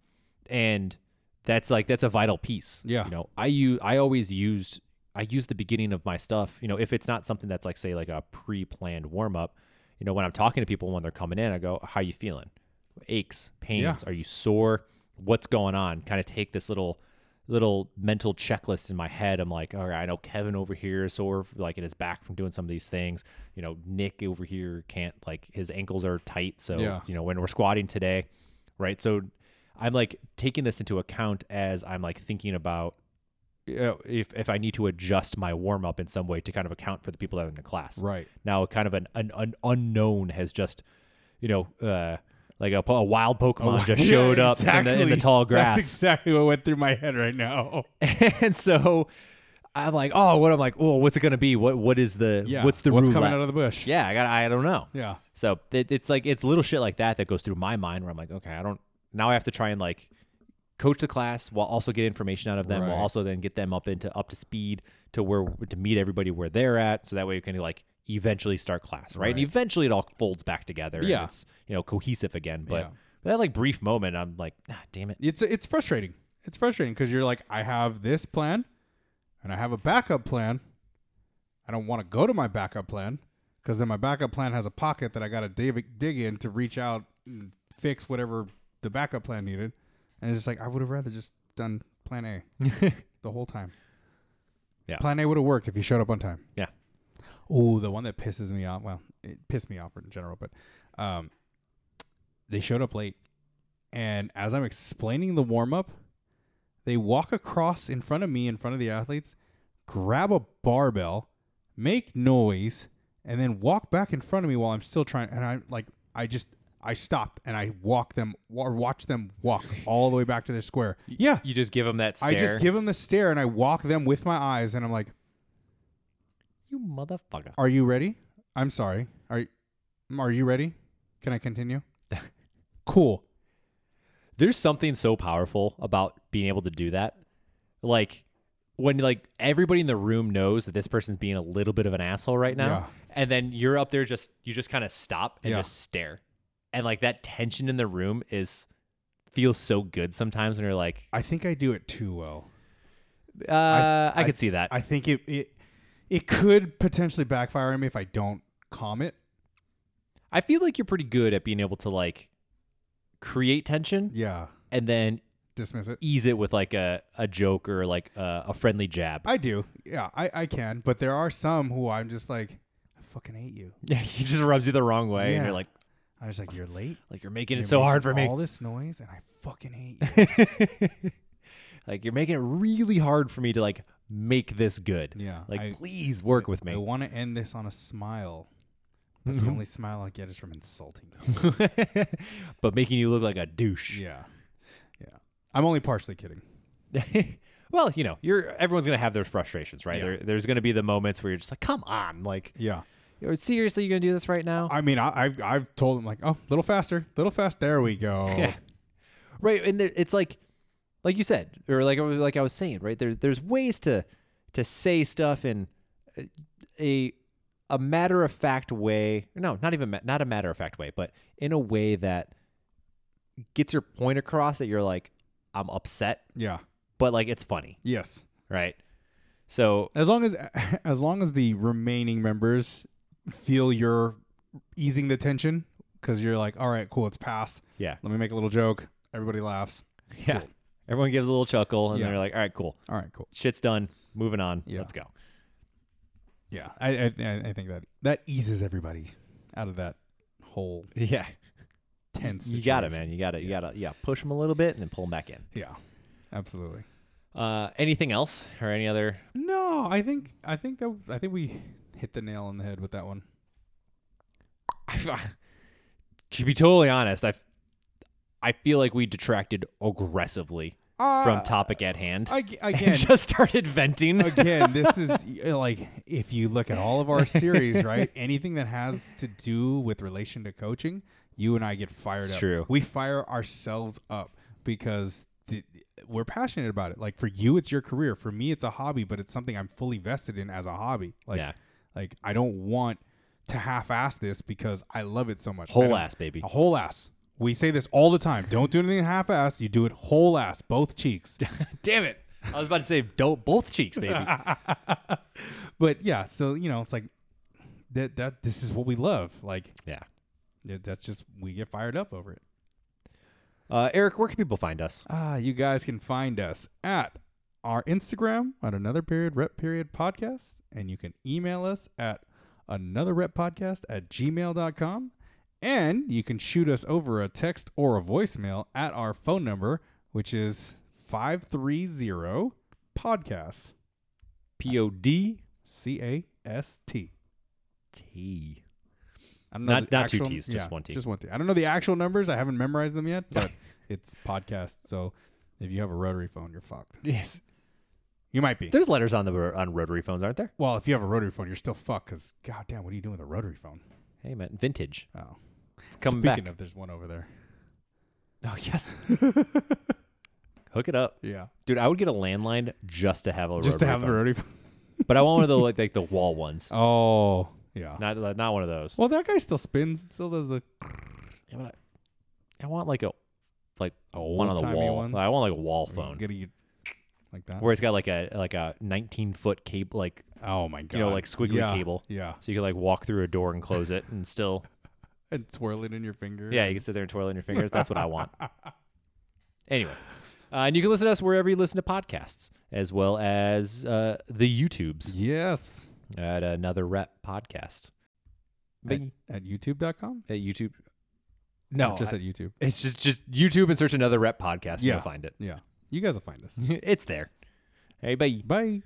Speaker 2: and that's like that's a vital piece
Speaker 1: Yeah.
Speaker 2: you know i use i always used i use the beginning of my stuff you know if it's not something that's like say like a pre-planned warm-up you know when i'm talking to people when they're coming in i go how you feeling aches pains
Speaker 1: Yeah.
Speaker 2: are you sore what's going on kind of take this little little mental checklist in my head. I'm like, all right, I know Kevin over here is sore, like in his back from doing some of these things. You know, Nick over here can't like his ankles are tight, so
Speaker 1: Yeah.
Speaker 2: you know when we're squatting today, right? So I'm like taking this into account as I'm like thinking about you know, if if I need to adjust my warm up in some way to kind of account for the people that are in the class,
Speaker 1: Right.
Speaker 2: now kind of an, an, an unknown has just you know uh, like a, po- a wild pokemon just
Speaker 1: Oh, Yeah,
Speaker 2: showed up in, the, in the
Speaker 1: exactly.
Speaker 2: tall
Speaker 1: That's
Speaker 2: grass
Speaker 1: exactly what went through my head right now.
Speaker 2: and so i'm like oh what i'm like oh what's it gonna be what what is the
Speaker 1: Yeah.
Speaker 2: what's the
Speaker 1: what's
Speaker 2: roulette?
Speaker 1: coming out of the bush?
Speaker 2: yeah i got i don't know
Speaker 1: Yeah.
Speaker 2: so it, it's like it's little shit like that that goes through my mind where i'm like okay i don't now i have to try and like coach the class while also get information out of them
Speaker 1: Right.
Speaker 2: while also then get them up into up to speed to where to meet everybody where they're at so that way you can like eventually start class right, and
Speaker 1: Right.
Speaker 2: eventually it all folds back together and
Speaker 1: Yeah.
Speaker 2: it's you know cohesive again but
Speaker 1: Yeah.
Speaker 2: that like brief moment i'm like ah damn it
Speaker 1: It's it's frustrating. It's frustrating because you're like, I have this plan, and I have a backup plan. I don't want to go to my backup plan because then my backup plan has a pocket that I got to dig, dig in to reach out and fix whatever the backup plan needed. And it's just like I would have rather just done plan A the whole time.
Speaker 2: Yeah.
Speaker 1: Plan A would have worked if you showed up on time.
Speaker 2: Yeah.
Speaker 1: Oh, the one that pisses me off. Well, it pissed me off in general, but um, they showed up late, and as I'm explaining the warm up, they walk across in front of me, in front of the athletes, grab a barbell, make noise, and then walk back in front of me while I'm still trying. And I like, I just. I stopped and I walked them or watched them walk all the way back to their square. Yeah,
Speaker 2: you just give them that stare
Speaker 1: I just give them the stare and I walk them with my eyes and I'm like,
Speaker 2: you motherfucker
Speaker 1: "Are you ready? I'm sorry. Are are you ready? Can I continue?" cool.
Speaker 2: there's something so powerful about being able to do that like when like everybody in the room knows that this person's being a little bit of an asshole right now
Speaker 1: Yeah.
Speaker 2: and then you're up there just you just kind of stop and
Speaker 1: Yeah.
Speaker 2: just stare and like that tension in the room is feels so good sometimes when you're like
Speaker 1: I think I do it too well.
Speaker 2: uh i, could see that
Speaker 1: I think it it it could potentially backfire on me if I don't calm it.
Speaker 2: I feel like you're pretty good at being able to like create tension
Speaker 1: Yeah,
Speaker 2: and then
Speaker 1: dismiss it.
Speaker 2: ease it with like a, a joke or like a, a friendly jab
Speaker 1: I do. Yeah, I I can, but there are some who I'm just like, I fucking hate you.
Speaker 2: yeah he just rubs you the wrong way and
Speaker 1: Yeah.
Speaker 2: you're like
Speaker 1: I'm just like, you're late.
Speaker 2: like you're making it
Speaker 1: You're
Speaker 2: so hard for
Speaker 1: making
Speaker 2: me
Speaker 1: All this noise and I fucking hate you.
Speaker 2: like you're making it really hard for me to like make this good.
Speaker 1: Yeah,
Speaker 2: Like
Speaker 1: I-
Speaker 2: please work with
Speaker 1: I
Speaker 2: me.
Speaker 1: want to end this on a smile, but the only smile I get is from insulting you.
Speaker 2: but making you look like a douche.
Speaker 1: yeah, yeah. I'm only partially kidding.
Speaker 2: well, you know, you're everyone's gonna have their frustrations, right?
Speaker 1: Yeah.
Speaker 2: There, there's gonna be the moments where you're just like, come on, like
Speaker 1: Yeah.
Speaker 2: you're- seriously you're gonna do this right now?
Speaker 1: I mean, I, I've I've told him like, oh, little faster, little fast. There we go.
Speaker 2: Yeah. right and there, it's like like you said or like like I was saying right there's there's ways to to say stuff in a- a a matter of fact way no not even ma- not a matter of fact way but in a way that gets your point across that you're like I'm upset
Speaker 1: yeah.
Speaker 2: but like it's funny
Speaker 1: Yes.
Speaker 2: right so
Speaker 1: As long as as long as the remaining members feel you're easing the tension, because you're like, all right, cool, it's past.
Speaker 2: yeah
Speaker 1: Let me make a little joke. Everybody laughs.
Speaker 2: yeah everyone gives a little chuckle and
Speaker 1: Yeah.
Speaker 2: they're like all right cool
Speaker 1: All right, cool.
Speaker 2: shit's done moving on
Speaker 1: Yeah.
Speaker 2: let's go
Speaker 1: Yeah, I I, I- I think that that eases everybody out of that whole
Speaker 2: yeah
Speaker 1: tense.
Speaker 2: you got it
Speaker 1: situation.
Speaker 2: man you got to you got to yeah push them a little bit and then pull them back in
Speaker 1: Yeah, absolutely.
Speaker 2: Uh, anything else or any other?
Speaker 1: No, I think I think that I think we hit the nail on the head with that one.
Speaker 2: to be totally honest, I, f- I feel like we detracted aggressively
Speaker 1: Uh,
Speaker 2: from topic at hand.
Speaker 1: ag-
Speaker 2: and
Speaker 1: again,
Speaker 2: just started venting.
Speaker 1: again, this is uh, like if you look at all of our series, right? Anything that has to do with relation to coaching, you and I get fired
Speaker 2: It's
Speaker 1: up.
Speaker 2: true.
Speaker 1: We fire ourselves up because th- we're passionate about it. Like for you, it's your career. For me, it's a hobby, but it's something I'm fully vested in as a hobby. Like,
Speaker 2: Yeah.
Speaker 1: like I don't want to half-ass this because I love it so much. I
Speaker 2: Whole
Speaker 1: don't-
Speaker 2: ass, baby.
Speaker 1: a whole ass. We say this all the time. Don't do anything half ass. You do it whole ass, both cheeks.
Speaker 2: Damn it. I was about to say don't both cheeks, baby.
Speaker 1: but yeah, so you know, it's like that. That this is what we love. Like
Speaker 2: yeah.
Speaker 1: that- that's just we get fired up over it.
Speaker 2: Uh, Eric, where can people find us?
Speaker 1: Ah, you guys can find us at our Instagram at another period rep period podcast, and you can email us at another rep podcast at gmail.com. And you can shoot us over a text or a voicemail at our phone number, which is 530 podcast
Speaker 2: P O D
Speaker 1: C A S T.
Speaker 2: T.
Speaker 1: I don't
Speaker 2: Not-
Speaker 1: the
Speaker 2: not two Ts, just one T.
Speaker 1: Just one T. I don't know the actual numbers. I haven't memorized them yet, but it's podcast. So if you have a rotary phone, you're fucked.
Speaker 2: Yes.
Speaker 1: You might be.
Speaker 2: There's letters on the on rotary phones, aren't there?
Speaker 1: Well, if you have a rotary phone, you're still fucked because, goddamn, what are you doing with a rotary phone?
Speaker 2: Hey man, vintage.
Speaker 1: Oh.
Speaker 2: It's coming
Speaker 1: Speaking
Speaker 2: back.
Speaker 1: of, there's one over there.
Speaker 2: oh yes. Hook it up,
Speaker 1: Yeah.
Speaker 2: dude. I would get a landline just to have a
Speaker 1: Just to
Speaker 2: rotary
Speaker 1: have
Speaker 2: phone.
Speaker 1: a rotary phone.
Speaker 2: but I want one of the like, like the wall ones,
Speaker 1: Oh, yeah.
Speaker 2: not like, not one of those.
Speaker 1: Well, that guy still spins. Still does the
Speaker 2: Yeah, but I, I want like a like
Speaker 1: old
Speaker 2: one on the wall. I want like a wall phone
Speaker 1: Getting you like that.
Speaker 2: where it's got like a like a 19 foot cable, like
Speaker 1: oh my god.
Speaker 2: you know, like squiggly
Speaker 1: Yeah,
Speaker 2: cable.
Speaker 1: Yeah.
Speaker 2: so you could like walk through a door and close it and still
Speaker 1: And twirl it in your finger.
Speaker 2: yeah you can sit there and twirl in your fingers. That's what I want. Anyway. Uh, and you can listen to us wherever you listen to podcasts, as well as uh, the YouTubes
Speaker 1: Yes.
Speaker 2: at another rep podcast.
Speaker 1: At,
Speaker 2: Biggie.
Speaker 1: at YouTube.com.
Speaker 2: at YouTube. No,
Speaker 1: Or just
Speaker 2: I-
Speaker 1: at YouTube.
Speaker 2: it's just just YouTube and search another rep podcast and
Speaker 1: Yeah.
Speaker 2: you'll find it.
Speaker 1: Yeah. You guys will find us.
Speaker 2: it's there. Hey, bye.
Speaker 1: Bye.